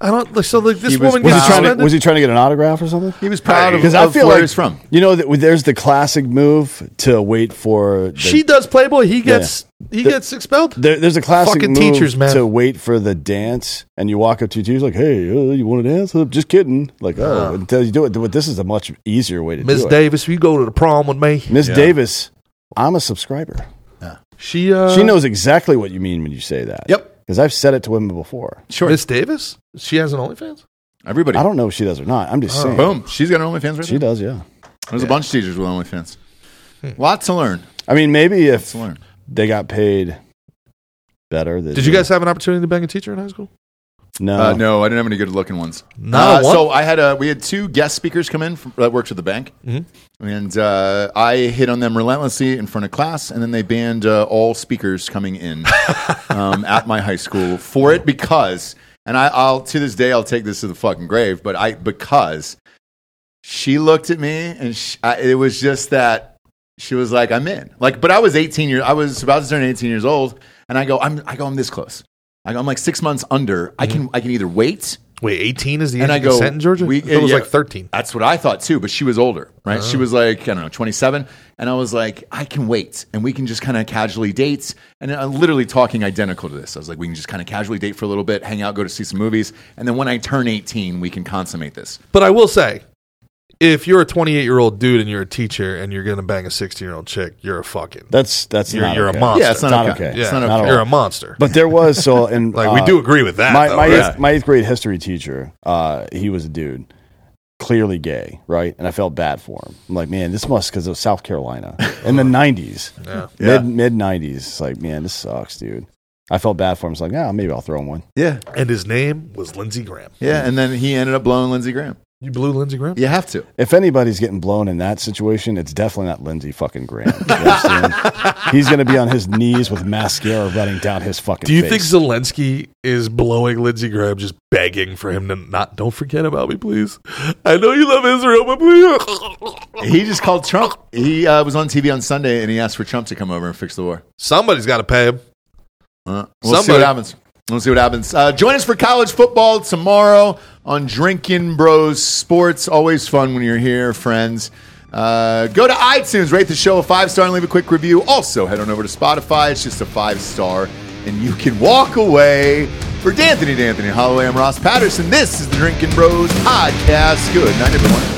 Speaker 3: I don't like so like this
Speaker 2: He was
Speaker 3: woman
Speaker 4: Was
Speaker 3: gets
Speaker 4: he trying
Speaker 3: suspended.
Speaker 4: to? Was he trying to get an autograph or something?
Speaker 2: He was proud of,
Speaker 4: Because I
Speaker 2: of
Speaker 4: feel
Speaker 2: where
Speaker 4: like
Speaker 2: he's from.
Speaker 4: You know, th- there's the classic move to wait for the,
Speaker 3: she does Playboy. He gets he
Speaker 4: The-
Speaker 3: gets expelled.
Speaker 4: There, there's a classic
Speaker 3: Fucking
Speaker 4: move
Speaker 3: teachers, man.
Speaker 4: to wait for the dance, and you walk up to your teacher like, "Hey, uh, you want to dance? Uh, Just kidding." Like, oh, until you do it. But this is a much easier way to
Speaker 3: Miss
Speaker 4: do it.
Speaker 3: Davis, you go to the prom with me.
Speaker 4: Miss
Speaker 2: Yeah.
Speaker 4: Davis, I'm a subscriber.
Speaker 3: She uh,
Speaker 4: she knows exactly what you mean when you say that.
Speaker 2: Yep.
Speaker 4: because I've said it to women before.
Speaker 2: Sure.
Speaker 3: Miss Davis. She has an OnlyFans.
Speaker 2: Everybody.
Speaker 4: I don't know if she does or not. I'm just saying.
Speaker 2: Boom. She's got her OnlyFans right
Speaker 4: She
Speaker 2: there.
Speaker 4: does, yeah.
Speaker 2: There's a bunch of teachers with OnlyFans. Lot to learn.
Speaker 4: I mean, maybe if
Speaker 2: To learn.
Speaker 4: they got paid better, they
Speaker 3: Did you
Speaker 4: do.
Speaker 3: guys have an opportunity to bang a teacher in high school?
Speaker 4: No,
Speaker 2: Uh, no, I didn't have any good looking ones.
Speaker 3: Not
Speaker 2: Uh,
Speaker 3: one?
Speaker 2: So I had a we had two guest speakers come in from, that works at the bank,
Speaker 3: Mm-hmm.
Speaker 2: and uh, I hit on them relentlessly in front of class, and then they banned uh, all speakers coming in um, at my high school for it because, and I, I'll to this day I'll take this to the fucking grave, but I because she looked at me and sh I, it was just that she was like, "I'm in." Like, but I was 18 years. I was about to turn 18 years old, and I go, "I'm." I go, "I'm this close." I go, "I'm like six months under. I
Speaker 3: Mm-hmm.
Speaker 2: can. I can either wait."
Speaker 3: Wait, eighteen is the
Speaker 2: And
Speaker 3: age
Speaker 2: I
Speaker 3: of
Speaker 2: go,
Speaker 3: consent in Georgia.
Speaker 2: we-
Speaker 3: I thought it was
Speaker 2: yeah.
Speaker 3: like thirteen. Oh.
Speaker 2: That's what I thought too, but she was older, right? She was like, I don't know, 27. And I was like, I can wait and we can just kind of casually date. And I'm literally talking identical to this. I was like, we can just kind of casually date for a little bit, hang out, go to see some movies. And then when I turn 18, we can consummate this.
Speaker 3: But I will say, if you're a 28 year old dude and you're a teacher and you're gonna bang a 16 year old chick, you're a fucking
Speaker 4: that's that's
Speaker 3: you're,
Speaker 4: not
Speaker 3: you're
Speaker 4: okay.
Speaker 3: a monster.
Speaker 2: Yeah, it's not,
Speaker 4: Not
Speaker 2: okay.
Speaker 4: okay.
Speaker 3: Yeah,
Speaker 2: It's not
Speaker 4: not
Speaker 2: okay.
Speaker 4: at
Speaker 3: you're
Speaker 4: all.
Speaker 3: a monster.
Speaker 4: But there was so, and
Speaker 3: like we
Speaker 4: uh,
Speaker 3: do agree with that.
Speaker 4: my
Speaker 3: though,
Speaker 4: my
Speaker 3: right?
Speaker 4: eighth, my eighth grade history teacher, uh, he was a dude. clearly gay, right? And I felt bad for him. I'm like, man, this must because of South Carolina in the '90s,
Speaker 2: Yeah.
Speaker 4: mid mid '90s. It's like, man, this sucks, dude. I felt bad for him. It's like, ah, maybe I'll throw him one.
Speaker 2: Yeah.
Speaker 3: And his name was Lindsey Graham.
Speaker 2: Yeah. And then he ended up blowing Lindsey Graham.
Speaker 3: You blew Lindsey Graham?
Speaker 2: You have to.
Speaker 4: If anybody's getting blown in that situation, it's definitely not Lindsey fucking Graham. You know what I'm saying? He's gonna be on his knees with mascara running down his fucking.
Speaker 3: Do you
Speaker 4: face.
Speaker 3: think Zelensky is blowing Lindsey Graham, just begging for him to not, don't forget about me, please? I know you love Israel, but please.
Speaker 2: He just called Trump. He uh, was on TV on Sunday and he asked for Trump to come over and fix the war.
Speaker 3: Somebody's got to pay him.
Speaker 2: Uh, we'll see
Speaker 3: Somebody-
Speaker 2: what happens. We'll see what happens. Uh, join us for college football tomorrow on Drinking Bros Sports. Always fun when you're here, friends. Uh, go to iTunes, rate the show a five star, and leave a quick review. Also, head on over to Spotify. It's just a five star, and you can walk away. For D'Anthony, D'Anthony Holloway, I'm Ross Patterson. This is the Drinking Bros Podcast. Good night, everyone.